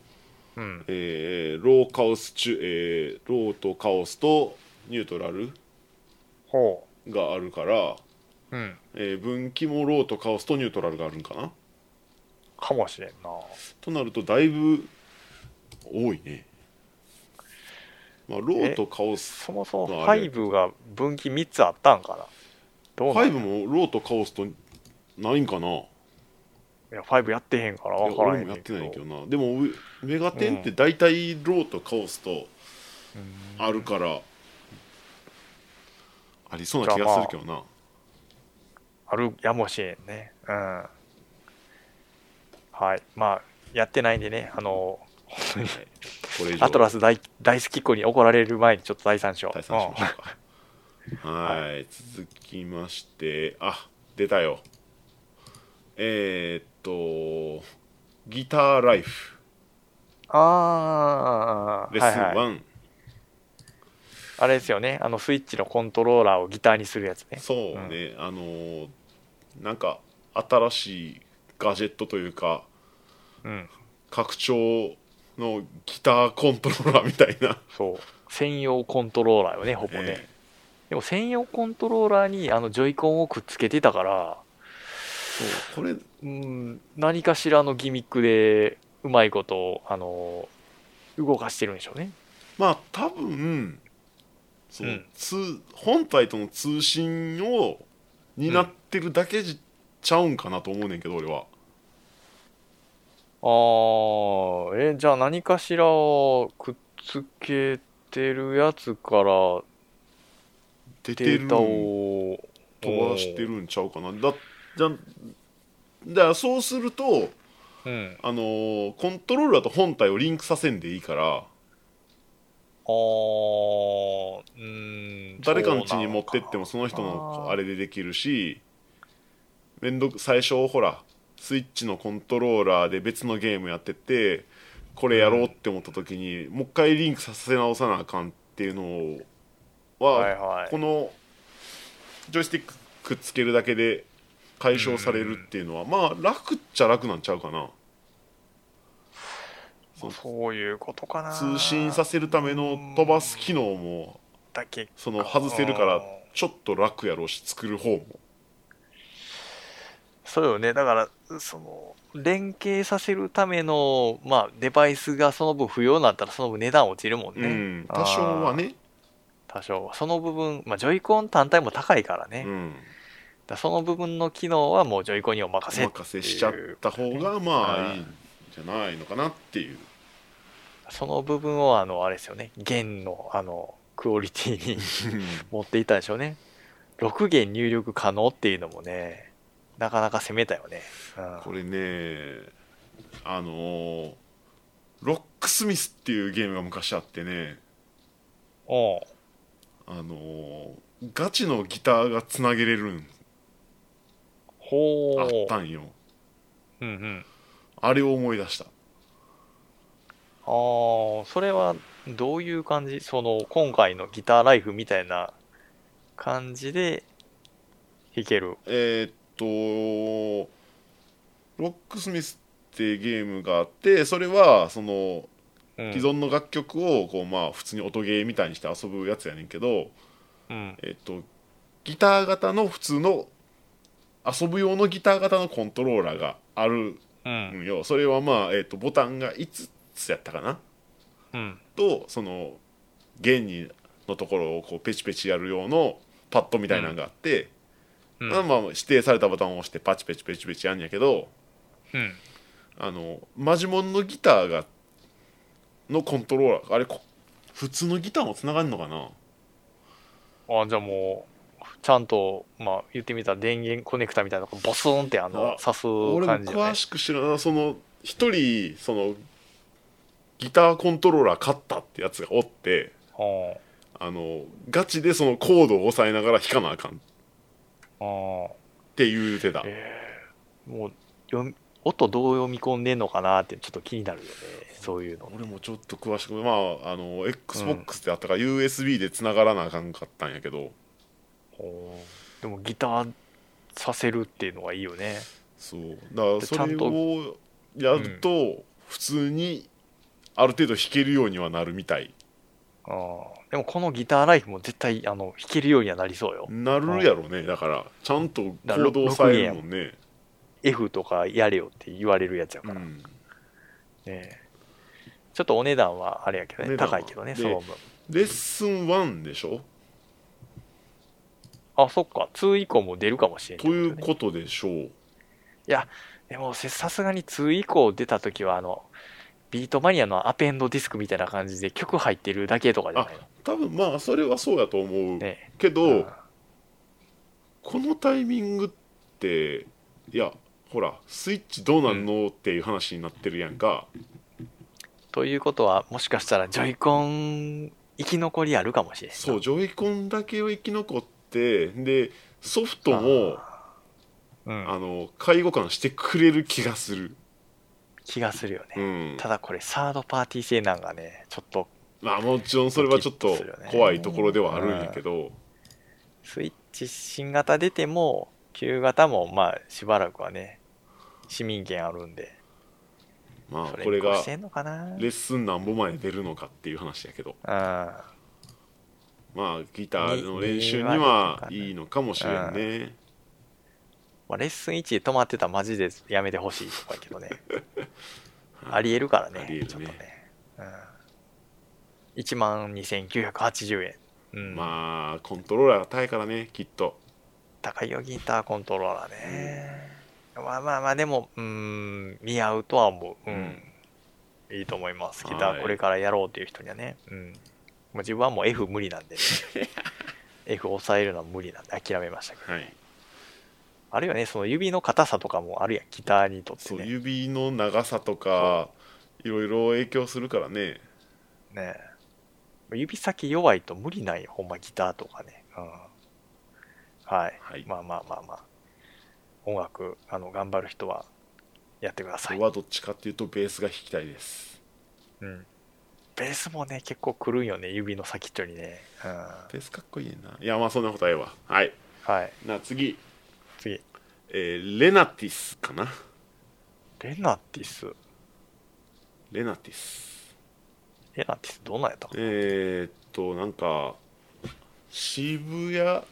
S2: うん
S1: えーローカオス中、えーローとカオスとニュートラル
S2: ほ
S1: があるから、
S2: ううん
S1: えー分岐もローとカオスとニュートラルがあるんかな
S2: かもしれんな
S1: となるとだいぶ多いね、まあ、ローとカオス
S2: そもそも
S1: まああれや
S2: 5が分岐3つあったんかなどうなん
S1: 5もローとカオスとないんかない
S2: や5やってへんから
S1: いや
S2: 分から
S1: 俺
S2: へん
S1: も
S2: ね
S1: や
S2: ん
S1: ってないけどなでもうメガテンって大体ローとカオスと
S2: うん
S1: あるから、ありそうな気がするけどな、
S2: あるやもしれんねうんはいまあやってないんでねあの
S1: はいこれ以上
S2: アトラス大大好きっ子に怒られる前にちょっと第三章
S1: 退散しましょうかはい続きましてあ出たよえーっとギターライフ
S2: ああ
S1: レッスン1、
S2: はいはい、あれですよねあのスイッチのコントローラーをギターにするやつね
S1: そうね、あのーなんか新しいガジェットというか
S2: うん
S1: 拡張のギターコントローラーみたいな、
S2: そう専用コントローラーよねほぼね、
S1: ええ
S2: でも専用コントローラーにあのジョイコンをくっつけてたから
S1: そうこれ
S2: うん何かしらのギミックでうまいことあの動かしてるんでしょうね
S1: まあ多分その、
S2: うん
S1: 通本体との通信を担ってるだけじ、ちゃうんかなと思うねんけど俺は
S2: あーえじゃあ何かしらをくっつけてるやつから
S1: 出て
S2: デ
S1: る
S2: ー
S1: ん
S2: タ
S1: 飛
S2: を
S1: ばしてるんちゃうかなだじゃだからそうすると
S2: うん
S1: あのーコントローラーと本体をリンクさせんでいいから
S2: あーうん
S1: 誰かの家に持ってってもその人
S2: あ
S1: の
S2: ー
S1: あれでできるしめんどく最初ほらスイッチのコントローラーで別のゲームやっててこれやろうって思った時に、もう一回リンクさせ直さなあかんっていうのは、
S2: はいはい
S1: このジョイスティックくっつけるだけで解消されるっていうのは、まあ楽っちゃ楽なんちゃうかなそう
S2: そういうことかな
S1: 通信させるための飛ばす機能も
S2: だけ
S1: その外せるから
S2: あー
S1: ちょっと楽やろうし作る方も
S2: そうよねだからその連携させるための、まあ、デバイスがその分不要になったらその分値段落ちるもん
S1: う
S2: ね、
S1: ん、多少はね、
S2: 多少はその部分、まあ、ジョイコン単体も高いからね、
S1: う
S2: だか
S1: ん、
S2: らその部分の機能はもうジョイコンにお任
S1: お
S2: せ
S1: 任せしちゃった方がまあいいんじゃないのかなっていう
S2: その部分をあのあれですよね弦のあのクオリテ ィに持っていったんでしょうね6弦入力可能っていうのもねなかなか攻めたよね、うん
S1: これねあのーロックスミスっていうゲームが昔あってね
S2: おう
S1: あのーガチのギターがつなげれるん
S2: ほう
S1: あったんよ
S2: うんうん
S1: あれを思い出した
S2: ああ、それはどういう感じその今回のギターライフみたいな感じで弾ける。
S1: えーっとロックスミスってゲームがあってそれはその
S2: うん
S1: 既存の楽曲をこうまあ普通に音ゲーみたいにして遊ぶやつやねんけど、
S2: うん。
S1: えっと、ギター型の普通の遊ぶ用のギター型のコントローラーがある
S2: うん。
S1: んよそれはまあ、えっと、ボタンが5つやったかな
S2: うん。
S1: とその弦にのところをこうペチペチやる用のパッドみたいなのがあって、
S2: うん。
S1: まあまあ指定されたボタンを押してパチペチペチペチやんやけど
S2: うん。
S1: あのマジモンのギターがのコントローラーあれこ普通のギターもつながるのかな
S2: あじゃあもう、ちゃんと、まあ言ってみたら電源コネクタみたいなのがボスーンってあの、
S1: あ
S2: 刺す
S1: 俺も
S2: 感じよ
S1: 詳
S2: ね。
S1: しく知らないその一人そのギターコントローラー買ったってやつがおって
S2: うん。
S1: あのガチでそのコードを押さえながら弾かなあかんっ
S2: うん。
S1: て言うてた
S2: えーもう、読み音どう読み込んでんのかなってちょっと気になるよね。そういうの。
S1: 俺もちょっと詳しくまああの XBOX であったから USB で繋がらなあかんかったんやけど、
S2: おーでもギターさせるっていうのがいいよね
S1: そうだから
S2: で
S1: それ
S2: ちゃんと
S1: をやると普通にある程度弾けるようにはなるみたい
S2: あーでもこのギターライフも絶対あの弾けるようにはなりそうよ、
S1: なるやろねだからちゃんと行動抑えるもんね
S2: F とかやれよって言われるやつやか
S1: う
S2: ら、ね
S1: ん
S2: えちょっとお値段はあれやけど
S1: お値
S2: ね
S1: 段は
S2: 高いけどね
S1: で
S2: その分
S1: レッスン1でしょ
S2: あそっか2以降も出るかもしれない、
S1: ということでしょう
S2: でもせさすがに2以降出た時はあのビートマニアのアペンドディスクみたいな感じで曲入ってるだけとかじゃないの
S1: 多分まあそれはそうやと思う
S2: ね
S1: けど、
S2: うん
S1: このタイミングっていやほらスイッチどうなんのっていう話になってるやんか、
S2: ということはもしかしたらジョイコン生き残りあるかもしれない
S1: そうジョイコンだけを生き残ってでソフトも
S2: うん
S1: あの介護官してくれる気がする、
S2: 気がするよ
S1: う
S2: ね、
S1: ん、
S2: ただこれサードパーティー性なんかねちょっと
S1: まあもちろんそれはちょっ
S2: ド
S1: と
S2: キッとするよね
S1: 怖いところではあるんやけど、
S2: スイッチ新型出ても旧型もまあしばらくはね市民権あるんで
S1: ま
S2: そ
S1: あ
S2: れ
S1: これ
S2: に越
S1: が
S2: してんのかな
S1: レッスン何本前出るのかっていう話やけど
S2: うん
S1: まあギターの練習に
S2: に
S1: はいいのかもしれんね、
S2: まあ、レッスン1で止まってたらマジでやめてほしいとかやけ どねありえるからね
S1: ありえるね
S2: ちょっとね、うん、1万2980円、うん
S1: まあコントローラーが高いからねきっと
S2: 高いよギターコントローラーね、まあまあまあでもうん見合うとは思う、うんいいと思いますギタ
S1: は
S2: ー
S1: い
S2: これからやろうっていう人にはね、うん、もう自分はもう F 無理なんで、F 抑えるのは無理なんで諦めましたけど
S1: はい
S2: あるいはねその指の硬さとかもあるやんギターにとって
S1: そう
S2: ね
S1: 指の長さとかいろいろ影響するからね
S2: ねえ指先弱いと無理ないほんまギターとかね、うん、はい、
S1: はい
S2: まあまあまあまあ音楽あの頑張る人はやってください
S1: 僕、はどっちかっていうとベースが弾きたいです
S2: うん、ベースもね結構くるんよね指の先っちょにね、うん、は
S1: ベースかっこいいねんないやまあそんなことはええわはい
S2: い
S1: な次、
S2: 次
S1: えーレナティスかな
S2: レナティス
S1: レナティス
S2: レナティスどんなんやった
S1: えーっとなんか渋谷が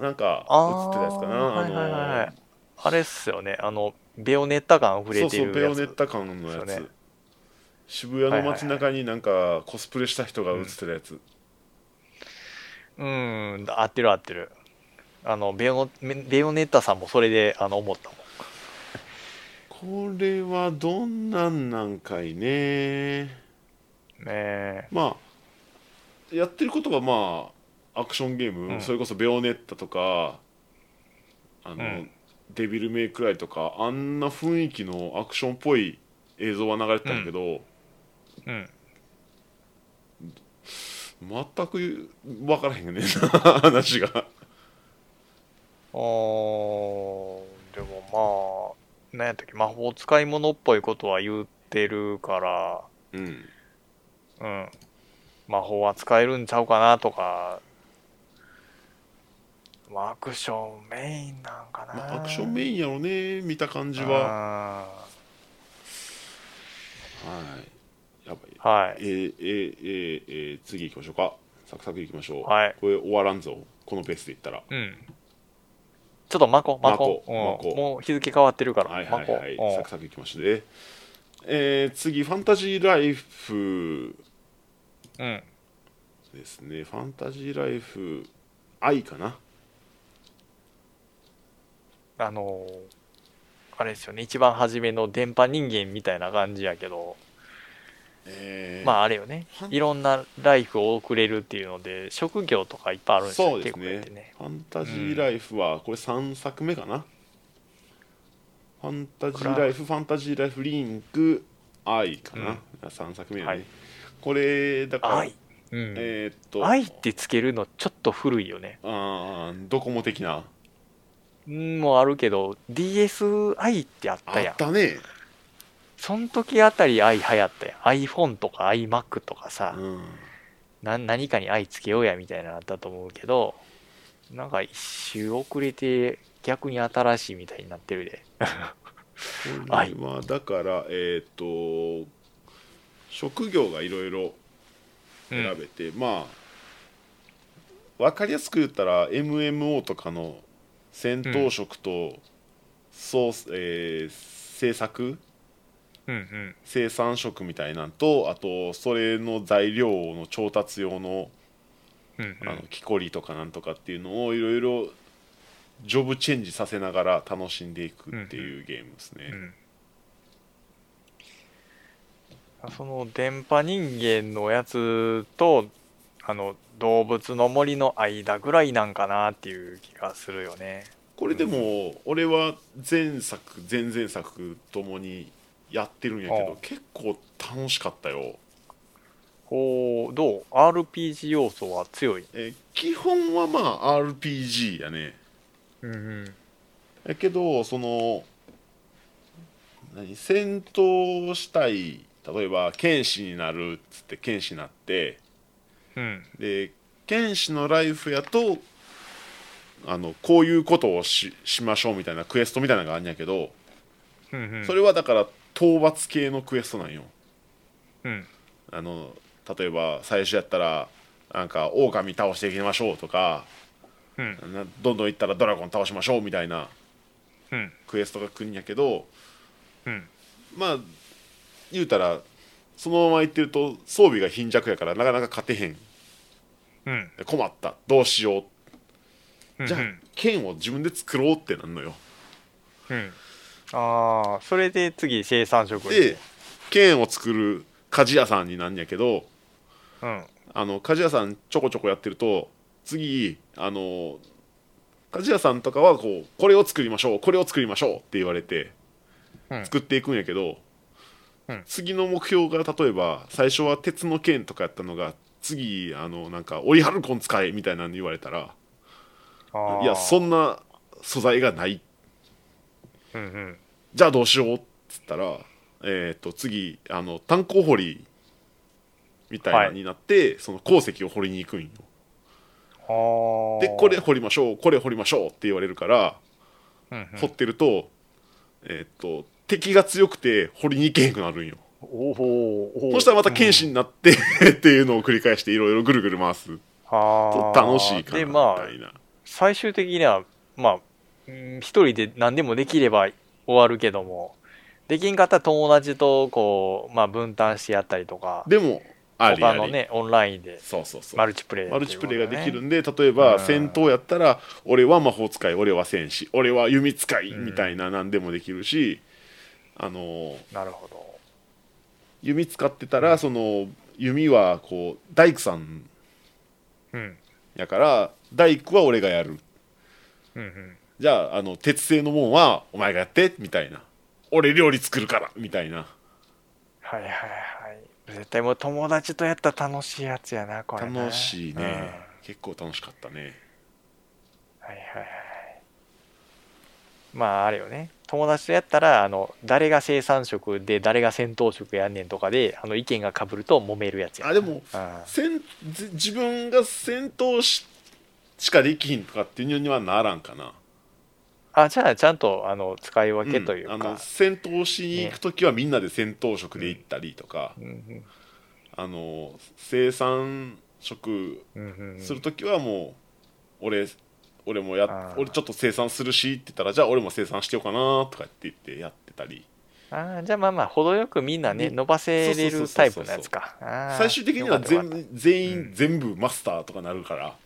S1: なんか映ってたやつかな
S2: あーはいはいは
S1: あ
S2: いあれっすよねあのベオネッタ感溢
S1: の
S2: れ
S1: そう
S2: て
S1: そ
S2: る
S1: う
S2: やつ
S1: ベヨネッタ感のや
S2: ですよ
S1: つ
S2: ね
S1: 渋谷の街中になんかコスプレした人が映ってたやつ
S2: うーん、合ってる合ってる。あの、ベヨベヨネッタさんもそれであの思ったもん。
S1: これはどんなんなんかいね
S2: ねえ
S1: まあやってることがまあアクションゲーム、
S2: うん
S1: それこそ「ベオネッタ」とかあの、
S2: うん
S1: デビル・メイク・ライ」とかあんな雰囲気のアクションっぽい映像は流れてたんやけど、
S2: うん。
S1: 全く分からへんよね 話が
S2: おーでもまあ、なんやったっけ、魔法使い物っぽいことは言ってる
S1: う
S2: か
S1: ん
S2: ら、うん。魔法は使えるんちゃうかなとか、まあアクションメインなんかな。
S1: まあアクションメ
S2: イ
S1: インやろね見た感じはは
S2: は。
S1: いやっぱり
S2: は
S1: え
S2: い。
S1: ーえーえーえー次行きましょうかサクサク行きましょう、
S2: はい
S1: これ終わらんぞこのペースでいったら
S2: うん。ちょっとマコ、マ
S1: マ
S2: コ。
S1: コ
S2: うん
S1: マコ
S2: もう日付変わってるから、
S1: はい
S2: マ
S1: はい
S2: コ。
S1: はい、
S2: うん
S1: サクサクいきましょうねえー次ファンタジーライフ
S2: うん。
S1: ですねファンタジーライフ愛かな
S2: あのーあれですよね、一番初めの電波人間みたいな感じやけど、
S1: えー
S2: まああれよね
S1: ファ、ン
S2: いろんなライフを送れるっていうので、職業とかいっぱいあるんですよ
S1: そうです
S2: 結構やって
S1: ねファンタジーライフはこれ3作目かな、ファンタジーライフファンタジーライフリンク愛かな、3作目やね、
S2: はい
S1: これだから
S2: 愛、うん
S1: えーっと
S2: 愛ってつけるのちょっと古いよね。
S1: あードコモ的なん
S2: もあるけど、DSi ってあっ
S1: あ
S2: たや
S1: っ
S2: ん。
S1: たね
S2: その時あたり愛流行ったやん。iPhone とか iMac とかさ、
S1: うん
S2: な何かに愛つけようやみたいなのあったと思うけど、なんか一周遅れて逆に新しいみたいになってるで。
S1: これはだから、えっ、と職業がいろいろ選べて、まあ分かりやすく言ったら MMO とかの戦闘職とそう、えー制作
S2: うんうん。
S1: 生産職みたいなんとあとそれの材料の調達用の
S2: うん
S1: あの木こりとかなんとかっていうのをいろいろジョブチェンジさせながら楽しんでいくっていうゲームですね。
S2: うんその電波人間のやつとあの動物の森の間ぐらいなんかなっていう気がするよね。
S1: これでも俺は前作前々作ともにやってるんやけ
S2: ああ
S1: ど結構楽しかったよ、
S2: こうどう RPG 要素は強い。
S1: えー基本はまあ RPG やね
S2: うんうん
S1: やけどその何戦闘したい例えば剣士になるっつって剣士になって
S2: うん
S1: で剣士のライフやとあのこういうことをししましょうみたいなクエストみたいなのがあるんやけど、
S2: うんうん
S1: それはだから討伐系のクエストなんよ
S2: うん
S1: あの例えば最初やったらなんか狼倒していきましょうとか
S2: うん
S1: などんどんいったらドラゴン倒しましょうみたいな
S2: うん
S1: クエストが来るんやけど
S2: うん
S1: まあ言うたらそのままいってると装備が貧弱やからなかなか勝てへん
S2: うん
S1: 困ったどうしよ
S2: う
S1: うんじゃあ剣を自分で作ろうってなんのよ
S2: うんああそれで次生産食に
S1: で剣を作る鍛冶屋さんになんやけど
S2: うん
S1: あの鍛冶屋さんちょこちょこやってると次あの鍛冶屋さんとかはこうこれを作りましょうこれを作りましょうって言われて
S2: うん
S1: 作っていくんやけど、
S2: うん
S1: 次の目標が例えば最初は鉄の剣とかやったのが次あのなんかオリハルコン使えみたいなの言われたら
S2: あー
S1: いやそんな素材がない
S2: うんうん
S1: じゃあどうしようっつったら、えー、と次あの炭鉱掘りみたいなのになって、その鉱石を掘りに行くんよ。
S2: あー
S1: でこれ掘りましょうこれ掘りましょうって言われるから、
S2: うんうん
S1: 掘ってると,、えーっと敵が強くて掘りに行けへんくなるんよ
S2: おお
S1: そしたらまた剣士になってっていうのを繰り返していろいろぐるぐる回すと楽しいかな
S2: で
S1: み
S2: まあ
S1: たいな、
S2: 最終的にはまあうん一人で何でもできれば終わるけどもできんかったら友達とこう、まあ、分担してやったりとか
S1: でもありあ
S2: 他
S1: り
S2: のねオンラインで
S1: そうそうそう
S2: マルチプレイ
S1: マルチプレイができるんで、例え
S2: う
S1: ば
S2: ん
S1: 戦闘やったら、俺は魔法使い、俺は戦士、俺は弓使いみたいな何でもできるし、あのー
S2: なるほど
S1: 弓使ってたら、その弓はこう大工さん
S2: うん
S1: やから、大工は俺がやる、
S2: うんうん
S1: じゃああの鉄製のもんはお前がやってみたいな、俺料理作るからみたいな、
S2: はいはいはい絶対もう友達とやったら楽しいやつやなこれな
S1: 楽しい
S2: うんはい
S1: ね、結構楽しかったね。
S2: はいはいまああれよね友達とやったらあの誰が生産職で誰が戦闘職やんねんとかであの意見がかぶると揉めるやつや
S1: あでも
S2: あ
S1: 戦自自分が戦闘ししかできひんとかっていうにはならんかな。
S2: あじゃあちゃんとあの使い分けというか、
S1: んあの戦闘しに行く時はみんなで戦闘職で行ったりとか、
S2: うん
S1: あの生産職
S2: うんうんうん
S1: する時はもう俺俺もや
S2: あー
S1: 俺ちょっと生産するしって言ったらじゃあ俺も生産してようかなとかって言ってやってたり
S2: あーじゃあまあまあ程よくみんなね
S1: ね
S2: 伸ばせれ
S1: そう
S2: る
S1: そ
S2: タ
S1: う
S2: イ
S1: そうそう
S2: プのやつかあー
S1: 最終的には
S2: よかっ
S1: 全
S2: たよかっ
S1: 全員、
S2: うん
S1: 全部マスターとかなるから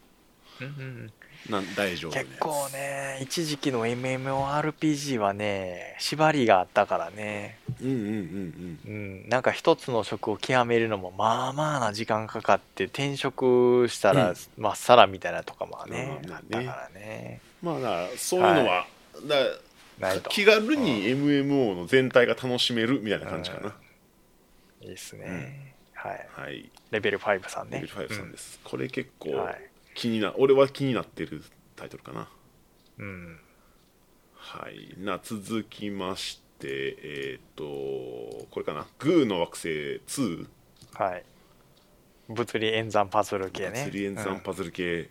S2: たうんうん
S1: なん大丈夫ね
S2: 結構ね一時期の MMORPG はね縛りがあったからね
S1: うんうんうんうん
S2: うんなんか一つの職を極めるのもまあまあな時間かかって転職したら
S1: うん
S2: まっさらみたいなとかもね、
S1: ま
S2: あ
S1: あま
S2: っ
S1: あ
S2: た
S1: ね
S2: からね
S1: まあだからそういうのは、
S2: は
S1: だから
S2: ないと
S1: 気軽に MMO の全体が楽しめるみたいな感じかな、
S2: いいっすね、はい
S1: はい
S2: レベル5さん
S1: レ
S2: ね
S1: ベル5さん
S2: で
S1: です、これ結構
S2: はい
S1: 気にな、俺は気になってるタイトルかな
S2: うん
S1: はいな続きましてえっ、とこれかな「グーの惑星2」
S2: はい。物理演算パズル系ね。
S1: 釣り演算パズル系、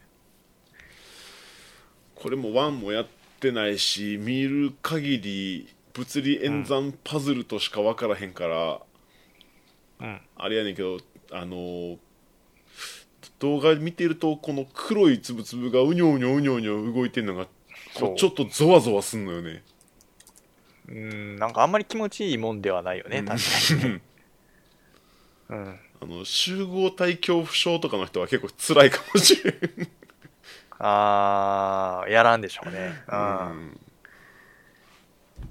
S1: これも1もやってないし見る限り物理演算パズルとしか分からへんから、
S2: うん
S1: あれやねんけどあのー動画見てるとこの黒いつぶつぶがうにょうにょうにょうにょ動いてんのが
S2: そ
S1: こ
S2: う
S1: うちょっとゾワゾワすんのよね
S2: うんなんかあんまり気持ちいいもんではないよね確か にねうん
S1: あの集合体恐怖症とかの人は結構辛いかもしれん、
S2: あーやらんでしょうねうん、
S1: うん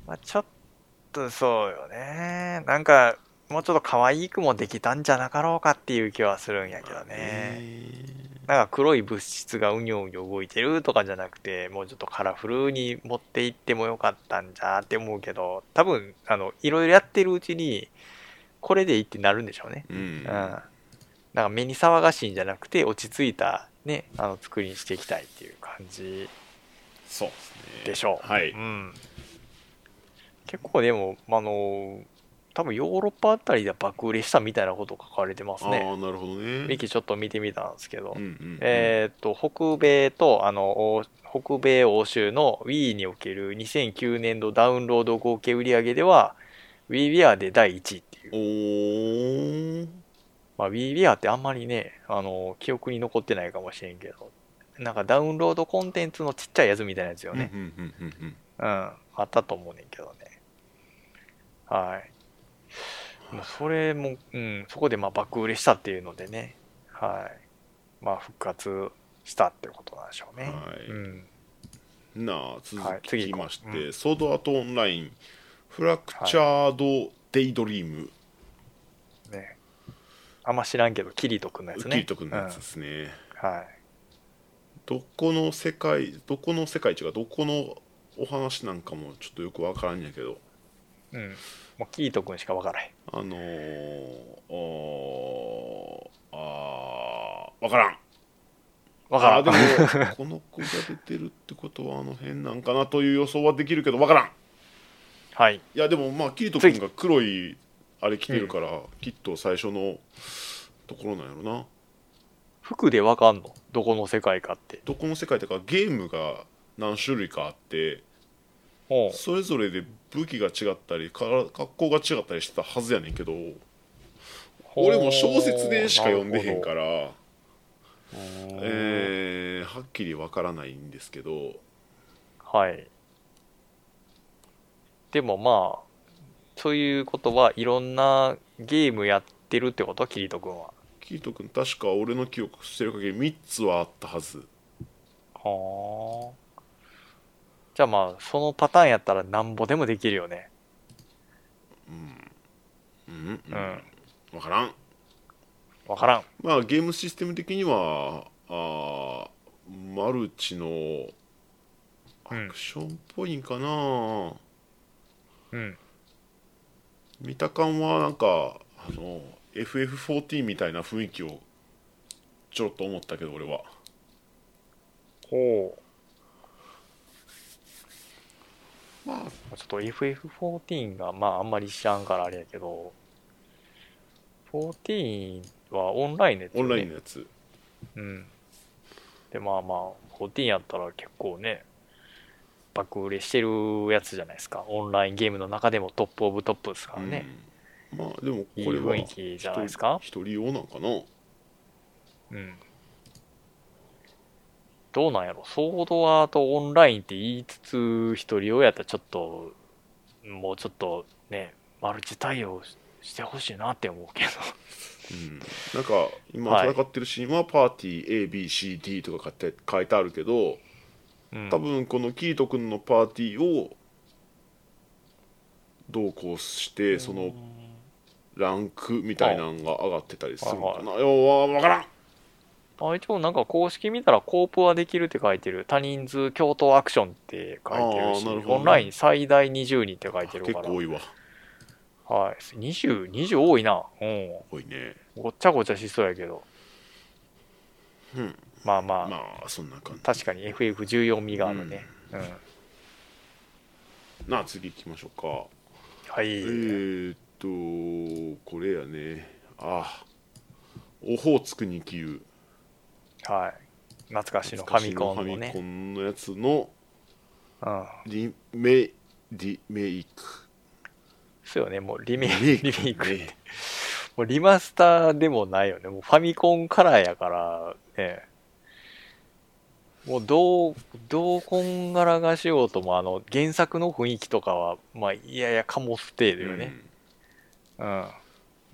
S2: まあ、ちょっとそうよねなんかもうちょっと可愛くもできたんじゃなかろうかっていう気はするんやけどねなんか黒い物質がうにょうにょ動いてるとかじゃなくて、もうちょっとカラフルに持っていってもよかったんじゃって思うけど、多分、あの、いろいろやってるうちに、これでいいってなるんでしょうね。
S1: う
S2: うんん。なんか目に騒がしいんじゃなくて、落ち着いた、ね、あの、作りにしていきたいっていう感じ
S1: そうですね
S2: でしょう。、
S1: はいう
S2: ん。結構でも、あの、多分ヨーロッパあたりで爆売れしたみたいなこと書かれてます
S1: あ
S2: ね。
S1: あなるほどね
S2: ウィキちょっと見てみたんですけど。
S1: うんうん
S2: えーっと、北米と、あの、欧北米欧州の Wii における2009年度ダウンロード合計売上では、WiiWare で第1位ってい
S1: お
S2: う。
S1: ー
S2: まあ、WiiWare ってあんまりね、あの、記憶に残ってないかもしれんけど、なんかダウンロードコンテンツのちっちゃいやつみたいなやつよね。
S1: うんうんうんうんうん
S2: うん、あったと思うねんけどね。はい。もうそれも、うん、そこでまあ爆売れしたっていうのでね、はい。まあ復活したってことなんでしょうね。
S1: はい
S2: うん。
S1: なあ続
S2: はい次
S1: き
S2: 行こう
S1: まして、
S2: う
S1: ソードアートオンラインフラクチャード・デイドリーム、
S2: ね。あんま知らんけど、キリト君のやつ
S1: キ
S2: ね。
S1: リト君のやつですね、
S2: うんはい。
S1: どこの世界どこの世界違うどこのお話なんかもちょっとよくわからんやけど
S2: うん。もうキリト君しかわからへん。
S1: あのー、おーあーわからん
S2: わから
S1: あ
S2: ん。
S1: ーでもこの子が出てるってことはあの辺なんかなという予想はできるけどわからん
S2: はい。
S1: いやでもまあキリト君が黒いあれ着てるから、きっと最初のところなんやろな
S2: 服でわかんのどこの世界かって。
S1: どこの世界とかゲームが何種類かあって
S2: おう。
S1: それぞれで武器が違ったりから格好が違ったりしてたはずやねんけど俺も小説でしか読んでへんからら、
S2: なるほどうん
S1: えーはっきりわからないんですけど
S2: はい。でもまあ、そういうことはいろんなゲームやってるってことキリト君は。
S1: キリト君確か俺の記憶してる限り3つはあったはず
S2: はあ。じゃあまあ、そのパターンやったらなんぼでもできるよね。
S1: うんう
S2: うんん。
S1: 分からん
S2: わからん。
S1: まあゲームシステム的にはあーマルチのアクションっぽいんかな、
S2: うん。
S1: 見た感はなんかあの FF14 みたいな雰囲気をちょろっと思ったけど俺は
S2: ほう。
S1: まあ
S2: ちょっと FF14 がまああんまり知らんからあれやけど、14はオンラインで、
S1: オンラインのやつ、
S2: うん。で、まあまあ、14やったら結構ね、爆売れしてるやつじゃないですか。オンラインゲームの中でもトップオブトップですからね。
S1: うんまあでも
S2: いい
S1: これは
S2: 雰囲気じゃないですか。
S1: 一人用なんかな
S2: うん。どうなんやろソードアートオンラインって言いつつ、一人用やったらちょっと、もうちょっとね、マルチ対応ししてほしいなって思うけど。
S1: うん、なんか今
S2: はい
S1: 戦ってるシーンはパーティー ABCD とか書いて書いてあるけど
S2: うん
S1: 多分このキート君のパーティーをどうこうしてそのランクみたいなのが上がってたりするのかな、よう分からん
S2: あ一応なんか公式見たらコープはできるって書いてる多人数共闘アクションって書いてる
S1: あー
S2: し
S1: なるほどね
S2: オンライン最大20人って書いてる
S1: 結
S2: から
S1: 構多いわ
S2: はい、20, 20多いな、うん、
S1: 多いね
S2: ごっちゃごちゃしそうやけど、
S1: うん
S2: まあまあ、
S1: まあそんな感じ
S2: 確かに FF14 味があるね、うん
S1: なあ次行きましょうか
S2: はい、
S1: えー、っとこれやねああオホーツクに生きる
S2: はい懐かしのファミコンの
S1: ファミコ
S2: ね、
S1: ンのやつの
S2: うん、
S1: リメリメイク
S2: そうよねもうリメイ
S1: リ
S2: ク
S1: メイ
S2: リ
S1: ク
S2: メイク
S1: ね
S2: もうリマスターでもないよねもうファミコンからやからねもうどうどうこんがらがしようともあの原作の雰囲気とかはまあいやいやかもステーだよね、うん、
S1: うん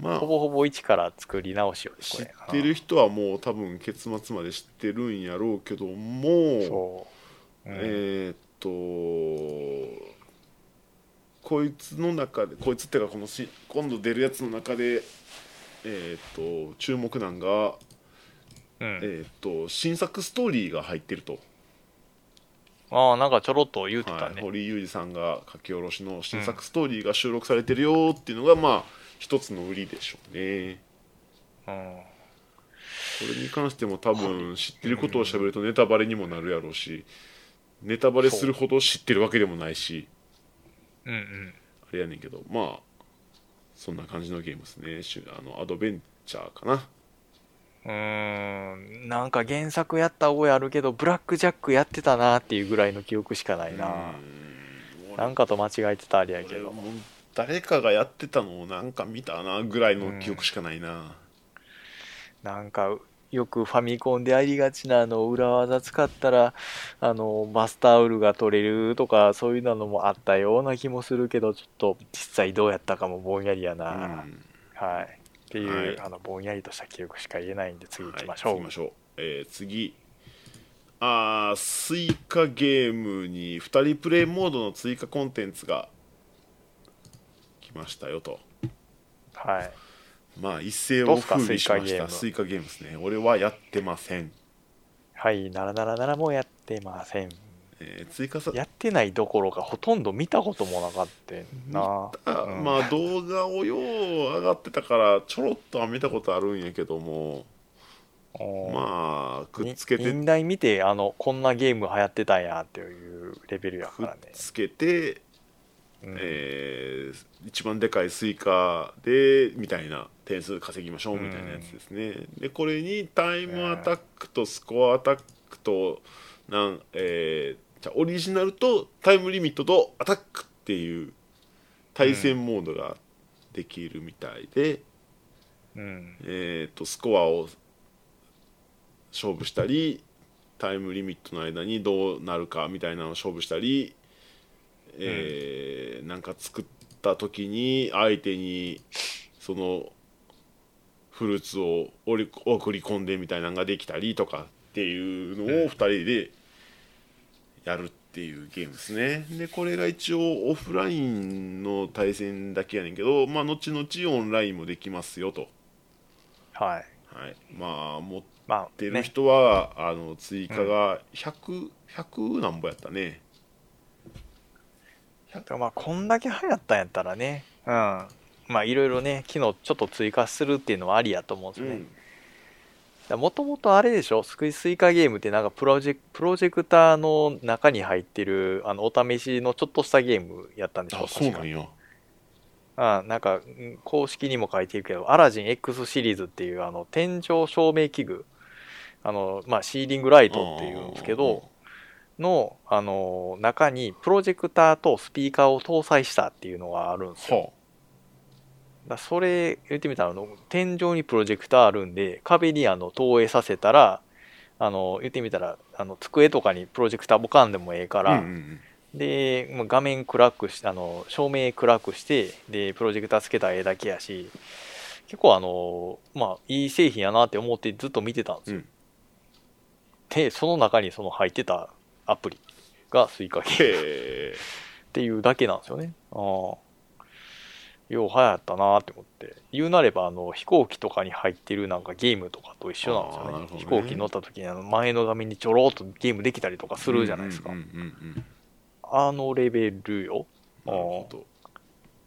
S1: まあ
S2: ほぼほぼ一から作り直しよねこ
S1: 知っ
S2: れ
S1: てる人はもう多分結末まで知ってるんやろうけど
S2: うん
S1: も
S2: そう、うん
S1: えーっとこいつの中でこいつっていうかこのし今度出るやつの中でえーっと注目なんが、
S2: うん
S1: えーっと新作ストーリーが入ってると、
S2: ああなんかちょろっと言ってた
S1: はい、
S2: ね、
S1: 堀井裕二さんが書き下ろしの新作ストーリーが収録されてるよっていうのが、まあ一つの売りでしょうね
S2: うん
S1: これに関しても多分知ってることを喋るとネタバレにもなるやろうしネタバレするほど知ってるわけでもないし
S2: うんうん
S1: あれやねんけどまあそんな感じのゲームですねしあのアドベンチャーかな
S2: うーんなんか原作やった覚えあるけどブラックジャックやってたなっていうぐらいの記憶しかないな
S1: うん
S2: なんかと間違えてたあれやけ
S1: 俺はも
S2: ど
S1: う誰かがやってたのをなんか見たなぐらいの記憶しかないな、
S2: なんかよくファミコンでありがちなあの裏技使ったらあのバスタオルが取れるとかそういうのもあったような気もするけどちょっと実際どうやったかもぼんやりや
S1: う
S2: な、
S1: ん
S2: はいっていう、
S1: はい
S2: あのぼんやりとした記憶しか言えないんで次行きまし
S1: は
S2: ょ
S1: い、
S2: う、
S1: 次行きましょう、えー次あースイカゲームに2人プレイモードの追加コンテンツが来ましたよと
S2: はい
S1: まあ一世を風靡しまし
S2: どう
S1: た
S2: すか
S1: ス
S2: ス
S1: イカゲームですね俺はやってません、
S2: はいならならならもうやってません
S1: えー追加さ
S2: やってないどころかほとんど見たこともなかったな
S1: あ
S2: うん
S1: まあ動画をよう上がってたからちょろっとは見たことあるんやけども
S2: おー
S1: まあくっつけ
S2: み
S1: て
S2: 忍耐見てあのこんなゲーム流行ってたんやっていうレベルやか
S1: くっ
S2: らね、
S1: つけて、
S2: うん
S1: えー一番でかいスイカでみたいな点数稼ぎましょうみたいなやつですね、でこれにタイムアタックとスコアアタックとなん、えーじゃあオリジナルとタイムリミットとアタックっていう対戦モードができるみたいで、
S2: うん
S1: えー、とスコアを勝負したりタイムリミットの間にどうなるかみたいなのを勝負したり、えーなんか作った時に相手にそのフルーツを折り送り込んでみたいなのができたりとかっていうのを2人でやるっていうゲームですね。でこれが一応オフラインの対戦だけやねんけど、まあ、後々オンラインもできますよと。
S2: はい
S1: はい、まあ持っ
S2: まあ
S1: てる
S2: ね
S1: 人は、あの追加が100100、100なんぼやったね
S2: まあこんだけ流行ったんやったらねうんまあいろいろね機能ちょっと追加するっていうのはありやと思うんですよね、もともとあれでしょスクイスイカゲームってなんかプロジェプロジェクターの中に入ってるあのお試しのちょっとしたゲームやったんでしょ
S1: あそう
S2: 確
S1: な
S2: か
S1: んや
S2: あなんかうん公式にも書いてるけど「アラジン X シリーズ」っていうあの天井照明器具あの、まあ、シーリングライトっていうんですけどのあの中にプロジェクターとスピーカーを搭載したっていうのがあるんですよ。
S1: は
S2: だそれ言ってみたらあの天井にプロジェクターあるんで壁にあの投影させたらあの言ってみたらあの机とかにプロジェクターボカンでもええか
S1: あ、
S2: ら、
S1: うんうんうん
S2: でまあ画面暗くしあの照明暗くしてでプロジェクターつけたらええだけやし結構あのまあいい製品やなって思ってずっと見てたんですよ、
S1: うん
S2: でその中にその入ってたアプリがスイカゲーム
S1: へえ
S2: っていうだけなんですよね。ああ。よう流行ったなーって思って。言うなれば、あの、飛行機とかに入ってるなんかゲームとかと一緒なんですよ
S1: あーな
S2: ね
S1: る。ほどね
S2: 飛行機に乗った時にあの前の画面にちょろっとゲームできたりとかするじゃないですか。
S1: うんうんうんうんなる
S2: あのレベルよ。
S1: ほど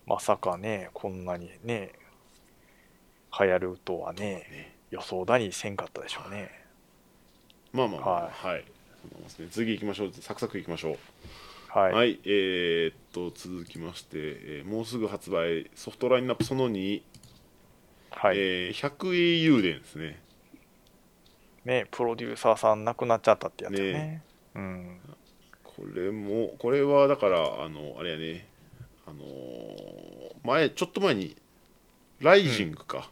S2: まさかね、こんなにね、流行るとはね、
S1: ね
S2: 予想だにせんかったでしょうね。
S1: まあまあまあ
S2: は
S1: はい、そんなもんですね次行きましょうサクサク行きましょう
S2: は。
S1: はいい、えーっと続きまして、えーもうすぐ発売ソフトラインナップその2、
S2: はい。
S1: えー、100英雄伝ですね
S2: ね、プロデューサーさん亡くなっちゃったってやつよね。
S1: ね
S2: うん。
S1: これもこれはだからあのあれやねあのー前ちょっと前に「ライジングか、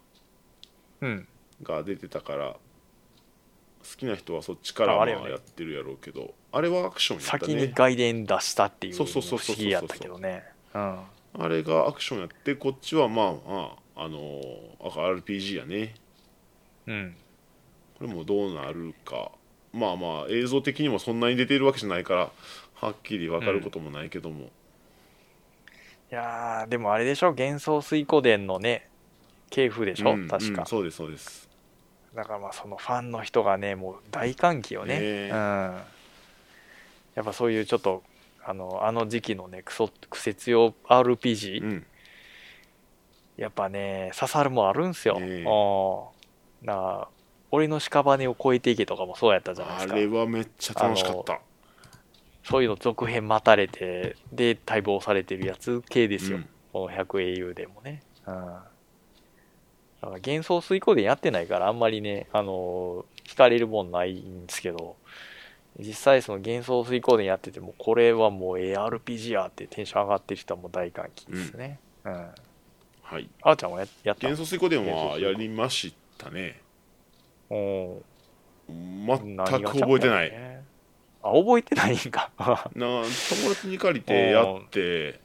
S2: うん。
S1: が出てたから好きな人はそっちから
S2: あ
S1: ま
S2: あ
S1: あ
S2: れよね
S1: やってるやろうけどあれはアクションやった
S2: 先に
S1: ね
S2: 外伝出したっていう
S1: そ
S2: の
S1: う
S2: も
S1: そう
S2: 不
S1: そうそ
S2: 思
S1: うそう
S2: 議やったけどね。うん。
S1: あれがアクションやってこっちはまあまああのーあ RPG やね
S2: うん。
S1: これもどうなるかまあまあ映像的にもそんなに出ているわけじゃないからはっきり分かることもないけども、
S2: いやー、でもあれでしょ幻想水湖伝のね、系譜でしょ、
S1: うん
S2: 確か
S1: うん。そうですそうです
S2: だからまあそのファンの人がねもう大歓喜よね、
S1: ねえ
S2: うん、やっぱそういうちょっとあのあの時期のねクソクセ強 RPG、
S1: うん
S2: やっぱね刺さるもんあるんすよ、
S1: ねえ
S2: うんなあ俺の屍を越えていけとかもそうやったじゃない
S1: あれ
S2: ですか
S1: はめっちゃ楽しかった
S2: そういうの続編待たれてで待望されてるやつ系ですよ、
S1: うん
S2: この100英雄でもね、うん、だから幻想水光でやってないからあんまりね、あのー惹かれるもんないんですけど実際その幻想水光でやっててもこれはもう ARPG やってテンション上がってる人はもう大歓喜ですね、うん
S1: はい
S2: あーちゃんもややった
S1: 幻想水湖伝は
S2: 幻想水
S1: や
S2: 湖
S1: りましたね
S2: お
S1: 全
S2: ー
S1: く
S2: 何が
S1: 覚えてない、
S2: ちゃうのねあ覚えてないんか
S1: な友達に借りてやって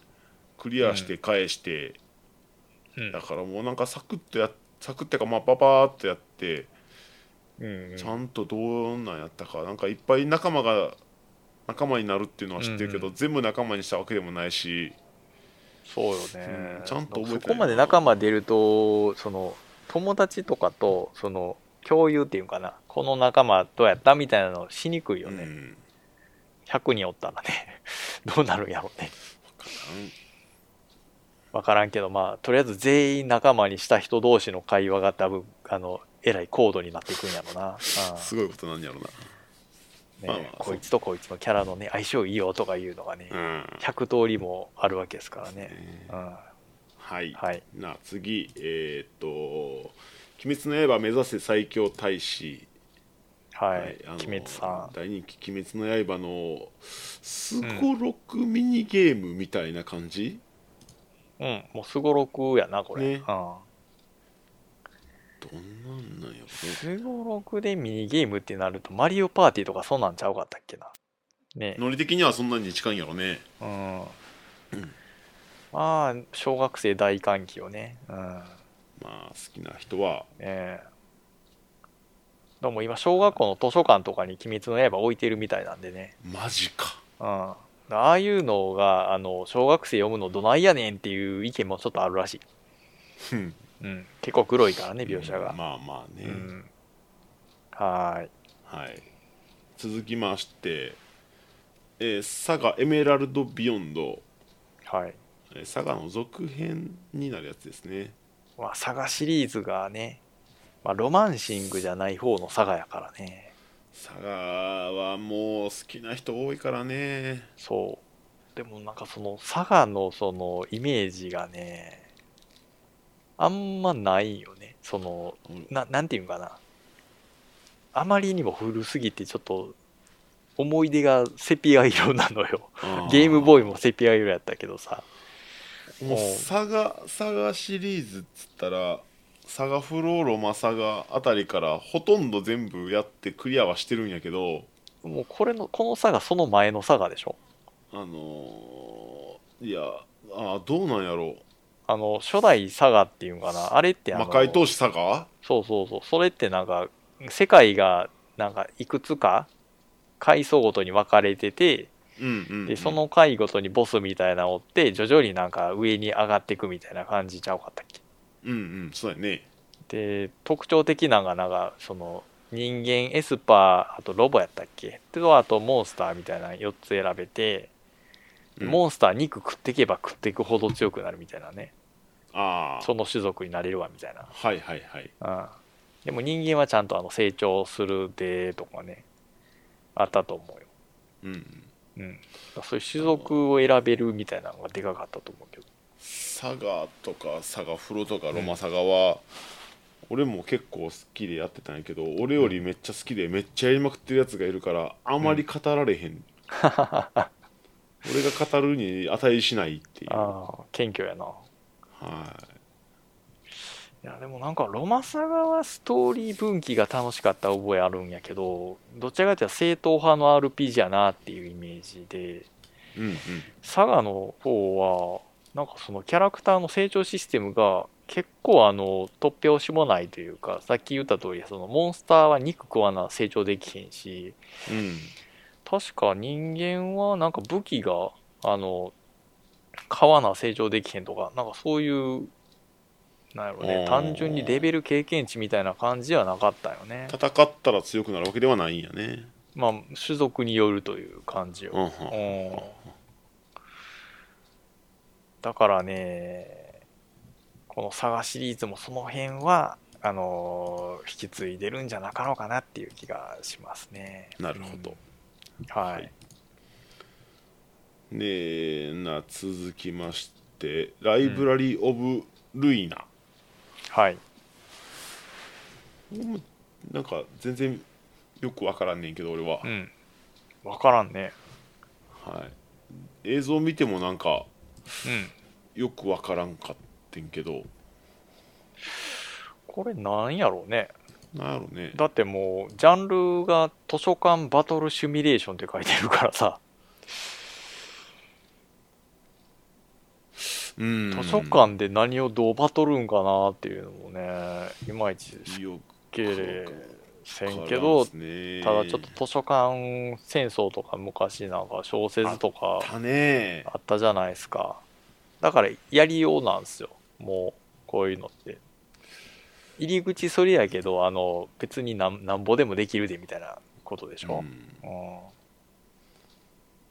S1: クリアして返して、
S2: うん
S1: だからもうなんかサクッとやサクッてかまあパパーっとやって、
S2: うん
S1: ちゃんとどんなんやったかなんかいっぱい仲間が仲間になるっていうのは知ってるけど、
S2: うん
S1: 全部仲間にしたわけでもないし
S2: そうよね、
S1: うんちゃんと覚えてないな
S2: そこまで仲間出るとその友達とかとその共有っていうかなこの仲間どうやったみたいなのしにくいよね、
S1: うん
S2: 100人おったらね どうなるんやろうね
S1: なん
S2: 分からんけどまあとりあえず全員仲間にした人同士の会話が多分あのえらい高度になっていくんやろうな、
S1: すごいことなんやろ
S2: うん
S1: まあま
S2: ね
S1: あ
S2: こいつとこいつのキャラのね相性いいよとかいうのがね、
S1: な、うん
S2: 100通りもあるわけですからね、
S1: ね
S2: うん、
S1: はい、
S2: はい
S1: なあ次えーっと「鬼滅の刃目指せ最強大使」
S2: はい、
S1: あの
S2: 鬼滅さん
S1: 大人気「鬼滅の刃」のすごろくミニゲームみたいな感じ、
S2: うん、もうすごろくやな、これ。
S1: ね
S2: うん。
S1: どんなんなんやろ
S2: すごろくでミニゲームってなると、マリオパーティーとかそんなんちゃうかったっけな。ね。
S1: ノリ的にはそんなに近いんやろね
S2: うん。まあ、小学生大歓喜よね。うん。
S1: まあ好きな人は
S2: ええでも今、小学校の図書館とかに鬼滅の刃置いてるみたいなんでね。
S1: マジか
S2: うん。ああいうのが、あの、小学生読むのどないやねんっていう意見もちょっとあるらしい。
S1: うん
S2: うん。結構黒いからね、描写が。
S1: まあまあね、
S2: うん。はーい。
S1: はい続きまして、えーサガエメラルド・ビヨンド」
S2: はい。
S1: えーサガの続編になるやつですね
S2: まあ、サガシリーズがね、まあ、ロマンシングじゃない方のサガやからね。
S1: サガはもう好きな人多いからね
S2: そう。でもなんかそのサガのそのイメージがね、あんまないよね。その、ななんていうんかな。あまりにも古すぎてちょっと思い出がセピア色なのよ。ゲームボーイもセピア色やったけどさ。
S1: もう
S2: うん
S1: サガサガシリーズっつったらサガフローロマサガあたりからほとんど全部やってクリアはしてるんやけど
S2: もうこれの、このサガその前のサガでしょ。
S1: あのーいやあーどうなんやろ
S2: あの、初代サガっていうんかな。あれってあの、
S1: 魔界投資サガ
S2: そうそうそう。それってなんか、世界が、なんか、いくつか、階層ごとに分かれてて、
S1: うんうんうん、
S2: で、その階ごとにボスみたいなのおって、徐々になんか上に上がっていくみたいな感じちゃうかったっけ
S1: うんうんそうやね
S2: で、特徴的なのが、なんか、その、人間、エスパー、あとロボやったっけと、あとモンスターみたいな4つ選べて、
S1: うん
S2: モンスター肉食っていけば食っていくほど強くなるみたいなね。
S1: ああ
S2: その種族になれるわ、みたいな。
S1: はいはいはい
S2: うんでも人間はちゃんとあの成長するでとかね、あったと思うよ。
S1: うんうん
S2: うん。そういう種族を選べるみたいなのがでかかったと思うけど。
S1: サガとかサガフロとかロマサガは、俺も結構好きでやってたんやけど俺よりめっちゃ好きでめっちゃやりまくってるやつがいるからあまり語られへん、俺が語るに値しないっていうは
S2: ああ謙虚やないいやでもなんかロマサガはストーリー分岐が楽しかった覚えあるんやけどどちらかというと正統派の RPG やなっていうイメージで
S1: うんうん
S2: サガの方はなんかそのキャラクターの成長システムが結構あの突拍子もないというかさっき言った通りそのモンスターは肉食わな成長できへんし
S1: うん
S2: 確か人間はなんか武器があの買わな成長できへんとかなんかそういうなんやろね
S1: おー
S2: 単純にレベル経験値みたいな感じはなかったよね
S1: 戦ったら強くなるわけではないんやね
S2: まあ種族によるという感じよ
S1: うんうん
S2: うんだからねこの「サガ」シリーズもその辺はあのー引き継いでるんじゃなかろうかなっていう気がしますね
S1: なるほど、
S2: うんはい、
S1: はいでな続きましてライブラリー・オブ・ルイナ、
S2: はい、
S1: もうなんか全然よくわからんねんけど俺は
S2: う、ん分からんね
S1: はい、映像見てもなんか
S2: うん
S1: よくわからんかってんけど
S2: これなんやろうね
S1: なんやろね
S2: だってもうジャンルが図書館バトルシミュレーションって書いてるからさ
S1: うん
S2: 図書館で何をどうバトルんかなっていうのもねいまいちすっ
S1: よ
S2: きりせんけ
S1: わから
S2: ど
S1: んすね
S2: ただちょっと図書館戦争とか昔なんか小説とか
S1: たね
S2: あったじゃないですかだからやりようなんですよもうこういうのって入り口それやけどあの別になんなんぼでもできるでみたいなことでし
S1: う
S2: ょ、
S1: ん
S2: うん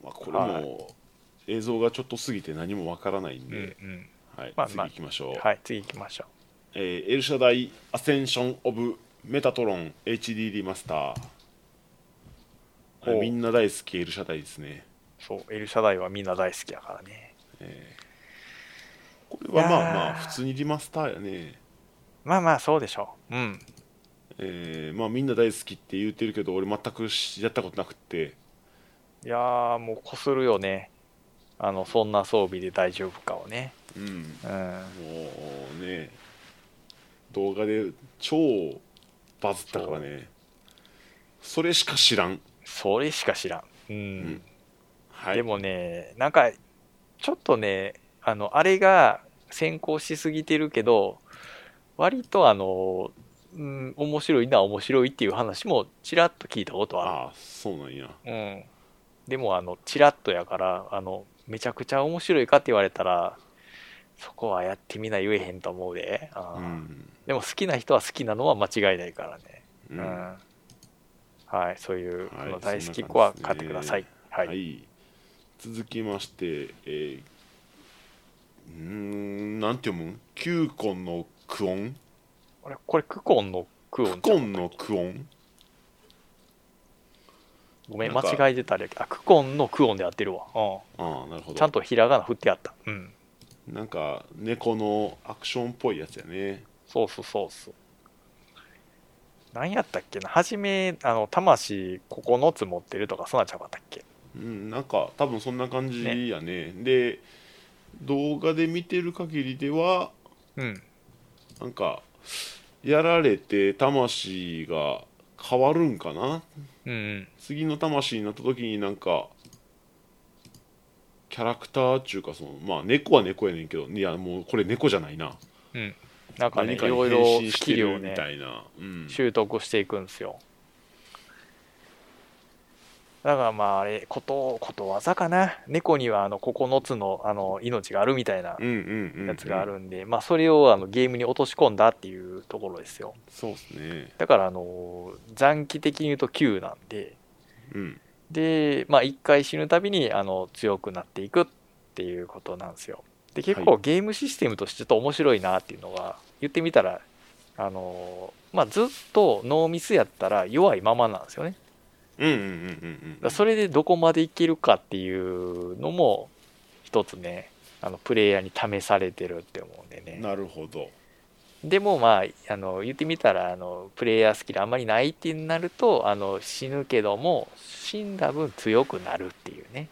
S1: まあ、これも、
S2: は
S1: 映像がちょっと過ぎて何もわからないん
S2: うん
S1: で、
S2: うん
S1: はい
S2: まあ
S1: 次行きましょう、
S2: はい次行きましょ
S1: えーエルシャダイ・アセンション・オブ・メタトロン HD リマスターあれ
S2: お
S1: みんな大好きエルシャダイですね、
S2: うそうエルシャダイはみんな大好きやからね
S1: えーこれはい
S2: やー
S1: まあまあ普通にリマスターやね
S2: まあまあそうでしょううん
S1: えーまあみんな大好きって言ってるけど俺全くしやったことなくって
S2: いやーもうこするよねあのそんな装備で大丈夫かをね
S1: うん
S2: うん
S1: もうね動画で超バズったからねそれしか知らん、
S2: それしか知らんうん、
S1: んはい、
S2: でもねなんかちょっとねあのあれが先行しすぎてるけど割とあの、うん、面白いな面白いっていう話もちらっと聞いたことはあ
S1: ああそうなんや
S2: るうんでもあのちらっとやからあのめちゃくちゃ面白いかって言われたらそこはやってみな言えへんと思うで、あ
S1: う
S2: ー
S1: ん、
S2: でも好きな人は好きなのは間違いないからね
S1: うん
S2: うんはい、そういう、
S1: はい
S2: あの大好きっ子は買ってください。はい、
S1: はい、続きまして、えー、うーんなんて読むんキューコンのクオン
S2: あれこれクコンのクオン
S1: クコンのクオン
S2: ごめん
S1: な
S2: 間
S1: んか
S2: 違えてたらあクコンのクオンでやってるわ、う
S1: ああなるほ
S2: ん、ちゃん
S1: ど
S2: とひらがな振ってあったうん
S1: なんか猫のアクションっぽいやつやね
S2: そうそうそうそう何やったっけな初めあの魂9つ持ってるとかそんなんちゃうかったっけ
S1: うんなんか多分そんな感じやねで動画で見てる限りでは
S2: うん
S1: なんかやられて魂が変わるんかな
S2: うんうん
S1: 次の魂になった時になんかキャラクターっちゅうかそのまあ猫は猫やねんけどいやもうこれ猫じゃないな
S2: なんか
S1: 何
S2: ねい
S1: かに
S2: ろい
S1: 変
S2: ろ
S1: 身
S2: ス
S1: して
S2: キルを
S1: る
S2: ね
S1: みたいな、うん、
S2: 習得していくんですよだからまああれことことわざかな猫にはあの9つのあの命があるみたいな
S1: うんうんうんうん
S2: やつがあるんで、まあ、それをあのゲームに落とし込んだっていうところですよ
S1: そうですね
S2: だからあの残機的に言うと9なんで
S1: うん
S2: で、まあ、1回死ぬたびにあの強くなっていくっていうことなんですよで結構
S1: は
S2: ゲームシステムとしてちょっと面白いなっていうのが言ってみたらあの、まあ、ずっとノーミスやったら弱いままなんですよね
S1: うんうんうんうん
S2: だか
S1: う
S2: ら
S1: ん
S2: それでどこまでいけるかっていうのも一つねあのプレイヤーに試されてるって思うんでね
S1: なるほど
S2: でもまああの言ってみたらあのプレイヤースキルあんまりないってなるとあの死ぬけども死んだ分強くなるっていうね、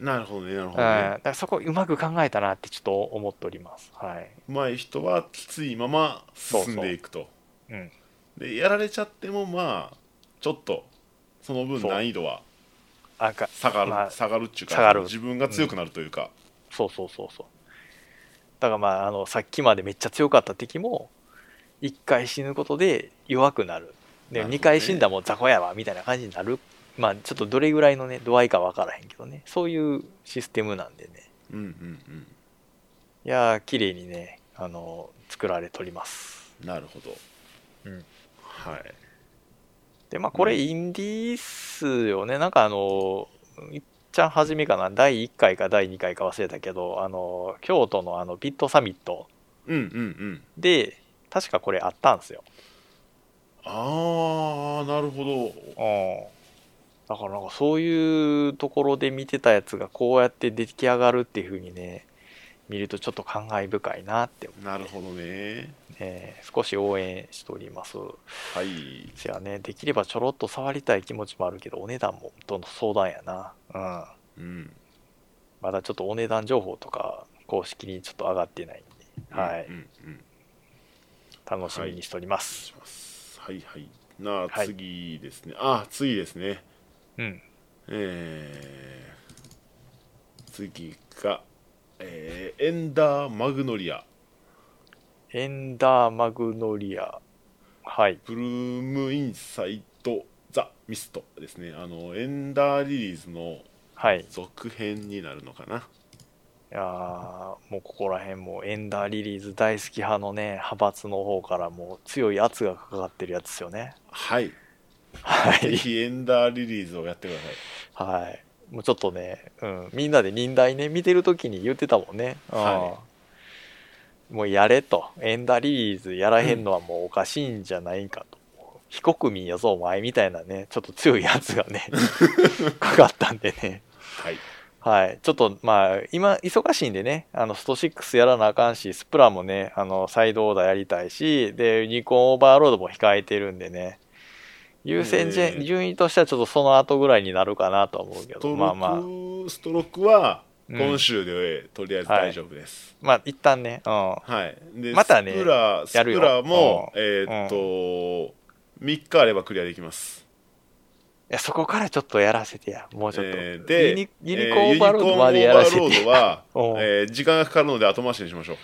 S1: なるほどねなる
S2: うん、
S1: ほどね
S2: だからそこうまく考えたなってちょっと思っておりますはい、
S1: うまい人はきついまま進んでいくと
S2: うん、
S1: でやられちゃってもまあちょっとその分
S2: そう
S1: 難易度は
S2: あか
S1: 下がる、
S2: まあ
S1: 下がるっていうか
S2: 下がる
S1: 自分が強くなるというか、
S2: そうそうそうそうだからまああのさっきまでめっちゃ強かった敵も1回死ぬことで弱くなる
S1: な
S2: で
S1: るほどね
S2: 2回死んだもん雑魚やわみたいな感じになるまあちょっとどれぐらいのね度合いかわからへんけどねそういうシステムなんでね
S1: うん、うんうん
S2: いやー綺麗にねあの作られております
S1: なるほど、
S2: うん
S1: はい
S2: でまあこ
S1: う
S2: れ
S1: ん
S2: インディースよね、なんかあのいっちゃん初めかな第1回か第2回か忘れたけどあの京都のあのビットサミット
S1: うんうんうん
S2: で確かこれあったんですよ
S1: ああなるほど
S2: だからなんかそういうところで見てたやつがこうやって出来上がるっていうふうにね見るとちょっと感慨深いなって思
S1: なるほどね
S2: うね少し応援しております
S1: はい
S2: せやねできればちょろっと触りたい気持ちもあるけどお値段もどんどん相談やなうん
S1: うん
S2: まだちょっとお値段情報とか公式にちょっと上がってないんで、はい
S1: うんうん
S2: 楽しみにしております、
S1: しますはいはいな
S2: は
S1: あ
S2: い
S1: 次ですね、あ次ですね
S2: うん
S1: えー、次が、えーエンダーマグノリア
S2: エンダーマグノリアはい
S1: ブルームインサイトザ・ミストですねあのエンダーリリーズの
S2: はい
S1: 続編になるのかない
S2: やーもうここら辺もエンダーリリーズ大好き派のね派閥の方からもう強い圧がかかってるやつですよね
S1: はい
S2: は
S1: ぜ
S2: い、
S1: ひエンダーリリーズをやってください
S2: はい、もうちょっとね、うん、みんなで忍耐ね見てる時に言ってたもんね、うん
S1: は
S2: もうやれとエンダーリリーズやらへんのはもうおかしいんじゃないかと、非国民やぞお前みたいなねちょっと強い圧がねかかったんでね
S1: はい
S2: はい、ちょっとまあ今忙しいんでねあのスト6やらなあかんしスプラもねあのサイドオーダーやりたいしでユニコーンオーバーロードも控えてるんでね優先順
S1: えー
S2: 順位としてはちょっとその後ぐらいになるかなとは思うけ
S1: ス
S2: ど
S1: トローク、
S2: まあまあ
S1: ストロークは
S2: うん
S1: 今週で、とりあえず大丈夫です、
S2: まあ一旦ねうんは
S1: はいで
S2: またね
S1: スプラス
S2: やる
S1: プ
S2: よ
S1: ラも
S2: うん
S1: えーっと、3日あればクリアできます
S2: いやそこからちょっとやらせてやもうちょっと、
S1: えーで
S2: ユニユニ
S1: え
S2: コーンオーバーロードまでやらせ
S1: ユニコ
S2: て
S1: ーンオーバ ーロード
S2: うん
S1: は、えー時間がかかるので後回しにしましょう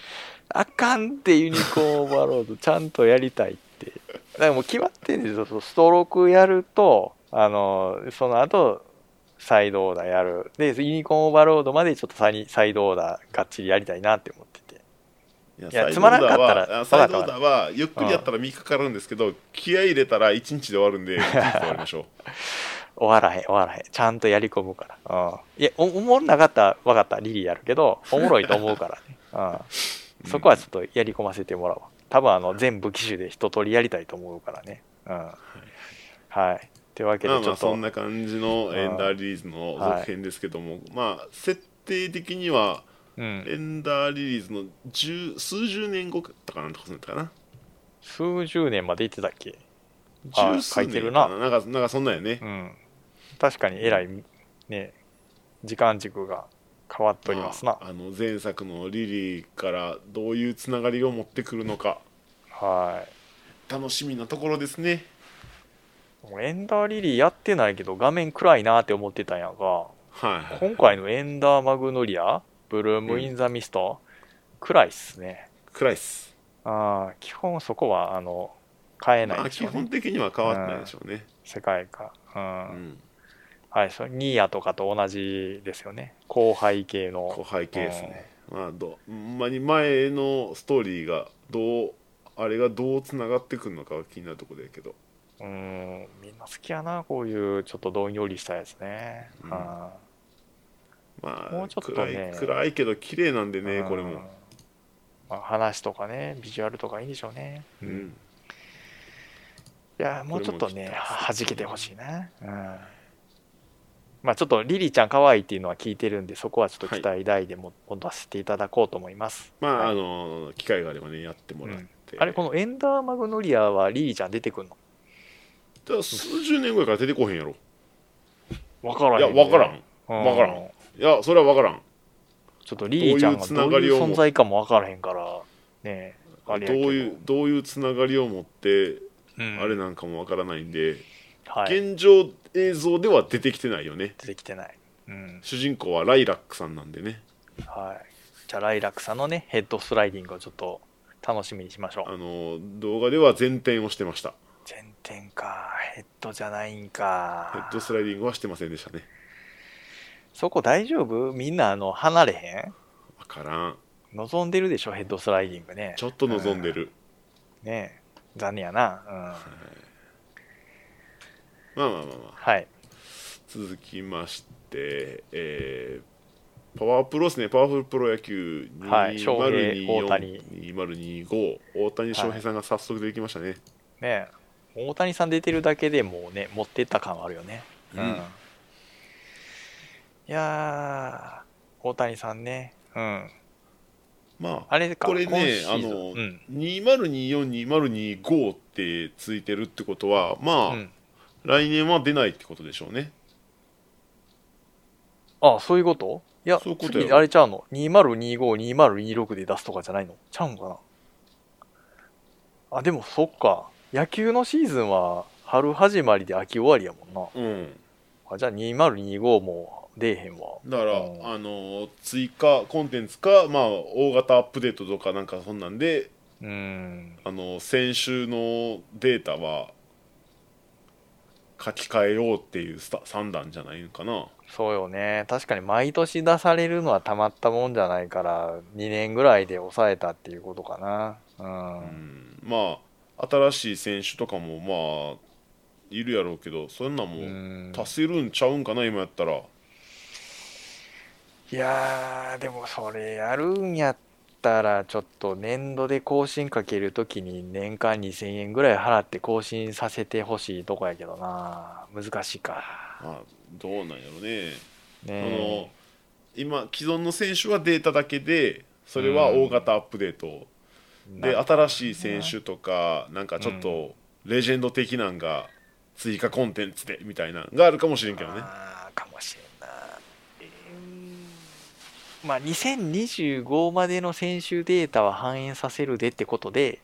S2: あかんってユニコーンオーバーロードちゃんとやりたいってだからもう決まってんですよストロークやるとあのその後サイドオーダーやるでユニコーンオーバーロードまでちょっとサイサイドオーダーがっちりやりたいなって思ってて
S1: いや
S2: いや
S1: サイド
S2: つまらんかったら
S1: オーダーはあ
S2: つ
S1: サ
S2: まら
S1: イ
S2: ん
S1: ド
S2: かっ
S1: オ
S2: た
S1: ーダ
S2: ら
S1: ーはゆっくりやったら3日かかるんですけど気合い入れたら1日で終わる んで一日で終わりましょ
S2: 終わらへん終わらへんちゃんとやり込むから、うん、いやおおもろなかったら分かったリリーやるけどおもろいと思うから ね、うん、そこはちょっとやり込ませてもらおう多分あの全部機種で一通りやりたいと思うからねうんはいというわけ
S1: う
S2: で
S1: まあ
S2: ち
S1: ま
S2: ょ
S1: あ
S2: っと、
S1: そんな感じのエンダーリリーズの続編ですけども、まあ設定的には
S2: うん、
S1: エンダーリリーズの十数十年後とかなんてことだったかな
S2: 数十年まで行ってたっけあ
S1: 十数年
S2: 書いてるな
S1: かなんかなんかそんなんやね
S2: うん確かにえらいね時間軸が変わっておりますな
S1: ま、ああの前作のリリーからどういうつながりを持ってくるのか
S2: はい
S1: 楽しみなところですね
S2: もうエンダーリリーやってないけど画面暗いなって思ってたんやが
S1: はいはい
S2: 今回のエンダーマグノリアブルームインザミスト、暗いっすね
S1: 暗いっす
S2: ああ基本そこはあの変えな
S1: ま
S2: い
S1: あ、
S2: でし
S1: 基
S2: ょう、ね
S1: 本的には変わってないでしょうね、
S2: 世界観う、
S1: うんん、
S2: はいそれニーヤとかと同じですよね後輩系の
S1: 後輩系ですね、まあ、どほんまに前のストーリーがどうあれがどうつながってくるのかは気になるところだけど
S2: うーん、みんな好きやな、こういうちょっとどんよりしたやつね。
S1: うん
S2: あ
S1: まあ
S2: もうちょっとね
S1: 暗い暗いけど綺麗なんで
S2: ー
S1: ねこれ。
S2: うん
S1: も、
S2: まあ、話とかね、ビジュアルとかいいんでしょうね。
S1: う
S2: い
S1: ん、
S2: や、もうちょっと
S1: これも期
S2: ね、
S1: 待
S2: はじけてほしいな。うん。まあ、ちょっとリリーちゃん可愛いっていうのは聞いてるんでそこはちょっと期待大でも戻させていただこうと思います、
S1: まあ、
S2: はい
S1: あの機会があればねやってもらって、
S2: あれこのエンダーマグノリアはリリーちゃん出てくんの
S1: じゃあ数十年ぐらいから出てこへんやろ
S2: わから
S1: いやわからん
S2: ん
S1: わからんいやそれは分からん
S2: ちょっとリリーちゃんがどういう存在かもわからへんからねあれや
S1: どう
S2: けど
S1: いうどういうつながりを持って
S2: うん
S1: あれなんかもわからないんで、
S2: はい
S1: 現状映像では出てきてないよね
S2: 出てきてないうん
S1: 主人公はライラックさんなんでね
S2: はいじゃあライラクさんのねヘッドスライディングをちょっと楽しみにしましょう
S1: あの動画では前転をしてました
S2: 前転かヘッドじゃないん
S1: ヘッ
S2: か
S1: ドスライディングはしてませんでしたね
S2: そこ大丈夫みんなあの離れへ
S1: 分からん
S2: ん望んでるでしょヘッドスライディングね
S1: ちょっと望んでる、
S2: ねえ残念やなうん
S1: まあまあまあまあ
S2: はい
S1: 続きまして、えーパワープロですねパワフルプロ野球
S2: はい翔平大谷
S1: 20242025大谷翔平さんが早速出てきましたね、
S2: ねえ大谷さん出てるだけでもうね持ってった感はあるよねうん、いやー大谷さんねうん
S1: まあ
S2: あれか
S1: これね
S2: 今シー
S1: あ
S2: ズン
S1: の
S2: うん
S1: 20242025ってついてるってことはまあ、
S2: うん、
S1: 来年は出ないってことでしょうね
S2: あそういうこといや
S1: そういうことよ
S2: 次あれちゃうの20252026で出すとかじゃないのちゃうんかなあでもそっか野球のシーズンは春始まりで秋終わりやもんな
S1: うん
S2: あじゃあ2025も出えへんわ
S1: だから、
S2: うん
S1: あの追加コンテンツか、まあ、大型アップデートとかなんかそんなんで
S2: うん
S1: あの先週のデータは書き換えようっていうスタ算段じゃないのかな
S2: そうよね確かに毎年出されるのはたまったもんじゃないから2年ぐらいで抑えたっていうことかな
S1: う
S2: うん
S1: んまあ新しい選手とかもまあいるやろうけどそんなん
S2: う
S1: も
S2: ん
S1: 足せるんちゃうんかな今やったら
S2: いやーでもそれやるんやったらちょっと年度で更新かけるときに年間2000円ぐらい払って更新させてほしいとこやけどな難しいか
S1: まあどうなんやろね、あの
S2: ね
S1: 今既存の選手はデータだけでそれは大型アップデート、
S2: え
S1: で
S2: な
S1: 新しい選手とかなんかちょっとレジェンド的なんが追加コンテンツでみたいなのがあるかもしれんけどね
S2: あーかもしれんなえーまあ2025までの選手データは反映させるでってことで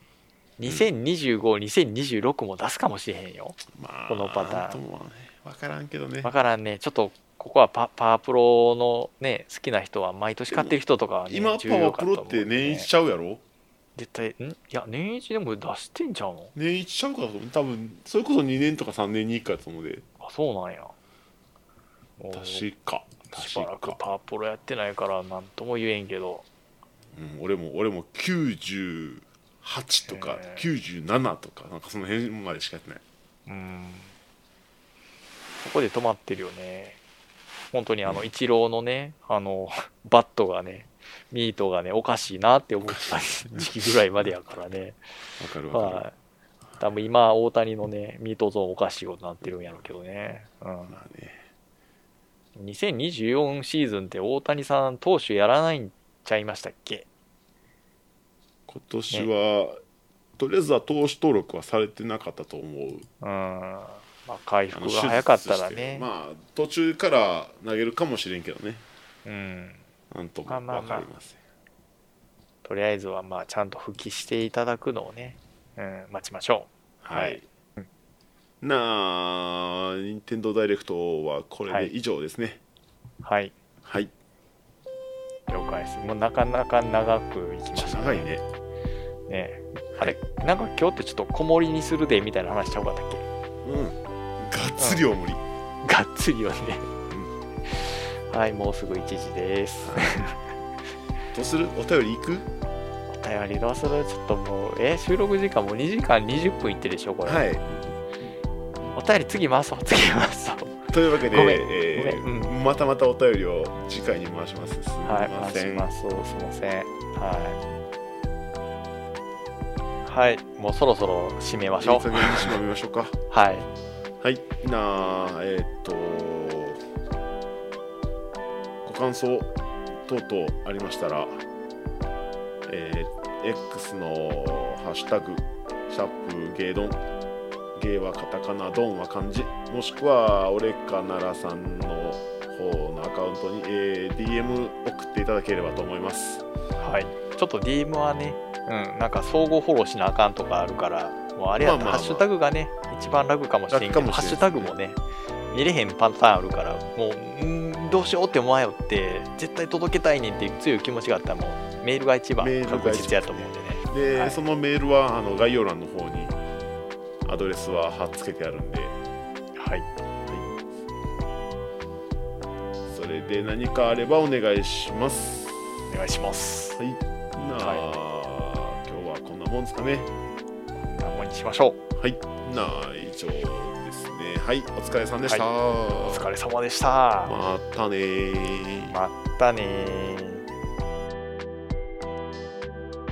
S2: 20252026も出すかもしれへんよ
S1: まあ
S2: このパターン
S1: なんともね分からんけどね
S2: わからんねちょっとここはパパワープロのね好きな人は毎年買ってる人とかは、ね、
S1: 今パ
S2: 重要
S1: ワー
S2: か
S1: プ
S2: と思
S1: ロっ
S2: うね
S1: て年一ちゃうやろ
S2: 絶対んいや年一でも出してんちゃうの
S1: 年一ちゃうかと思う多分それこそ2年とか3年に1回だと思うで
S2: あそうなんやお
S1: 確か
S2: しばら
S1: 確
S2: く
S1: か、
S2: パワープロやってないから何とも言えんけど
S1: うん、俺も俺も98とか
S2: へえ
S1: 97とかなんかその辺までしかやってない
S2: うんここで止まってるよね本当にあの一郎のねあの バットがねミートがねおかしいなって思った時期ぐらいまでやからね
S1: わかるわかる、
S2: はい。多分今、大谷のね、ミートゾーンおかしいことになってるんやろうけどね。うん。
S1: まあね
S2: 2024シーズンって大谷さん、投手やらないんちゃいましたっけ
S1: 今年は、とりあえずは投手登録はされてなかったと思う
S2: うん。まあ、回
S1: あの
S2: 復が
S1: 手術
S2: 早かったら
S1: して
S2: ね。
S1: まあ途中から投げるかもしれんけどね
S2: うん。
S1: なんとも
S2: まあ
S1: 分
S2: まあまあ
S1: かりません、
S2: とりあえずは、まあ、ちゃんと復帰していただくのをね、うん、待ちましょ
S1: は
S2: はい
S1: い、なあ任天堂ダイレクトはこれで以上ですね
S2: う。はい。
S1: はい、
S2: 了解です。もうなかなか長くいきました
S1: 長いね
S2: ねあれ、なんか今日ってちょっと小盛りにするでみたいな話しちゃうかったっけ
S1: うんがっつり大盛り、
S2: がっつりよね。はい、もうすぐ1時です。
S1: どうするお便り行く
S2: お便りどうするちょっともう、え、収録時間もう2時間20分いってるでしょ、これ。
S1: はい
S2: お便り次回そう、 次回そう。
S1: というわけで
S2: ごめ
S1: え
S2: ん
S1: ー
S2: ごめん
S1: またまたお便りを次回に回しますすみ
S2: はい、
S1: ま
S2: 回
S1: せ
S2: し
S1: ん、
S2: ます。すいません。はい。はい、もうそろそろ締めまし
S1: いい
S2: ょ
S1: 加
S2: う。
S1: 減にしまみましょうか
S2: はい。
S1: はい、なあえーっと感想等々ありましたら、えー X のハッシュタグシャープゲイドンゲイはカタカナドンは漢字もしくは俺か奈良さんの方のアカウントに、えー DM 送っていただければと思います
S2: はい、ちょっと DM はね、うん、なんか総合フォローしなあかんとかあるから、もうあれやったら
S1: まあまあまあ
S2: ハッシュタグがね、一番楽かもしれんけど、
S1: 楽か
S2: ハ
S1: もし
S2: ッシ
S1: れ
S2: ュ
S1: ん
S2: タグもね、見れへんパターンあるから、もう、うんどうしようって迷って、絶対届けたいねんっていう強い気持ちがあったら、もうメールが一番
S1: メールが一番
S2: 確実やと思うんでね。
S1: で、
S2: はい
S1: そのメールはあの概要欄の方にアドレスは貼っつけてあるんで
S2: はい、
S1: それで何かあればお願いします
S2: お願いします。
S1: はいなあ、今日はこんなもんですかね
S2: こんなもんにしましょう。
S1: はいなあ以上ですねはいお疲れさんでした、
S2: お疲れ様でした。
S1: またねー
S2: またねー